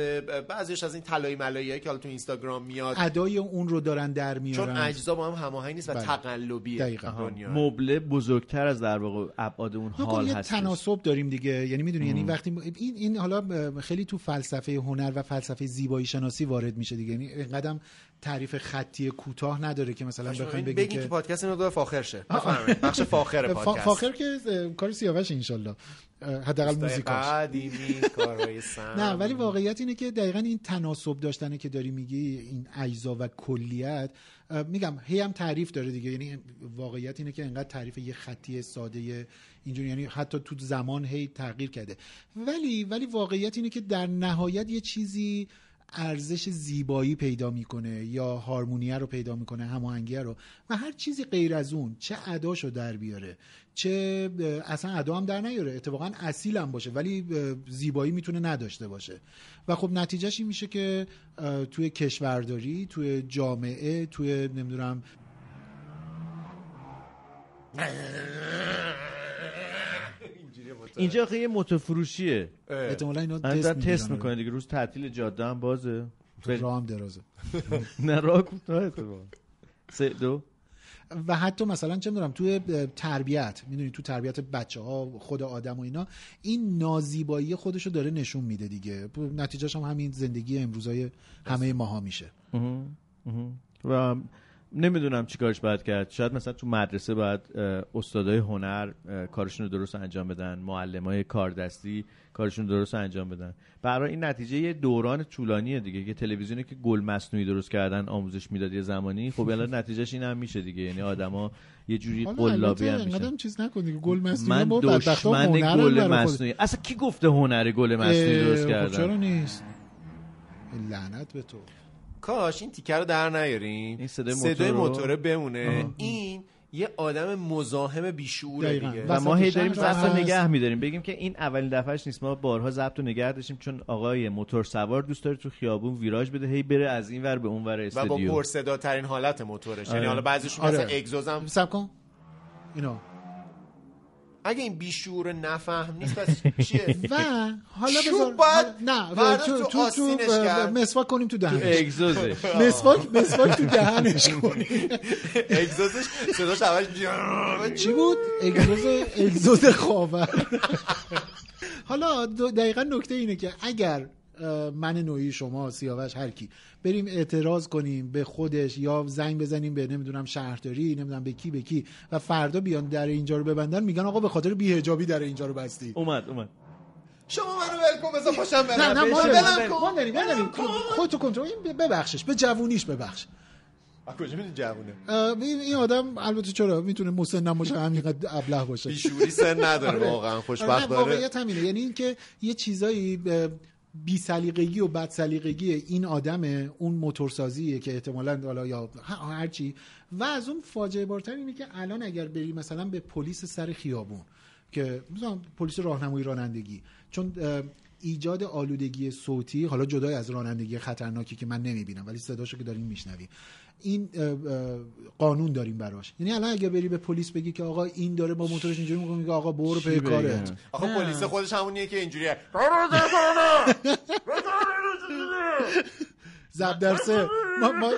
Speaker 3: بعضیش از این طلایی ملاییه که حالا تو اینستاگرام میاد
Speaker 1: ادای اون رو دارن در
Speaker 3: چون
Speaker 1: میارن
Speaker 3: اجزا با هم هماهنگ نیست و
Speaker 1: بله.
Speaker 3: تقلبیه
Speaker 1: دقیقاً.
Speaker 3: دنیا
Speaker 2: مبله بزرگتر از در واقع ابعاد اون
Speaker 1: نکن،
Speaker 2: حال
Speaker 1: یه
Speaker 2: هست
Speaker 1: تناسب داریم دیگه یعنی میدونی یعنی
Speaker 2: مم.
Speaker 1: وقتی ما- این این حالا خیلی تو فلسفه هنر و فلسفه زیبایی شناسی وارد میشه دیگه یعنی اینقدرم تعریف خطی کوتاه نداره که مثلا بخوایم
Speaker 3: یعنی بگین,
Speaker 1: بگیم
Speaker 3: که
Speaker 1: که
Speaker 3: پادکست اینو دو فاخر شه بفرمایید بخش فاخر
Speaker 1: فا-
Speaker 3: پادکست
Speaker 1: [LAUGHS] فاخر که اه، کار سیاوش انشالله اه، حداقل
Speaker 3: دوستای
Speaker 1: موزیکاش
Speaker 3: قدیمی کارهای سم
Speaker 1: نه ولی واقعیت اینه که دقیقا این تناسب داشتنه که داری میگی این اجزا و کلیت اه، میگم هی هم تعریف داره دیگه یعنی واقعیت اینه که انقدر تعریف یه خطی ساده اینجوری یعنی حتی تو زمان هی تغییر کرده ولی ولی واقعیت اینه که در نهایت یه چیزی ارزش زیبایی پیدا میکنه یا هارمونیه رو پیدا میکنه هماهنگی رو و هر چیزی غیر از اون چه اداشو در بیاره چه اه، اصلا ادا هم در نیاره اتفاقا اصیل هم باشه ولی اه، زیبایی میتونه نداشته باشه و خب نتیجهش این میشه که اه، توی کشورداری توی جامعه توی نمیدونم
Speaker 2: اینجا آخه یه موتوفروشیه
Speaker 1: احتمالاً اینا
Speaker 2: من
Speaker 1: تست
Speaker 2: دارن تست
Speaker 1: می‌گیرن.
Speaker 2: میکنه دیگه روز تعطیل جاده هم بازه
Speaker 1: راه هم درازه
Speaker 2: نه راه کوتاه اتفاقا سه دو
Speaker 1: و حتی مثلا چه میدونم توی اه، تربیت میدونی تو تربیت بچه ها خود آدم و اینا این نازیبایی خودشو داره نشون میده دیگه نتیجهش هم همین زندگی امروزای همه ماها میشه
Speaker 2: اها، اها. و نمیدونم چی کارش باید کرد شاید مثلا تو مدرسه باید اه، استادای هنر اه، کارشون رو درست انجام بدن معلم های کاردستی کارشون رو درست انجام بدن برای این نتیجه یه دوران طولانیه دیگه که تلویزیونی که گل مصنوعی درست کردن آموزش میداد یه زمانی خب الان نتیجهش این هم میشه دیگه یعنی آدما یه جوری قلابی هم میشن
Speaker 1: قدم چیز نکن دیگه گل آره، مصنوعی
Speaker 2: من
Speaker 1: ما بدبختا
Speaker 2: دشمن
Speaker 1: هنرم
Speaker 2: گل
Speaker 1: برای خود-
Speaker 2: مصنوعی اصلا کی گفته هنر گل مصنوعی
Speaker 1: اه،
Speaker 2: درست
Speaker 1: خب چرا
Speaker 2: کردن
Speaker 1: نیست لعنت به تو
Speaker 3: کاش این تیکه رو در نیاریم این
Speaker 2: صدای موتور
Speaker 3: صدای
Speaker 2: رو-
Speaker 3: موتوره بمونه
Speaker 2: آها.
Speaker 3: این یه آدم مزاحم بیشعوره
Speaker 2: دقیقاً.
Speaker 3: دیگه
Speaker 2: و ما هی داریم ضبط رو نگه میداریم بگیم که این اولین دفعهش نیست ما بارها ضبط رو نگه داشتیم چون آقای موتور سوار دوست داره تو خیابون ویراژ بده هی بره از این ور به اون ور
Speaker 3: و با
Speaker 2: استودیو
Speaker 3: پر صدا ترین حالت موتورش یعنی
Speaker 2: آره.
Speaker 3: حالا بعضیشون
Speaker 2: آره.
Speaker 3: مثلا اگزوزم
Speaker 1: سب کن اینا
Speaker 3: اگه این بیشعور نفهم نیست پس
Speaker 2: [LAUGHS]
Speaker 3: چیه
Speaker 1: و حالا
Speaker 3: چوب
Speaker 1: بذار
Speaker 3: باید
Speaker 1: حالا- نه
Speaker 3: بعدا
Speaker 1: تو
Speaker 3: تو
Speaker 1: تو, تو
Speaker 3: آستینش کرد.
Speaker 1: مسواک کنیم تو دهنش [LAUGHS]
Speaker 3: [LAUGHS]
Speaker 2: اگزوزش.
Speaker 1: مسواک مسواک تو دهنش کنیم
Speaker 2: [LAUGHS]
Speaker 3: اگزوزش صداش اول
Speaker 1: چی بود اگزوز اگزوز خاور حالا دو- دقیقا نکته اینه که اگر اه، من نوعی شما سیاوش هر کی بریم اعتراض کنیم به خودش یا زنگ بزنیم به نمیدونم شهرداری نمیدونم به کی به کی و فردا بیان در اینجا رو ببندن میگن آقا به خاطر بیهجابی در اینجا رو بستی
Speaker 2: اومد اومد
Speaker 3: شما منو ول کن بذار پشم برم
Speaker 1: نه نه ما
Speaker 3: بشین.
Speaker 1: ولم
Speaker 3: ولم
Speaker 1: کن.
Speaker 3: کن.
Speaker 1: ما داریم، ما داریم. خودتو کنترل این ببخشش به جوونیش ببخش
Speaker 3: از کجا میدونی جوونه
Speaker 1: اه، این این آدم البته چرا میتونه مسن باشه همینقدر ابله باشه
Speaker 3: بیشوری سن نداره
Speaker 1: آره.
Speaker 3: واقعا
Speaker 1: آره، نه،
Speaker 3: خوشبخت داره
Speaker 1: واقعیت همینه یعنی اینکه یه چیزایی بی سلیقگی و بد سلیقگی این آدمه اون موتورسازیه که احتمالا حالا یا ه- هر چی و از اون فاجعه بارتر اینه که الان اگر بری مثلا به پلیس سر خیابون که مثلا پلیس راهنمایی رانندگی چون اه، ایجاد آلودگی صوتی حالا جدای از رانندگی خطرناکی که من نمیبینم ولی صداشو که داریم میشنویم این اه، اه، قانون داریم براش یعنی الان اگه بری به پلیس بگی که آقا این داره با موتورش اینجوری میکنه میگه آقا برو
Speaker 3: چی
Speaker 1: به کارت
Speaker 3: بگم؟ آخه
Speaker 1: نه.
Speaker 3: پلیس خودش همونیه که
Speaker 1: [LAUGHS]
Speaker 3: اینجوریه
Speaker 1: زب درسه ما ما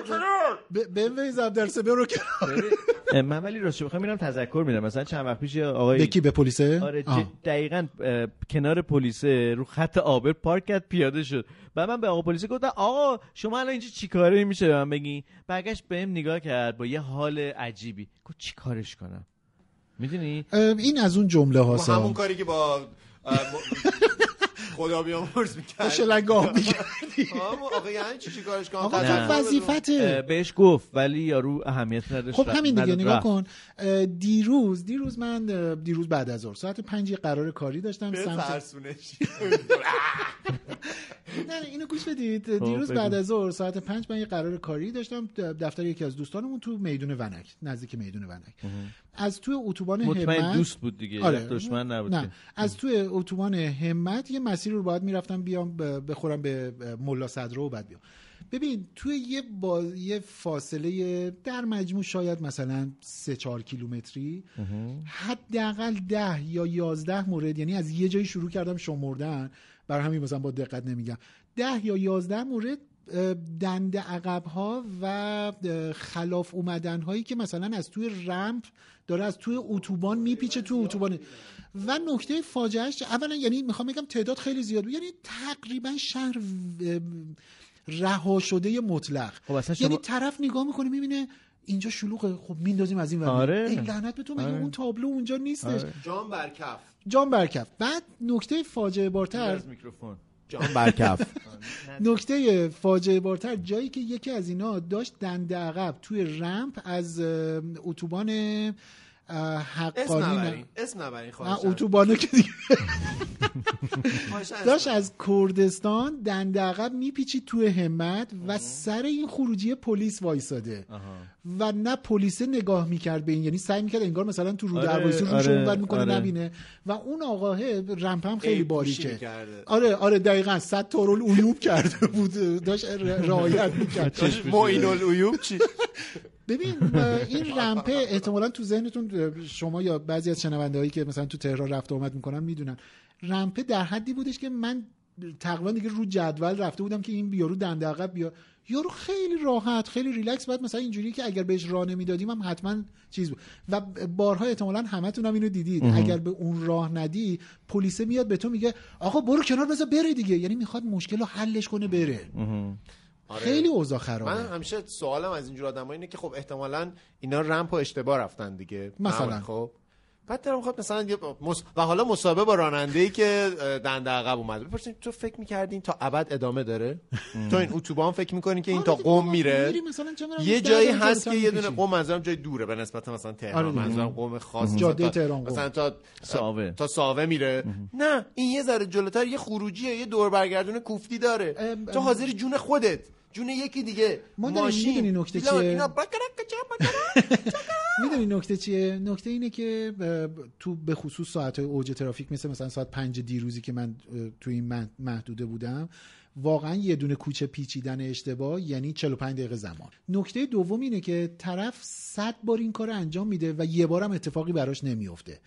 Speaker 1: ب- بنویس زب درسه برو که
Speaker 2: اه، من ولی راستش بخوام میرم تذکر میدم مثلا چند وقت پیش یه آقای
Speaker 1: به کی؟ به پلیسه؟
Speaker 2: آره ج-
Speaker 1: آه.
Speaker 2: دقیقاً اه، کنار پلیسه رو خط آبر پارک کرد پیاده شد و من به آقا پلیسه گفتم آقا شما الان اینجا چیکاره میشه به من بگی برگشت بهم نگاه کرد با یه حال عجیبی گفت چی کارش کنم میدونی
Speaker 1: ام، این از اون جمله
Speaker 3: با
Speaker 1: هاست
Speaker 3: همون کاری که با اه، با- خدا بیامرز میکرد
Speaker 1: با شلنگ آب
Speaker 3: آقا یعنی چی چی کارش کنم
Speaker 1: آقا، تو
Speaker 3: تجربه بدون.
Speaker 1: وظیفته.
Speaker 2: اه، بهش گفت ولی یارو اهمیت نداشت
Speaker 1: خب همین دیگه
Speaker 2: نداد
Speaker 1: نگاه
Speaker 2: رفت.
Speaker 1: کن اه، دیروز دیروز من اه، دیروز بعد از ظهر ساعت پنج یه قرار کاری داشتم
Speaker 3: به
Speaker 1: سمت
Speaker 3: ترسونش
Speaker 1: نه نه، اینو گوش بدید
Speaker 3: خب،
Speaker 1: دیروز
Speaker 3: بگو.
Speaker 1: بعد از ظهر ساعت پنج من یه قرار کاری داشتم د- دفتر یکی از دوستانمون تو میدون ونک نزدیک میدون ونک از توی اتوبان
Speaker 2: مطمئن
Speaker 1: همت
Speaker 2: دوست بود دیگه، یعنی دشمن نبود
Speaker 1: آره، نه
Speaker 2: که.
Speaker 1: از توی اتوبان همت یه مسیر رو باید میرفتم بیام ب- بخورم به ملا صدرو و بعد بیام ببین توی یه باز... یه فاصله در مجموع شاید مثلا سه چهار کیلومتری حداقل ده یا یازده مورد یعنی از یه جایی شروع کردم شمردن بر همین مثلا با دقت نمیگم ده یا یازده مورد اه، دنده عقب ها و اه، خلاف اومدن هایی که مثلا از توی رمپ داره از توی اتوبان میپیچه توی اتوبان و نکته فاجعهش اولا یعنی میخوام بگم تعداد خیلی زیاد بود یعنی تقریبا شهر اه، رها شده مطلق
Speaker 2: خب، شما-
Speaker 1: یعنی طرف نگاه میکنه میبینه اینجا شلوغه خب میندازیم از این ور
Speaker 2: آره.
Speaker 1: ای لعنت به تو مگه
Speaker 2: آره.
Speaker 1: اون تابلو اونجا نیستش
Speaker 2: آره.
Speaker 3: جام برکف
Speaker 1: جان برکف بعد نکته فاجعه بارتر
Speaker 2: از میکروفون
Speaker 3: جان
Speaker 1: [LAUGHS]
Speaker 3: برکف
Speaker 1: نکته فاجعه بارتر جایی که یکی از اینا داشت دنده عقب توی رمپ از اه، اتوبان اه،
Speaker 3: اسم
Speaker 1: حقانی نه-
Speaker 3: نبرین اسم نبرین
Speaker 1: نه،
Speaker 3: خواهشن
Speaker 1: اتوبانه که
Speaker 2: [LAUGHS]
Speaker 1: دیگه
Speaker 3: خواهشاً اسم
Speaker 1: داشت از کردستان دنده عقب میپیچید توی همت و سر این خروجی پلیس وایساده و نه پلیسه نگاه میکرد به این یعنی سعی میکرد انگار مثلا تو رو
Speaker 2: آره،
Speaker 1: دروازه روش
Speaker 2: آره،
Speaker 1: اونور میکنه
Speaker 2: آره.
Speaker 1: نبینه و اون آقاه رمپم خیلی
Speaker 2: عیب پوشی
Speaker 1: باریکه
Speaker 2: میکرده.
Speaker 1: آره آره دقیقا صد تورل عیوب کرده بود داشت ر- رعایت میکرد
Speaker 3: داشت معین العیوب چی [LAUGHS]
Speaker 1: ببین این رمپه احتمالا تو ذهنتون شما یا بعضی از شنونده هایی که مثلا تو تهران رفت و آمد میکنن میدونن رمپه در حدی بودش که من تقریبا دیگه رو جدول رفته بودم که این بیارو دنده عقب بیا یارو خیلی راحت خیلی ریلکس بعد مثلا اینجوری که اگر بهش راه نمیدادیم هم حتما چیز بود و بارها احتمالا همتون هم اینو دیدید
Speaker 2: مهم.
Speaker 1: اگر به اون راه ندی پلیسه میاد به تو میگه آقا برو کنار بذار بره دیگه یعنی میخواد مشکل رو حلش کنه بره
Speaker 3: آره.
Speaker 1: خیلی اوضاع خرابه
Speaker 3: من همیشه سوالم از اینجور آدم اینه که خب احتمالا اینا رمپ و اشتباه رفتن دیگه
Speaker 1: مثلا.
Speaker 3: معمولا خب بعد دارم خب مثلا یه مس... و حالا مصاحبه با راننده ای که اه، دنده عقب اومد بپرسین تو فکر میکردین تا ابد ادامه داره تو این اتوبان فکر میکنین که این تا قم میره
Speaker 1: آره میری مثلا چه می‌دونم
Speaker 3: یه
Speaker 1: ده
Speaker 3: جایی
Speaker 1: دقیقه
Speaker 3: هست که
Speaker 1: جلوتر
Speaker 3: یه دونه
Speaker 1: می‌کشی.
Speaker 3: قم منظورم جای دوره به نسبت مثلا
Speaker 1: آره
Speaker 3: تهران
Speaker 1: دیگه.
Speaker 3: منظورم قم خاص
Speaker 1: جاده
Speaker 3: مثلا تا-
Speaker 1: تهران قم.
Speaker 3: مثلا تا ساوه تا ساوه میره نه این یه ذره جلوتر یه خروجیه یه دور برگردون کوفتی داره تو حاضری جون خودت جون یکی دیگه
Speaker 1: ما داریم
Speaker 3: ماشین
Speaker 1: می‌دونی نکته
Speaker 3: فلان،
Speaker 1: چیه؟
Speaker 3: اینا برک-
Speaker 1: میدونی نکته چیه نکته اینه که اه، تو به خصوص ساعت اوج ترافیک مثل مثلا ساعت پنج دیروزی که من اه، تو این من- محدوده بودم واقعا یه دونه کوچه پیچیدن اشتباه یعنی 45 دقیقه زمان نکته دوم اینه که طرف صد بار این کار انجام میده و یه بارم اتفاقی براش نمیفته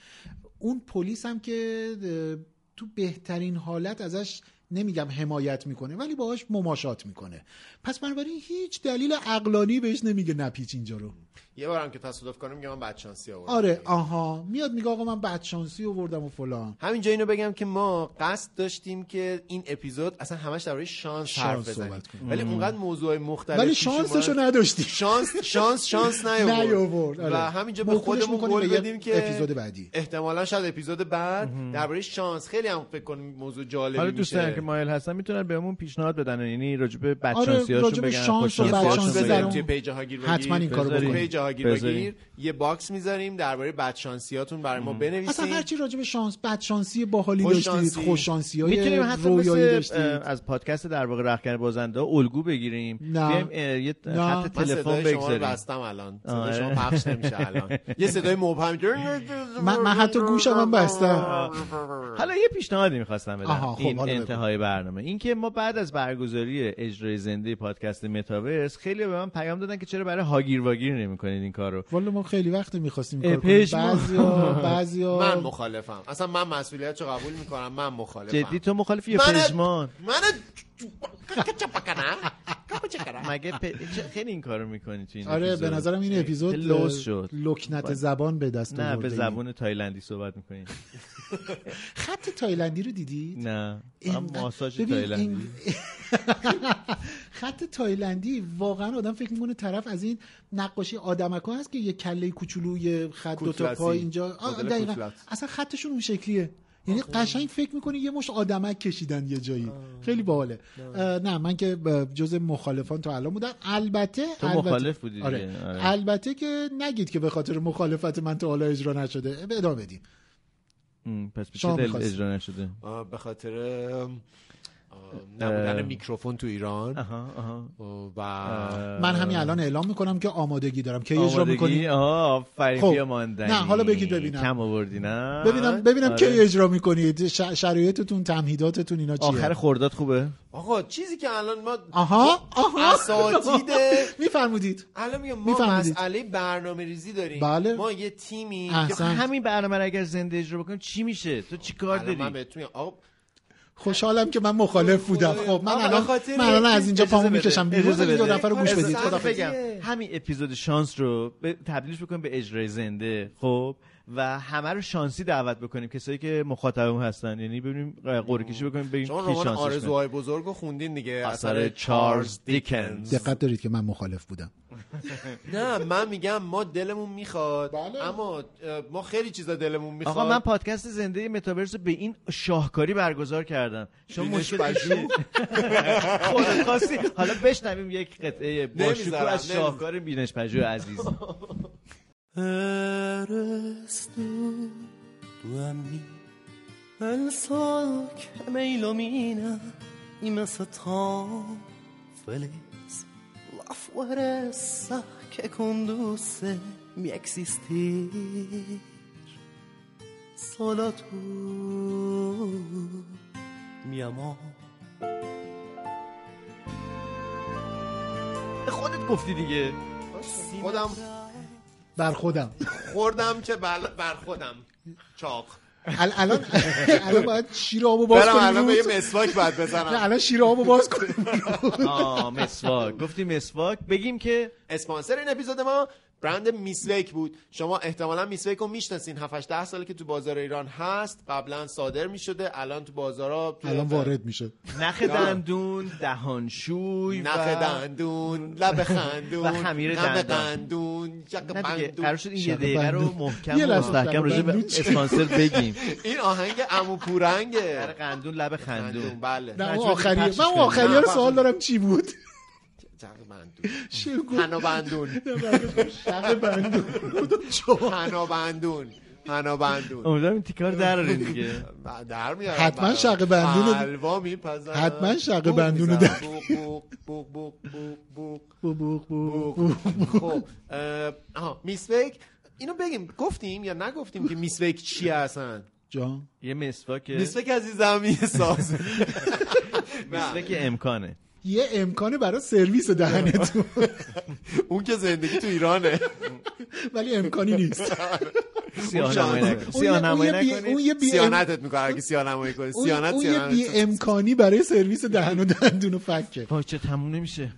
Speaker 1: اون پلیس هم که اه، تو بهترین حالت ازش نمیگم حمایت میکنه ولی باهاش مماشات میکنه پس بنابراین هیچ دلیل عقلانی بهش نمیگه نپیچ اینجا رو
Speaker 3: یه بارم که تصادف کنم میگم من بچانسی آوردم
Speaker 1: آره آها میاد میگه آقا من بدشانسی آوردم و فلان
Speaker 3: همینجا اینو بگم که ما قصد داشتیم که این اپیزود اصلا همش درباره شانس,
Speaker 1: شانس
Speaker 3: حرف بزنیم
Speaker 1: صحبت کنیم.
Speaker 3: ولی
Speaker 1: مم.
Speaker 3: اونقدر موضوع مختلف
Speaker 1: ولی
Speaker 3: پیش
Speaker 1: شانسشو
Speaker 3: اومد.
Speaker 1: نداشتی
Speaker 3: شانس شانس شانس نیاورد
Speaker 1: نیاورد، آره.
Speaker 3: و همینجا به
Speaker 1: موکولش
Speaker 3: خودمون
Speaker 1: می‌کنیم
Speaker 3: قول
Speaker 1: به یه
Speaker 3: بدیم که
Speaker 1: اپیزود بعدی.
Speaker 3: احتمالا شاید اپیزود بعد درباره شانس خیلی هم فکر کنیم موضوع جالبی
Speaker 2: حالا آره، دوستان
Speaker 3: میشه
Speaker 2: که مایل هستن میتونن بهمون پیشنهاد بدن یعنی راجبه
Speaker 3: آره،
Speaker 2: بچانسیاشون
Speaker 3: راجب
Speaker 2: بگن
Speaker 3: شانس
Speaker 2: خوش
Speaker 3: و
Speaker 2: شانس
Speaker 3: بچانس
Speaker 2: بگن.
Speaker 3: بذاریم توی پیج هاگیر بگیر.
Speaker 1: حتما این کارو
Speaker 3: توی
Speaker 1: بکنیم.
Speaker 3: پیج هاگیر
Speaker 2: بذاریم.
Speaker 3: بگیر یه باکس میذاریم درباره بدشانسیاتون برای ما بنویسید
Speaker 1: اصلا هرچی راجع به شانس بدشانسی باحالی
Speaker 3: خوش
Speaker 1: داشتید
Speaker 3: شانسی.
Speaker 1: خوش شانسی های
Speaker 2: میتونیم حتی
Speaker 1: رویایی
Speaker 2: مثل اه،
Speaker 1: داشتید
Speaker 2: از پادکست در واقع رخکن بازنده ها الگو بگیریم
Speaker 1: نه.
Speaker 2: بیایم اه، یه
Speaker 1: نه.
Speaker 2: خط
Speaker 1: من
Speaker 3: من
Speaker 2: تلفن
Speaker 3: صدای شما رو
Speaker 2: بگذاریم
Speaker 3: بستم الان صدای
Speaker 2: آره.
Speaker 3: شما پخش نمیشه الان یه صدای مبهم که-
Speaker 1: من, من حتی گوشم هم بستم
Speaker 2: حالا یه پیشنهادی میخواستم بدم
Speaker 1: آها، خب،
Speaker 2: این
Speaker 1: حالا بگو.
Speaker 2: انتهای برنامه اینکه ما بعد از برگزاری اجرای زنده پادکست متاورس خیلی به من پیام دادن که چرا برای هاگیر واگیر نمیکنید این کارو
Speaker 1: والا ما خیلی وقت میخواستیم
Speaker 2: اه،
Speaker 1: کار کنیم
Speaker 2: پشمان.
Speaker 1: بعضیا
Speaker 2: [LAUGHS]
Speaker 1: بعضیا
Speaker 3: من مخالفم اصلا من مسئولیت رو قبول میکنم من مخالفم
Speaker 2: جدی تو مخالفی یا
Speaker 3: من-
Speaker 2: پژمان
Speaker 3: من
Speaker 2: مگه پ- چه- خیلی این کارو میکنی تو این
Speaker 1: آره
Speaker 2: اپیزود.
Speaker 1: به نظرم این اپیزود
Speaker 2: که لوس شد
Speaker 1: لکنت زبان به دست
Speaker 2: نه
Speaker 1: آورده
Speaker 2: به
Speaker 1: ایم.
Speaker 2: زبون تایلندی صحبت میکنی
Speaker 1: خط تایلندی رو دیدی
Speaker 2: نه من
Speaker 1: اینقدر-
Speaker 2: ماساژ
Speaker 1: ببین،
Speaker 2: تایلندی
Speaker 1: این- [LAUGHS] خط تایلندی واقعا آدم فکر میکنه طرف از این نقاشی آدمکا هست که یه کله کوچولو یه خط دو تا
Speaker 3: کوتلسی.
Speaker 1: پای اینجا آه،
Speaker 3: مدل
Speaker 1: دقیقاً.
Speaker 3: کوتلت.
Speaker 1: اصلا خطشون اون شکلیه یعنی قشنگ فکر میکنی یه مش آدمک کشیدن یه جایی خیلی باحاله اه، نه من که ب- جز مخالفان تا الان بودم البته
Speaker 2: تو
Speaker 1: البته-
Speaker 2: مخالف بودی دیگه.
Speaker 1: آره.
Speaker 2: آره.
Speaker 1: البته که نگید که به خاطر مخالفت من تا حالا اجرا نشده ادامه بدیم
Speaker 2: ام، پس به چه
Speaker 1: شما
Speaker 2: دلیل
Speaker 1: می‌خواستی؟
Speaker 2: اجرا نشده
Speaker 3: آه، به خاطر آم، نبودن
Speaker 2: اه.
Speaker 3: میکروفون تو ایران آه، و
Speaker 1: من همین الان اعلام میکنم که آمادگی دارم که اجرا
Speaker 2: آمادگی؟
Speaker 1: میکنی
Speaker 2: آها آفرین
Speaker 1: خب.
Speaker 2: بیا ماندنی
Speaker 1: نه، حالا بگید ببینم.
Speaker 2: کم آوردی نه
Speaker 1: ببینم ببینم
Speaker 2: آره.
Speaker 1: کی اجرا میکنید ش- شرایطتون تمهیداتتون اینا چیه
Speaker 2: آخر خورداد خوبه
Speaker 3: آقا چیزی که الان ما
Speaker 1: آها آها
Speaker 3: اساتید
Speaker 1: [LAUGHS] میفرمودید
Speaker 3: الان میگم ما
Speaker 1: می‌فهمیدید.
Speaker 3: مسئله برنامه ریزی داریم
Speaker 1: بله.
Speaker 3: ما یه تیمی
Speaker 1: احسن.
Speaker 3: که
Speaker 2: آخه همین برنامه رو اگر زنده اجرا بکنیم چی میشه تو چی کار
Speaker 3: الان من
Speaker 2: داری
Speaker 3: بهتون میگم، آقا
Speaker 1: خوشحالم که من مخالف بودم خب من
Speaker 3: آقا،
Speaker 1: الان
Speaker 3: خاطر-
Speaker 1: من الان از اینجا
Speaker 2: اجازه
Speaker 1: پامو
Speaker 2: بده.
Speaker 1: میکشم
Speaker 2: اجازه
Speaker 1: بیرون
Speaker 2: بده.
Speaker 1: دو نفر رو گوش
Speaker 2: اصلا
Speaker 1: بدید
Speaker 2: بگم همین اپیزود شانس رو به- تبدیلش بکنیم به اجرای زنده خب و همه رو شانسی دعوت بکنیم کسایی که مخاطبمون هستن یعنی ببینیم قرعه کشی بکنیم ببینیم
Speaker 3: شما
Speaker 2: کی
Speaker 3: رمان
Speaker 2: شانسش
Speaker 3: آرزوهای بزرگ رو خوندین دیگه
Speaker 2: اثر چارلز دیکنز
Speaker 1: دقت دارید که من مخالف بودم
Speaker 3: نه من میگم ما دلمون میخواد اما اه، ما خیلی چیزا دلمون میخواد
Speaker 2: بله. آقا من پادکست زنده متاورس رو به این شاهکاری برگزار کردم شما
Speaker 3: بینش
Speaker 2: مشکل
Speaker 3: پشو.
Speaker 2: [LAUGHS] خودت خواستی حالا بشنویم یک قطعه با
Speaker 4: نمی‌ذارم،
Speaker 2: شکوه از
Speaker 4: نمی‌ذارم.
Speaker 2: شاهکار بینش پژوه عزیز
Speaker 14: eres tú, tú a mí. El sol que me ilumina y me hace tan feliz. La fuerza que conduce mi existir. Solo tú, mi amor.
Speaker 2: خودت گفتی دیگه
Speaker 3: خودم
Speaker 1: بر
Speaker 3: [LAUGHS]
Speaker 1: خودم
Speaker 3: خوردم که بل... بر خودم چاق
Speaker 1: ال- الان الان باید شیر آبو باز
Speaker 3: برم
Speaker 1: کنیم
Speaker 3: الان به
Speaker 1: روت.
Speaker 3: یه مسواک باید بزنم.
Speaker 1: نه الان شیر آبو
Speaker 3: [LAUGHS]
Speaker 1: باز کنیم روت.
Speaker 2: آه مسواک گفتی مسواک بگیم که
Speaker 3: اسپانسر این اپیزود ما برند میسویک بود شما احتمالا میسویک رو میشناسین 7 8 10 ساله که تو بازار ایران هست قبلا صادر میشده الان تو بازارا تو-
Speaker 1: الان وارد میشه
Speaker 2: نخ دندون دهانشوی و-
Speaker 3: آره. نخ دندون لب خندون
Speaker 2: و خمیر
Speaker 3: غم
Speaker 2: دندان.
Speaker 3: قندون شق
Speaker 2: نه دیگه،
Speaker 3: بندون
Speaker 2: قرار شد این یه
Speaker 3: شق
Speaker 2: دقیقه رو
Speaker 3: بندون.
Speaker 2: محکم و مستحکم راجع به اسپانسر بگیم
Speaker 3: [LAUGHS] این آهنگ عمو پورنگه
Speaker 2: [LAUGHS] در قندون لب خندون
Speaker 3: بله
Speaker 1: نه اون آخریه من اون آخریه رو سوال دارم چی بود
Speaker 3: [LAUGHS]
Speaker 1: شیر گفت. [LAUGHS]
Speaker 3: هنابندون [LAUGHS] هنابندون هنابندون
Speaker 2: امیدوارم این تیکار در دیگه
Speaker 3: در میارم
Speaker 1: حتما شق بندون رو-
Speaker 3: حلوا میپزم
Speaker 1: حتما شق بندون رو در- بو بو بو بو.
Speaker 3: خب اه، آها میسویک اینو بگیم گفتیم یا نگفتیم که میسویک چی هستن
Speaker 1: جان
Speaker 2: یه مسواک
Speaker 3: میسویک عزیزم یه ساز
Speaker 2: مسواک امکانه
Speaker 1: یه امکانه برای سرویس دهنتون
Speaker 3: اون که زندگی تو ایرانه
Speaker 1: ولی امکانی نیست
Speaker 2: سیاه نمایی نکن سیاه نمایی نکنید.
Speaker 1: اون یه بی-
Speaker 3: سیانتت میکنه اگه سیانمایی کنی
Speaker 1: اون-
Speaker 3: سیانت
Speaker 1: اون یه
Speaker 3: سیانت
Speaker 1: بی امکانی برای سرویس دهن و دندون و فکه
Speaker 2: پاچه تموم نمیشه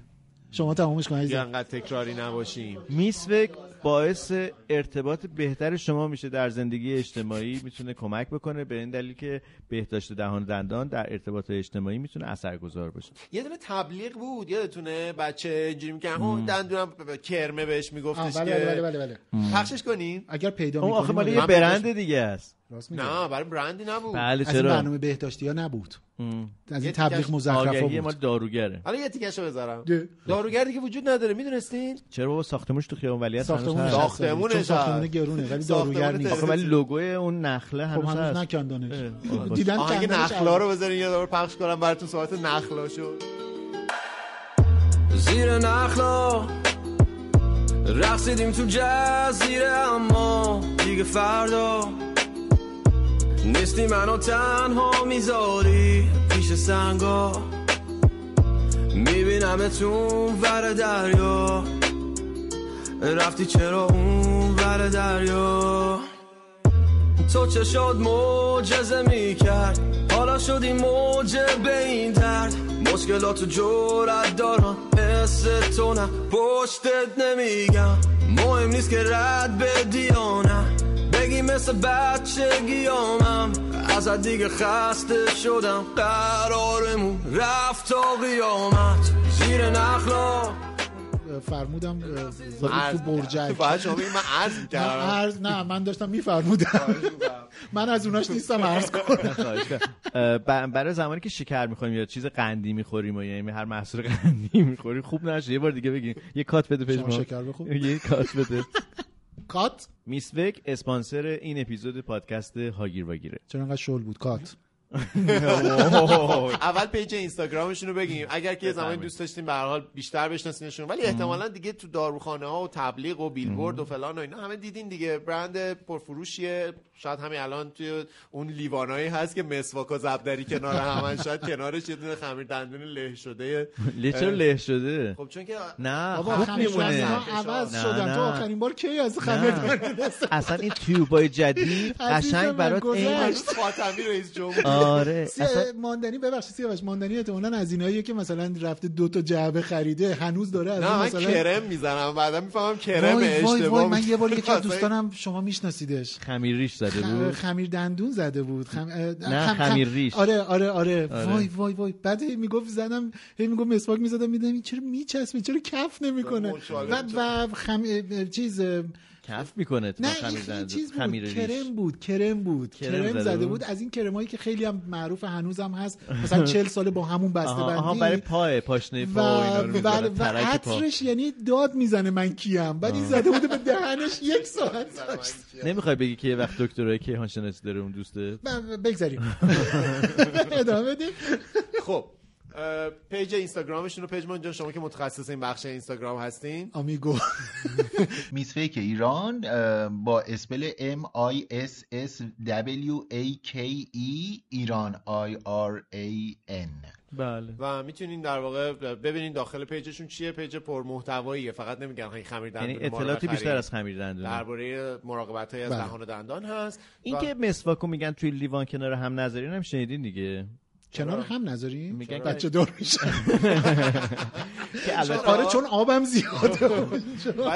Speaker 1: شما تمامش کنید
Speaker 3: بیا انقدر تکراری نباشیم
Speaker 2: میسوک باعث ارتباط بهتر شما میشه در زندگی اجتماعی میتونه کمک بکنه به این دلیل که بهداشت دهان و دندان در ارتباط اجتماعی میتونه اثرگذار باشه
Speaker 3: یه دونه تبلیغ بود یادتونه بچه اینجوری میکرد اون دندونم ب- ب- کرمه بهش میگفتش
Speaker 1: آه، بله،
Speaker 3: که
Speaker 1: بله، بله، بله،
Speaker 3: پخشش کنیم
Speaker 1: اگر پیدا
Speaker 2: اون آخه
Speaker 1: می‌کنیم
Speaker 2: مال
Speaker 1: آره.
Speaker 2: یه
Speaker 1: من
Speaker 2: برند دیگه است
Speaker 1: راست میگم.
Speaker 3: نه برای برندی نبود
Speaker 2: بله
Speaker 1: از این
Speaker 2: چرا
Speaker 1: برنامه بهداشتی ها نبود از
Speaker 3: یه
Speaker 1: این تبلیغ
Speaker 3: تیکش
Speaker 1: مزخرفا
Speaker 2: آگهی مال
Speaker 1: بود
Speaker 2: داروگره
Speaker 3: حالا یه تیکشو بذارم
Speaker 1: ده.
Speaker 3: داروگردی که وجود نداره میدونستین
Speaker 2: چرا بابا ساختمونش تو خیابان ولیعصر هنوز
Speaker 1: ساختمون
Speaker 2: هست.
Speaker 3: ساختمونش
Speaker 1: چون ساختمون
Speaker 3: هست.
Speaker 1: گرونه ولی
Speaker 3: ساختمون
Speaker 1: داروگر نیست
Speaker 2: آخه ولی لوگوی اون نخله
Speaker 1: خب
Speaker 2: هنوز
Speaker 1: هنوز
Speaker 2: هست
Speaker 1: نکندانش
Speaker 2: اه، آه.
Speaker 1: دیدن
Speaker 3: آهنگ
Speaker 1: کندنش
Speaker 3: نخلا رو بذارین یه دور پخش کنم براتون ساعت نخلا شد
Speaker 14: زیر نخلا رقصیدیم تو جزیره اما دیگه فردا نیستی منو تنها میذاری پیش سنگا میبینم اتون ور دریا رفتی چرا اون ور دریا تو چه شد معجزه میکرد حالا شدی موج به این درد مشکلات و جورت دارم حس تو نه پشتت نمیگم مهم نیست که رد بدی یا نه بگی مثل بچگی آمم از دیگه خسته شدم قرارمون رفت تا قیامت زیر نخلا
Speaker 1: فرمودم اه، تو
Speaker 3: عرض
Speaker 1: برجک
Speaker 3: باید شما بگید من عرض
Speaker 1: من
Speaker 3: میکردم
Speaker 1: عرض نه من داشتم میفرمودم
Speaker 2: آره،
Speaker 1: من از اوناش نیستم عرض کنم
Speaker 2: خواهش کنم. اه، ب- برای زمانی که شکر میخوریم یا چیز قندی میخوریم و یعنی هر محصول قندی میخوریم خوب نشه یه بار دیگه بگین یه کات بده پیش
Speaker 1: شما
Speaker 2: ما.
Speaker 1: شکر بخور.
Speaker 2: یه کات بده
Speaker 1: کات
Speaker 2: میسوک اسپانسر این اپیزود پادکست هاگیر واگیره
Speaker 1: چرا انقدر شل بود کات
Speaker 3: [LAUGHS] اول پیج اینستاگرامشون رو بگیم اگر که یه زمانی دوست داشتیم به هر حال بیشتر بشناسینشون ولی احتمالا دیگه تو داروخانه ها و تبلیغ و بیلبورد و فلان و اینا همه دیدین دیگه برند پرفروشیه شاید همین الان توی اون لیوانایی هست که مسواک و زبدری کنار همن شاید کنارش یه دونه خمیر دندون له شده
Speaker 2: له چرا
Speaker 1: [LAUGHS]
Speaker 2: له شده
Speaker 3: خب چون که
Speaker 2: نه
Speaker 1: بابا
Speaker 2: خوب
Speaker 1: خمیر
Speaker 2: میمونه
Speaker 1: دندون‌ها عوض
Speaker 2: نه،
Speaker 1: شدن
Speaker 2: نه.
Speaker 1: تو آخرین بار کی از خمیر
Speaker 2: نه.
Speaker 1: دندون
Speaker 2: اصلا این تیوبای جدید
Speaker 1: عزیز
Speaker 2: قشنگ
Speaker 1: من
Speaker 2: برات
Speaker 1: گذشت.
Speaker 2: این
Speaker 3: خاتمی رئیس جمهور
Speaker 2: آره
Speaker 1: سی- ماندنی ببخشید سیاوش ماندنی احتمالاً از ایناییه که مثلا رفته دو تا جعبه خریده هنوز داره از
Speaker 3: نه
Speaker 1: اون
Speaker 3: من
Speaker 1: مثلا
Speaker 3: کرم میزنم بعدا میفهمم کرم
Speaker 1: وای وای
Speaker 3: اشتباه
Speaker 1: وای من یه بار
Speaker 3: بود.
Speaker 1: یکی از دوستانم شما میشناسیدش
Speaker 2: خمیریش زده بود
Speaker 1: خمیر دندون زده بود خم... اه،
Speaker 2: نه، خمیرریش.
Speaker 1: آره آره آره
Speaker 2: آره.
Speaker 1: وای وای وای بعد هی میگفت زنم هی میگفت مسواک میزدم میدم این چرا میچسبه چرا کف نمیکنه و و خم... اه، چیز اه،
Speaker 2: کف میکنه تو
Speaker 1: نه
Speaker 2: خمیر
Speaker 1: این
Speaker 2: زنده.
Speaker 1: چیز بود
Speaker 2: خمیر ریش.
Speaker 1: کرم بود کرم بود
Speaker 2: کرم
Speaker 1: کرم
Speaker 2: زده
Speaker 1: زده,
Speaker 2: بود.
Speaker 1: بود. از این کرمایی که خیلی هم معروف هنوزم هست مثلا 40 سال با همون بسته
Speaker 2: آها,
Speaker 1: بندی
Speaker 2: آها برای پای پاشنه
Speaker 1: و
Speaker 2: پا و اینا رو می‌ذاره،
Speaker 1: و, و
Speaker 2: ترک پا
Speaker 1: عطرش یعنی داد میزنه من کیم بعد این
Speaker 2: آه.
Speaker 1: زده بوده به دهنش یک ساعت داشت
Speaker 2: نمیخوای بگی که یه وقت دکترای کیهان شناسی داره اون دوسته
Speaker 1: ب- بگذاریم ادامه بدیم
Speaker 3: خب اه، پیج اینستاگرامشون رو پیج من جان شما که متخصص این بخش اینستاگرام هستین
Speaker 1: آمیگو
Speaker 7: میس فیک ایران اه، با اسپل M I S S W A K E ایران I R A N
Speaker 2: بله
Speaker 3: و میتونین در واقع ببینین داخل پیجشون چیه پیج پر محتواییه فقط نمیگن های خمیر دندون
Speaker 2: یعنی
Speaker 3: ما رو
Speaker 2: اطلاعاتی
Speaker 3: نخرید.
Speaker 2: بیشتر از خمیر دندونه.
Speaker 3: درباره مراقبت های از
Speaker 2: بله.
Speaker 3: دهان و دندان هست
Speaker 2: این
Speaker 3: و-
Speaker 2: که مسواکو میگن توی لیوان کنار هم نذارین هم شنیدین دیگه
Speaker 1: کنار هم نذاریم
Speaker 2: میگن که-
Speaker 1: بچه دار میشن
Speaker 2: که البته-
Speaker 1: آره چون آبم زیاده
Speaker 3: ولی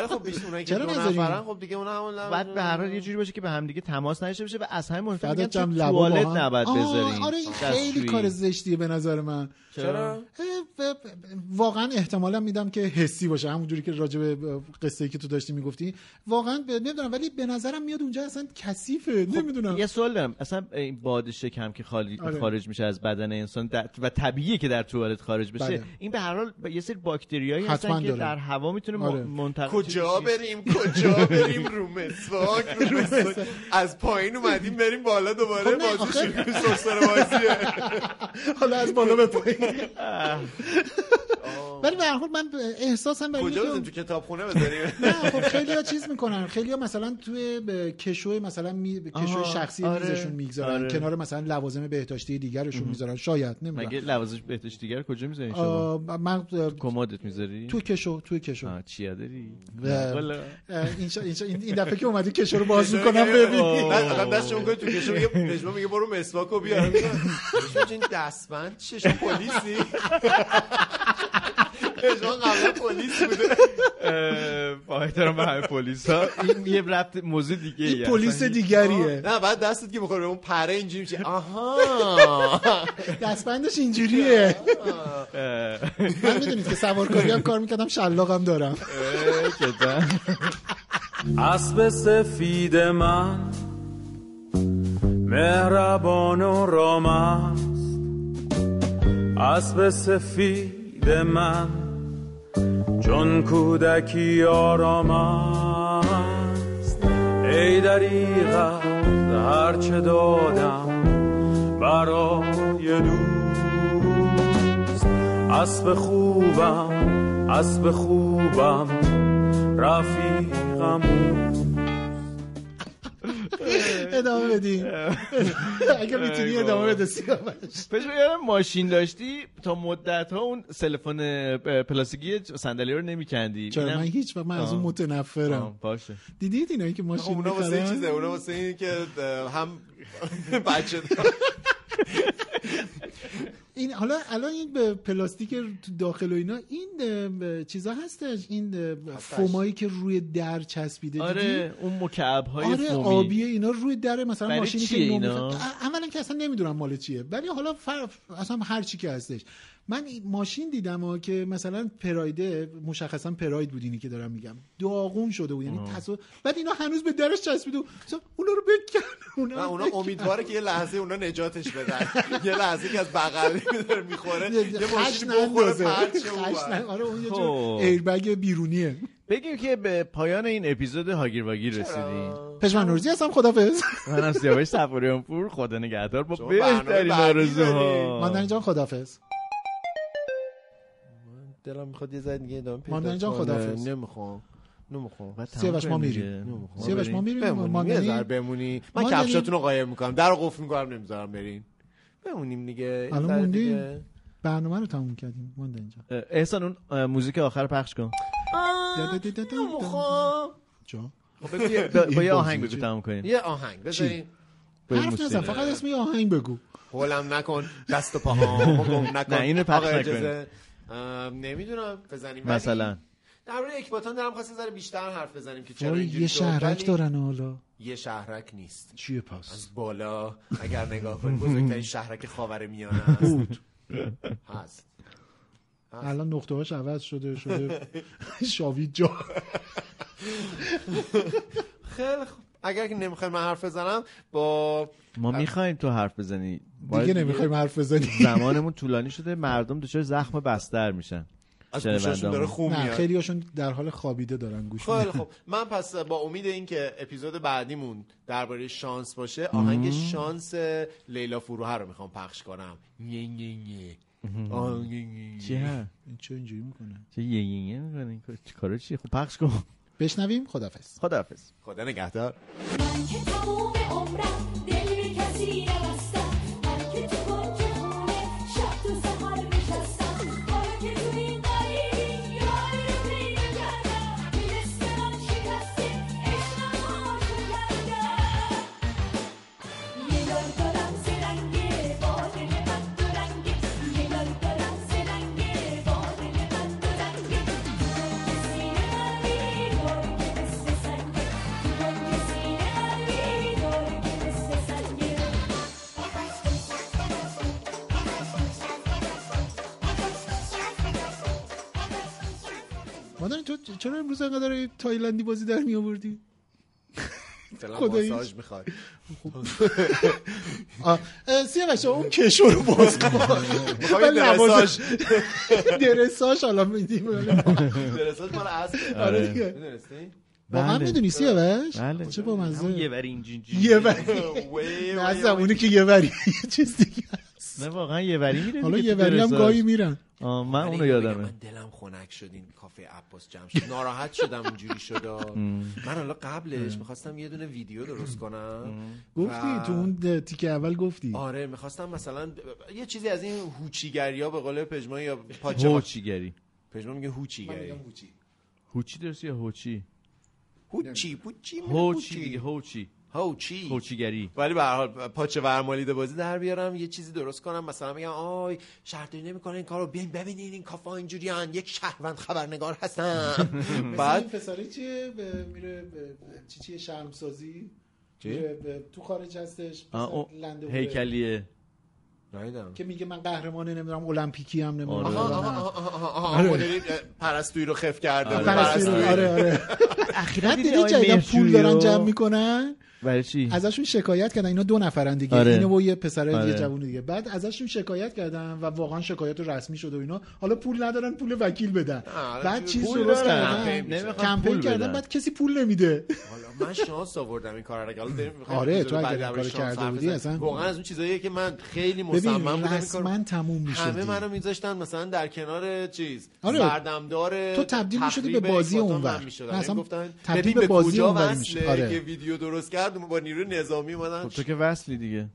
Speaker 3: خب بیشتر اونایی که
Speaker 1: چرا
Speaker 3: دو
Speaker 1: نذاریم؟
Speaker 3: نفرن خب دیگه اون همون لب-
Speaker 2: بعد به هر حال یه جوری باشه که به هم دیگه تماس نشه بشه و از همه مهمتر میگن
Speaker 1: فقط
Speaker 2: تو
Speaker 1: جمع لبا با
Speaker 2: توالت
Speaker 1: هم.
Speaker 2: نباید
Speaker 1: آه،
Speaker 2: بذارین
Speaker 1: آره این خیلی
Speaker 2: دستشویی.
Speaker 1: کار زشتیه به نظر من
Speaker 2: چرا؟
Speaker 1: اه، ب- ب- واقعا احتمالا میدم که حسی باشه همونجوری که راجع به قصه که تو داشتی میگفتی واقعا ب... نمیدونم ولی به نظرم میاد اونجا اصلا کثیفه نمیدونم
Speaker 2: خب، یه سوال دارم اصلا این باد شکم که خالی
Speaker 1: آره.
Speaker 2: خارج میشه از بدن انسان در- و طبیعیه که در توالت خارج بشه
Speaker 1: بله.
Speaker 2: این به هر حال ب- یه سری باکتریایی
Speaker 1: حتما
Speaker 2: هستن که
Speaker 1: داره.
Speaker 2: در هوا میتونه
Speaker 1: آره.
Speaker 2: منتقل
Speaker 3: کجا بریم کجا بریم رو مسواک رو مسواک. از پایین اومدیم بریم بالا دوباره
Speaker 1: خب نه،
Speaker 3: بازی
Speaker 1: آخه-
Speaker 3: شروع سرسره بازیه
Speaker 1: حالا از بالا به پایین
Speaker 2: خب.
Speaker 1: ولی به هر حال من احساسم برای
Speaker 3: کجا
Speaker 1: اینه که
Speaker 3: بزنیم تو کتابخونه بذاریم
Speaker 1: [LAUGHS] خب خیلی ها چیز میکنن خیلی ها مثلا توی به کشو مثلا می... به کشو
Speaker 2: آها،
Speaker 1: شخصی
Speaker 2: آره،
Speaker 1: میزشون میگذارن
Speaker 2: آره.
Speaker 1: کنار مثلا لوازم بهداشتی دیگرشون میذارن شاید نمیدونم
Speaker 2: مگه لوازمش بهتش دیگر کجا میذارین شما
Speaker 1: آه، من اه،
Speaker 2: کمدت میذاری
Speaker 1: تو کشو تو کشو
Speaker 2: آه، چیا داری
Speaker 1: و-
Speaker 2: والا.
Speaker 1: اه، این, شا- این, شا- این این دفعه که اومدی کشو رو باز
Speaker 3: کشو
Speaker 1: میکنم
Speaker 3: میگه-
Speaker 1: ببینی
Speaker 3: بعد آدم دستشو میکنه تو کشو میگه پژمان میگه برو مسواکو بیار میگه، پژمان این دستبند چیه شما پلیسی [LAUGHS] پژمان قبلا پلیس بوده
Speaker 2: پایدارم به همه پلیس ها این یه ربط موضوع دیگه
Speaker 1: این پلیس دیگریه
Speaker 3: نه بعد دستت که میخوره اون پره اینجوری میشه آها
Speaker 1: دستبندش اینجوریه
Speaker 2: [LAUGHS]
Speaker 1: من میدونید که سوارکاری هم کار میکردم شلاقم دارم
Speaker 17: اسب سفید من مهربان و رام است اسب سفید من چون کودکی آرام است ای دریغت هرچه دادم برای دوست اسب خوبم اسب خوبم رفیقم
Speaker 1: ادامه
Speaker 2: [LAUGHS]
Speaker 1: بدیم اگه میتونی ادامه بده سیاوش
Speaker 2: پس یادم ماشین داشتی تا مدت ها اون سلفون پلاستیکی صندلی رو نمیکندی
Speaker 1: چرا من هیچ وقت من از اون متنفرم
Speaker 2: باشه
Speaker 1: دیدید اینایی که
Speaker 3: خب
Speaker 1: ماشین
Speaker 3: اونا واسه این
Speaker 1: می‌خرن؟
Speaker 3: چیزه اونا واسه این که اه، هم بچه دار.
Speaker 1: این حالا الان این به پلاستیک تو داخل و اینا این اه، چیزا هستش این اه، فومایی که روی در چسبیده دیدی؟
Speaker 2: آره اون مکعب های
Speaker 1: آره آبی اینا روی در مثلا
Speaker 2: برای
Speaker 1: ماشینی که
Speaker 2: چیه
Speaker 1: نو
Speaker 2: اینا؟
Speaker 1: می‌خواد- ا- اولا که اصلا نمیدونم مال چیه ولی حالا فر... اصلا هر چی که هستش من این ماشین دیدم ها که مثلا پرایده مشخصا پراید بود اینی که دارم میگم داغون شده بود یعنی تصادف بعد اینا هنوز به درش چسبیده بود مثلا اونا رو بکن اونا,
Speaker 3: نه،
Speaker 1: رو [LAUGHS]
Speaker 3: اونا
Speaker 1: بکن.
Speaker 3: امیدواره که یه لحظه اونا نجاتش بدن یه لحظه که از بغل میداره میخوره یه
Speaker 1: خش
Speaker 3: ماشین بخوره
Speaker 1: نندازه
Speaker 3: پرچه اون
Speaker 1: خش
Speaker 3: بر.
Speaker 1: نه- آره اون یه جور
Speaker 2: خب.
Speaker 1: ایربگ بیرونیه
Speaker 2: بگیم که به پایان این اپیزود هاگیر واگیر رسیدیم
Speaker 1: پشمان نورزی هستم خدافظ
Speaker 2: من از سیاوش سفاریان پور خدا نگهدار با
Speaker 1: شما
Speaker 3: برنامه
Speaker 2: بهترین
Speaker 3: بعدی
Speaker 2: آرزوها
Speaker 1: ماندنی جان خدافظ
Speaker 3: دلم میخواد یه زد دیگه ادامه
Speaker 1: ماندنی جان،
Speaker 3: کنه.
Speaker 1: خداحافظ.
Speaker 3: نمیخوام نمیخوام
Speaker 1: سیاوش ما میریم خب، سیاوش ما میریم
Speaker 3: بمونیم یه ذره
Speaker 1: ماندنی
Speaker 3: بمونی من
Speaker 1: ماندنی-
Speaker 3: کفشاتون رو قایم میکنم در رو قفل میکنم نمیذارم برین بمونیم دیگه یه
Speaker 1: الان
Speaker 3: ذره
Speaker 1: موندیم.
Speaker 3: دیگه.
Speaker 1: برنامه رو تموم کردیم ماندنی جان
Speaker 2: احسان اون اه، موزیک آخر پخش
Speaker 1: [LAUGHS]
Speaker 2: کن
Speaker 3: نمیخوام
Speaker 1: جا
Speaker 3: خب بگو یه-
Speaker 1: [LAUGHS]
Speaker 2: با یه آهنگ بگو تمام کنیم
Speaker 3: خب یه آهنگ
Speaker 1: چی؟
Speaker 3: بذاریم
Speaker 2: به
Speaker 1: حرف نزن
Speaker 2: موسیقی.
Speaker 1: فقط اسم یه آهنگ بگو
Speaker 3: هولم نکن دست و پاهامو گم نکن
Speaker 2: نه، اینو
Speaker 3: آقا
Speaker 2: پخش نکنید.
Speaker 3: اجازه، ام، نمیدونم بزنیم ولی
Speaker 2: مثلا
Speaker 3: در مورد اکباتان دارم خواست یه ذره بیشتر حرف بزنیم که چرا
Speaker 1: وای،
Speaker 3: اینجوری
Speaker 1: یه
Speaker 3: شد،
Speaker 1: شهرک
Speaker 3: ولی
Speaker 1: دارن حالا
Speaker 3: یه شهرک نیست
Speaker 1: چیه پس
Speaker 3: از بالا اگر نگاه کنی بزرگترین شهرک خاور میانه هست هست
Speaker 1: الان نقطه هاش عوض
Speaker 3: [LAUGHS]
Speaker 1: شده شده شاوید جا
Speaker 3: خیلی خوب اگر که نمیخوای من حرف بزنم با
Speaker 2: ما میخوایم تو حرف بزنی باید
Speaker 1: دیگه نمیخوایم حرف بزنی
Speaker 2: زمانمون طولانی شده مردم دچار زخم بستر میشن
Speaker 3: از گوشاشون
Speaker 2: شنونده‌هامون.
Speaker 3: داره خون
Speaker 1: نه
Speaker 3: میاد.
Speaker 1: خیلی هاشون در حال خوابیده دارن گوش
Speaker 3: خیلی
Speaker 1: میدن
Speaker 3: خب من پس با امید اینکه اپیزود بعدیمون درباره شانس باشه آهنگ شانس لیلا فروهر رو میخوام پخش کنم یه یه یه. آه، یه یه یه.
Speaker 2: چیه؟
Speaker 1: این چه اینجوری میکنه
Speaker 2: چه یه یه یه می‌کنی؟ چه کارا چیه خب پخش کن
Speaker 1: بشنویم خدافظ
Speaker 2: خداحافظ
Speaker 3: خدا نگهدار
Speaker 16: من که تموم عمرم دل به کسی نبستم من که تو کنج خونه شب تو سهر نشستم حالا که تو این قریبی یاری رو پیدا کردم دلست من شکسته عشقم آشو کردم یه دار دارم سرنگه با دل من دو رنگه یه دار دارم سرنگه با دل من دو رنگه دیوان که سینه قلبی داره که مثل سنگه دیوان که سینه قلبی داره که مثل سنگه
Speaker 1: مادر تو چرا امروز انقدر این تایلندی بازی در می آوردی
Speaker 3: فعلا
Speaker 1: خداییش.
Speaker 3: ماساژ
Speaker 1: [LAUGHS]
Speaker 3: میخواد
Speaker 1: آه، اه، سیاوش [LAUGHS] اون کشو رو باز [LAUGHS] کن
Speaker 3: می‌خوای
Speaker 1: من لوازم-
Speaker 3: درساژ؟
Speaker 1: درساژ حالا بله. میدیم
Speaker 3: درستاش مال اسب
Speaker 1: آره دیگه.
Speaker 3: می‌دونستی؟
Speaker 1: با من
Speaker 2: بله.
Speaker 1: میدونی سیاوش
Speaker 2: بله.
Speaker 1: چه با
Speaker 2: همون یه
Speaker 1: مزه
Speaker 2: وری اینجوری اینجوری.
Speaker 1: یه وری نه از زمانی که یه وری [LAUGHS] یه چیز دیگه
Speaker 2: نه واقعا یه وری میره
Speaker 1: حالا
Speaker 2: دیگه
Speaker 1: یه
Speaker 2: تو
Speaker 1: وری هم
Speaker 2: درساژ.
Speaker 1: گاهی میرن
Speaker 2: آه، من
Speaker 3: ولی
Speaker 2: اونو
Speaker 3: اینو بگم،
Speaker 2: یادمه
Speaker 3: من دلم خنک شد این کافه عباس جمع شد ناراحت شدم اونجوری
Speaker 2: [LAUGHS]
Speaker 3: شد من حالا قبلش میخواستم یه دونه ویدیو درست کنم
Speaker 1: گفتی
Speaker 3: و-
Speaker 1: تو اون تیکه اول گفتی
Speaker 3: آره میخواستم مثلا یه چیزی از این هوچیگری ها به قول پژمان یا پاچه
Speaker 2: هوچیگری
Speaker 3: پژمان میگه هوچیگری
Speaker 2: هوچی درست یا هوچی
Speaker 3: هوچی هوچی
Speaker 2: هوچی دیگه هوچی
Speaker 3: هوچی
Speaker 2: هوچیگری
Speaker 3: ولی به هر حال پاچه ورمالیده بازی در بیارم یه چیزی درست کنم مثلا بگم آی شهرداری نمیکنه این کارو بیاین ببینین این کافه اینجوری یک شهروند خبرنگار هستم
Speaker 2: [LAUGHS]
Speaker 3: بعد
Speaker 1: پسره چیه به- میره به- چی چیه شرمسازی
Speaker 3: چی؟
Speaker 1: میره به- تو خارج هستش
Speaker 2: آه،
Speaker 1: مثلا
Speaker 2: اون
Speaker 1: لنده بوده.
Speaker 2: هیکلیه
Speaker 3: نمیدونم
Speaker 1: که میگه من قهرمان نمیدونم المپیکی هم نمیدونم
Speaker 2: آره.
Speaker 3: آها آها، آها، آها، آها، آها،
Speaker 1: آره.
Speaker 3: مدلی، اه، پرستویی رو خف کرده بود.
Speaker 1: پرستویی رو- آره [LAUGHS] آره بعد دیدی جدیدن پول دارن جمع میکنن
Speaker 2: برای چی
Speaker 1: ازشون شکایت کردن اینا دو نفرن دیگه
Speaker 2: آره.
Speaker 1: اینو و یه پسر
Speaker 2: آره.
Speaker 1: یه جوون دیگه بعد ازشون شکایت کردن و واقعا شکایت رو رسمی شد و اینا حالا پول ندارن پول وکیل بدن
Speaker 3: آره،
Speaker 1: بعد
Speaker 3: پول
Speaker 1: چیز
Speaker 2: پول
Speaker 1: درست
Speaker 2: دارن.
Speaker 1: کردن
Speaker 2: کمپین میشه. نمیخوان
Speaker 1: کمپین
Speaker 2: پول
Speaker 1: کردن
Speaker 2: بدن.
Speaker 1: بعد کسی پول نمیده
Speaker 3: حالا من شانس آوردم این کار رو حالا داریم می‌خوایم
Speaker 1: آره،
Speaker 3: اپیزود
Speaker 1: تو اگه
Speaker 3: بعد
Speaker 1: این
Speaker 3: درباره
Speaker 1: کارو
Speaker 3: شانس
Speaker 1: کرده
Speaker 3: حرف
Speaker 1: بودی
Speaker 3: بزنیم.
Speaker 1: اصلا-
Speaker 3: واقعا از اون چیزاییه که من خیلی مصمم
Speaker 1: ببین
Speaker 3: بودم این
Speaker 1: رسما
Speaker 3: کارو
Speaker 1: تموم میشد
Speaker 3: همه منو میذاشتن مثلا در کنار چیز
Speaker 1: آره.
Speaker 3: سردمدار
Speaker 1: تو تبدیل می‌شدی به
Speaker 3: تخریب
Speaker 1: بازی
Speaker 3: اکباتان
Speaker 1: اونور.
Speaker 3: من می‌شدم.
Speaker 1: نه، اصلا
Speaker 3: می‌گفتن
Speaker 1: تبدیل
Speaker 3: ببین
Speaker 1: به بازی
Speaker 3: کجا
Speaker 1: اونوری
Speaker 3: وصله
Speaker 1: می‌شی. آره.
Speaker 3: که ویدیو درست کرد با نیروی نظامی اومدن
Speaker 2: خب تو که وصلی دیگه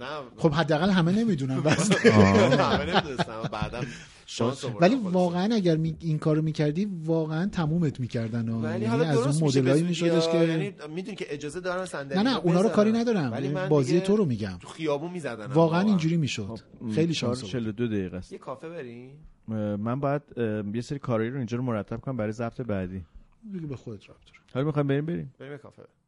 Speaker 3: نه
Speaker 1: خب حداقل همه
Speaker 3: [LAUGHS]
Speaker 1: نمیدونن بس
Speaker 3: همه نمی‌دونستم. بعدم شانس آوردم
Speaker 1: ولی
Speaker 3: خلاص.
Speaker 1: واقعا اگر می- این کارو میکردی واقعا تمومت میکردن
Speaker 3: ولی
Speaker 1: یعنی
Speaker 3: حالا
Speaker 1: از
Speaker 3: درست
Speaker 1: اون
Speaker 3: میشه
Speaker 1: مدلایی
Speaker 3: بزودی
Speaker 1: میشدش
Speaker 3: یا-
Speaker 1: که
Speaker 3: یعنی میدونی که اجازه دارن صندلی
Speaker 1: نه نه اونا رو
Speaker 3: بزنن.
Speaker 1: کاری ندارم
Speaker 3: خب، ولی من
Speaker 1: بازی
Speaker 3: دیگه خب،
Speaker 1: تو رو میگم
Speaker 3: تو خیابون میزدن
Speaker 1: واقعا اینجوری میشد خیلی شانس بود.
Speaker 2: 42 دقیقه است
Speaker 3: یه کافه بریم
Speaker 2: اه، من باید اه، یه سری کارایی رو اینجا رو مرتب کنم برای ضبط بعدی
Speaker 1: دیگه به خودت رفت
Speaker 2: حالا میخوایم بریم بریم
Speaker 3: بریم یه کافه بریم